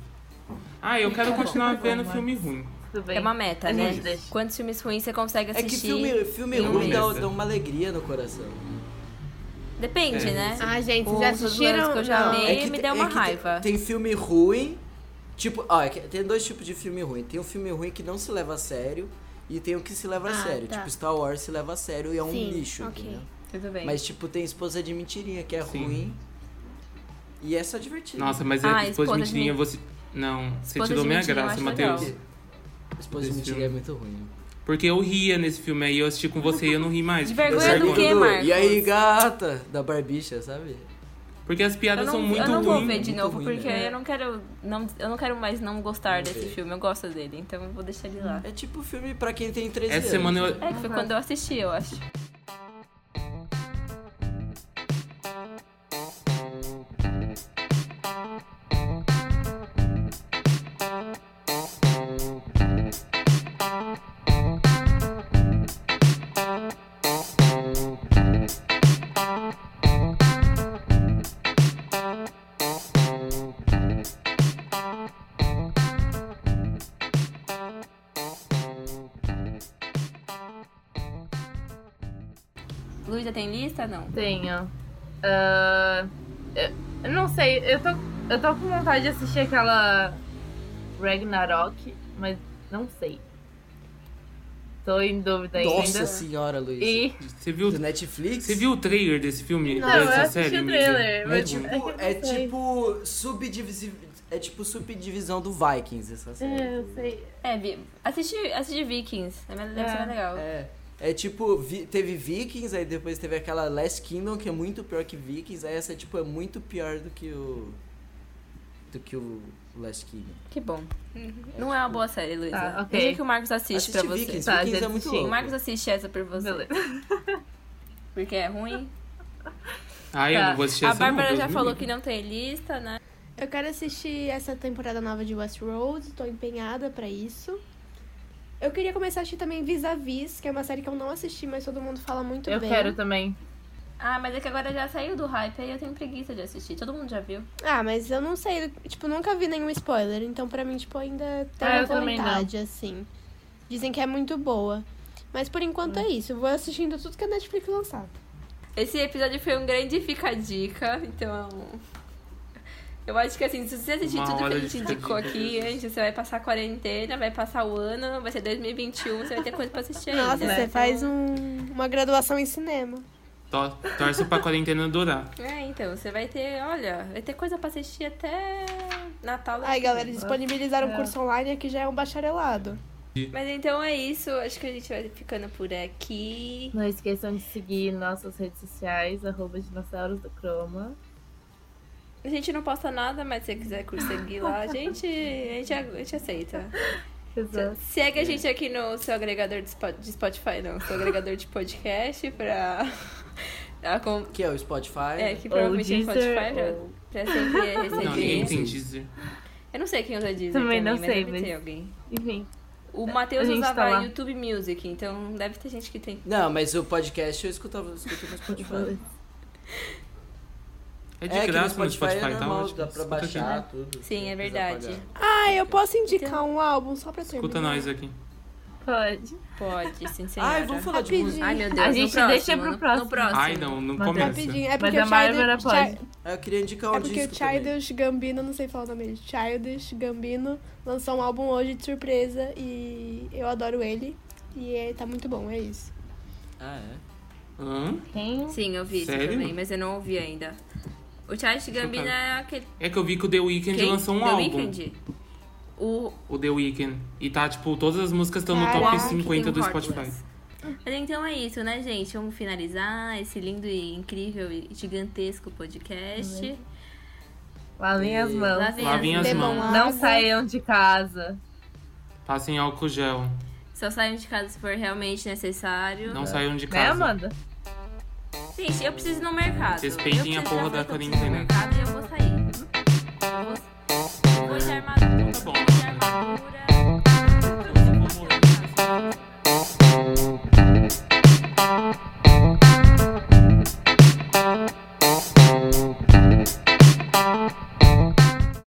Speaker 3: Ah,
Speaker 1: Então
Speaker 3: eu
Speaker 1: tá
Speaker 3: quero continuar vendo filme ruim.
Speaker 2: Tudo bem.
Speaker 1: É uma meta,
Speaker 2: A
Speaker 1: né?
Speaker 2: gente deixa.
Speaker 1: Quantos filmes ruins você consegue
Speaker 4: É que
Speaker 1: assistir?
Speaker 4: filme, filme
Speaker 1: em um
Speaker 4: ruim dá,
Speaker 3: mês.
Speaker 4: dá uma alegria no coração.
Speaker 1: Depende,
Speaker 3: É.
Speaker 1: né?
Speaker 5: Ah, gente, vocês
Speaker 1: Os
Speaker 5: já
Speaker 1: outros
Speaker 5: assistiram?
Speaker 1: que eu já
Speaker 5: Não.
Speaker 1: amei.
Speaker 4: É que
Speaker 1: me
Speaker 4: te-
Speaker 1: deu uma
Speaker 4: é que te-
Speaker 1: raiva.
Speaker 4: Tem filme ruim, tipo, ó, é que tem dois tipos de filme ruim. Tem um filme ruim que não se leva a sério e tem o que se leva a
Speaker 5: Ah,
Speaker 4: sério.
Speaker 5: tá.
Speaker 4: Tipo, Star Wars se leva a sério e é um
Speaker 5: Sim,
Speaker 4: lixo,
Speaker 5: ok.
Speaker 4: entendeu?
Speaker 1: Tudo bem.
Speaker 4: Mas tipo, tem Esposa de Mentirinha que é
Speaker 3: Sim.
Speaker 4: ruim e é só divertido.
Speaker 3: Nossa, mas
Speaker 1: Ah,
Speaker 3: é depois
Speaker 1: Esposa
Speaker 3: de
Speaker 1: de
Speaker 3: mentirinha
Speaker 1: Min-
Speaker 3: você. Não, você
Speaker 1: Esposa
Speaker 3: tirou
Speaker 1: de
Speaker 3: minha
Speaker 1: Mentirinha eu
Speaker 3: graça,
Speaker 1: acho
Speaker 3: Matheus.
Speaker 1: legal.
Speaker 4: Esposa de
Speaker 3: Esse
Speaker 4: Mentirinha é
Speaker 3: filme.
Speaker 4: muito ruim.
Speaker 3: Porque eu ria nesse filme aí, eu assisti com você e eu não ri mais.
Speaker 1: De
Speaker 3: porque deu
Speaker 1: vergonha do
Speaker 3: vergonha.
Speaker 1: quê, Marcos?
Speaker 4: E aí, gata, da Barbicha, sabe?
Speaker 3: Porque as
Speaker 1: eu
Speaker 3: piadas
Speaker 1: não,
Speaker 3: são
Speaker 1: eu
Speaker 3: muito
Speaker 1: não vou
Speaker 3: ruins.
Speaker 1: ver de
Speaker 4: muito
Speaker 1: novo,
Speaker 4: ruim,
Speaker 1: porque
Speaker 4: né?
Speaker 1: eu não quero. Não, eu não quero mais não gostar
Speaker 4: Vamos
Speaker 1: desse
Speaker 4: ver.
Speaker 1: filme. Eu gosto dele, então eu vou deixar ele lá.
Speaker 4: É tipo filme pra quem tem 13
Speaker 3: Essa
Speaker 4: anos.
Speaker 3: semana eu-
Speaker 1: É, que foi quando eu assisti, eu acho. Luísa tem lista? Não.
Speaker 2: Tenho. Ah, eu- eu não sei, eu tô, eu tô com vontade de assistir aquela Ragnarok, mas não sei. Tô em dúvida
Speaker 4: Nossa
Speaker 2: ainda.
Speaker 4: senhora, Luiz.
Speaker 2: E
Speaker 3: Você viu,
Speaker 4: Do Netflix?
Speaker 3: você viu o trailer desse filme?
Speaker 2: não, eu
Speaker 3: dessa
Speaker 2: assisti
Speaker 3: série,
Speaker 2: o
Speaker 3: amiga?
Speaker 2: trailer,
Speaker 4: É
Speaker 2: mas
Speaker 4: tipo,
Speaker 2: é que eu não
Speaker 4: é
Speaker 2: sei.
Speaker 4: tipo subdivisi- é tipo subdivisão do Vikings essa série.
Speaker 2: É, eu sei.
Speaker 1: É, vi... assisti, assisti Vikings. É, Deve ser
Speaker 2: É.
Speaker 1: mais legal.
Speaker 4: É, é tipo, vi- teve Vikings, aí depois teve aquela Last Kingdom que é muito pior que Vikings, aí essa tipo é muito pior do que o do que o Last Kingdom.
Speaker 1: Que bom.
Speaker 4: Uhum.
Speaker 1: Não é uma boa série, Luísa.
Speaker 2: Tá, ok.
Speaker 1: Veja que o Marcos assiste, pra você.
Speaker 4: Ah, Vikings,
Speaker 2: Tá,
Speaker 4: Vikings
Speaker 2: já
Speaker 4: é muito
Speaker 2: assisti.
Speaker 1: O
Speaker 4: louco.
Speaker 1: Marcos assiste essa por você.
Speaker 2: Beleza.
Speaker 1: Porque é ruim.
Speaker 3: Ai, eu
Speaker 1: Tá.
Speaker 3: não vou assistir
Speaker 1: A
Speaker 3: essa não,
Speaker 1: Bárbara
Speaker 3: Deus
Speaker 1: já
Speaker 3: me
Speaker 1: falou
Speaker 3: livre.
Speaker 1: que não tem lista, né?
Speaker 5: Eu quero assistir essa temporada nova de Westworld, tô empenhada pra isso. Eu queria começar a assistir também Vis-a-Vis, que é uma série que eu não assisti, mas todo mundo fala muito
Speaker 2: Eu
Speaker 5: bem.
Speaker 2: quero também.
Speaker 1: Ah, mas é que agora já saiu do hype aí eu tenho preguiça de assistir. Todo mundo já viu.
Speaker 5: Ah, mas eu não sei, tipo, nunca vi nenhum spoiler, então pra mim, tipo, ainda tem
Speaker 2: Ah,
Speaker 5: uma
Speaker 2: eu também não.
Speaker 5: vontade, assim. Dizem que é muito boa. Mas por enquanto é isso, eu vou assistindo tudo que a Netflix lançar.
Speaker 1: Esse episódio foi um grande fica a dica, então. Eu acho que assim, se você assistir
Speaker 3: Uma
Speaker 1: tudo que
Speaker 3: hora
Speaker 1: a
Speaker 3: de
Speaker 1: gente
Speaker 3: fica a
Speaker 1: indicou
Speaker 3: dica,
Speaker 1: aqui,
Speaker 3: Jesus.
Speaker 1: antes, você vai passar a quarentena, vai passar o ano, vai ser 2021, você vai ter coisa pra assistir ainda.
Speaker 5: Nossa,
Speaker 1: né?
Speaker 5: você
Speaker 1: Então-
Speaker 5: faz um- uma graduação em cinema.
Speaker 3: Tó- Torce pra quarentena durar.
Speaker 1: É, então, você vai ter, olha, vai ter coisa pra assistir até Natal. daqui.
Speaker 5: Ai, galera, disponibilizaram um curso online aqui já é um bacharelado.
Speaker 1: Mas então é isso, acho que a gente vai ficando por aqui.
Speaker 2: Não esqueçam de seguir nossas redes sociais, arroba dinossauros do Croma.
Speaker 1: A gente não posta nada, mas se você quiser seguir lá, a gente, a gente, a gente aceita.
Speaker 2: Exato.
Speaker 1: Segue a gente aqui no seu agregador de, Spo- de Spotify, não, seu agregador de podcast pra. acom-
Speaker 4: Que é o Spotify.
Speaker 1: É, que
Speaker 2: Ou
Speaker 1: provavelmente é
Speaker 2: Deezer,
Speaker 1: Spotify, pra-
Speaker 2: ou-
Speaker 1: pra sempre
Speaker 3: Não, ninguém
Speaker 1: receber.
Speaker 3: tem Deezer.
Speaker 1: Eu não sei quem usa Deezer
Speaker 2: Também
Speaker 1: também,
Speaker 2: não
Speaker 1: mas
Speaker 2: sei,
Speaker 1: deve
Speaker 2: mas-
Speaker 1: ter alguém.
Speaker 2: Enfim,
Speaker 1: O
Speaker 2: A
Speaker 1: Matheus
Speaker 2: gente tá
Speaker 1: usava
Speaker 2: lá.
Speaker 1: YouTube Music, então deve ter gente que tem.
Speaker 4: Não, mas o podcast eu escutava, eu escuto no Spotify.
Speaker 3: É de
Speaker 4: É, que no
Speaker 3: graça no
Speaker 4: Spotify,
Speaker 3: Spotify,
Speaker 4: é
Speaker 3: tá
Speaker 4: normal,
Speaker 3: ótimo.
Speaker 4: dá pra
Speaker 3: Escuta aqui.
Speaker 4: baixar tudo.
Speaker 1: Sim,
Speaker 4: não
Speaker 1: é
Speaker 4: precisa
Speaker 1: verdade.
Speaker 4: pagar.
Speaker 5: Ah, eu posso indicar um álbum só pra terminar?
Speaker 3: Escuta nós aqui.
Speaker 2: pode.
Speaker 1: Pode, sim, senhora.
Speaker 4: Ai, vamos falar de
Speaker 5: Rapidinho.
Speaker 4: música.
Speaker 1: Ai, meu Deus.
Speaker 2: A
Speaker 1: no
Speaker 2: gente
Speaker 1: próximo,
Speaker 2: deixa pro
Speaker 1: no- no
Speaker 2: próximo.
Speaker 3: Ai, não, não
Speaker 2: Mas é
Speaker 3: começa.
Speaker 5: Rapidinho, é porque
Speaker 2: Mas a
Speaker 5: o
Speaker 2: Bárbara
Speaker 5: Child-
Speaker 2: pode.
Speaker 4: Ah, Eu queria indicar um
Speaker 5: É porque
Speaker 4: disco
Speaker 5: o
Speaker 4: também.
Speaker 5: Childish Gambino, não sei falar o nome dele, Childish Gambino lançou um álbum hoje de surpresa e eu adoro ele. E é, tá muito bom, é isso.
Speaker 4: Ah, é?
Speaker 3: Hã?
Speaker 2: Quem?
Speaker 1: Sim, eu vi
Speaker 3: Sério?
Speaker 1: isso também, mas eu não ouvi ainda. O Charles Gambino é aquele.
Speaker 3: É que eu vi que o The Weeknd
Speaker 1: Quem?
Speaker 3: lançou um
Speaker 1: The
Speaker 3: álbum.
Speaker 1: Weeknd? O
Speaker 3: O The Weeknd. E tá, tipo, todas as músicas estão no
Speaker 5: Caraca,
Speaker 3: top
Speaker 5: que
Speaker 3: 50
Speaker 1: tem
Speaker 3: do
Speaker 1: um
Speaker 3: Spotify.
Speaker 1: Heartless. Mas então é isso, né, gente? Vamos finalizar esse lindo e incrível e gigantesco podcast.
Speaker 2: Lavem as mãos.
Speaker 1: Lavem,
Speaker 3: Lavem Uhum. as
Speaker 1: as
Speaker 3: mãos.
Speaker 1: mãos.
Speaker 2: Não
Speaker 5: Água.
Speaker 2: saiam de casa.
Speaker 3: Passem Tá álcool gel.
Speaker 1: Só saiam de casa se for realmente necessário.
Speaker 3: Não saiam de
Speaker 2: Né,
Speaker 3: casa.
Speaker 2: Amanda?
Speaker 1: Gente, eu preciso ir no mercado.
Speaker 3: Respeitem
Speaker 1: Eu
Speaker 3: a
Speaker 1: preciso-
Speaker 3: porra
Speaker 1: já
Speaker 3: da
Speaker 1: falei que eu preciso ir
Speaker 3: quarentena.
Speaker 1: no mercado e eu vou Uhum.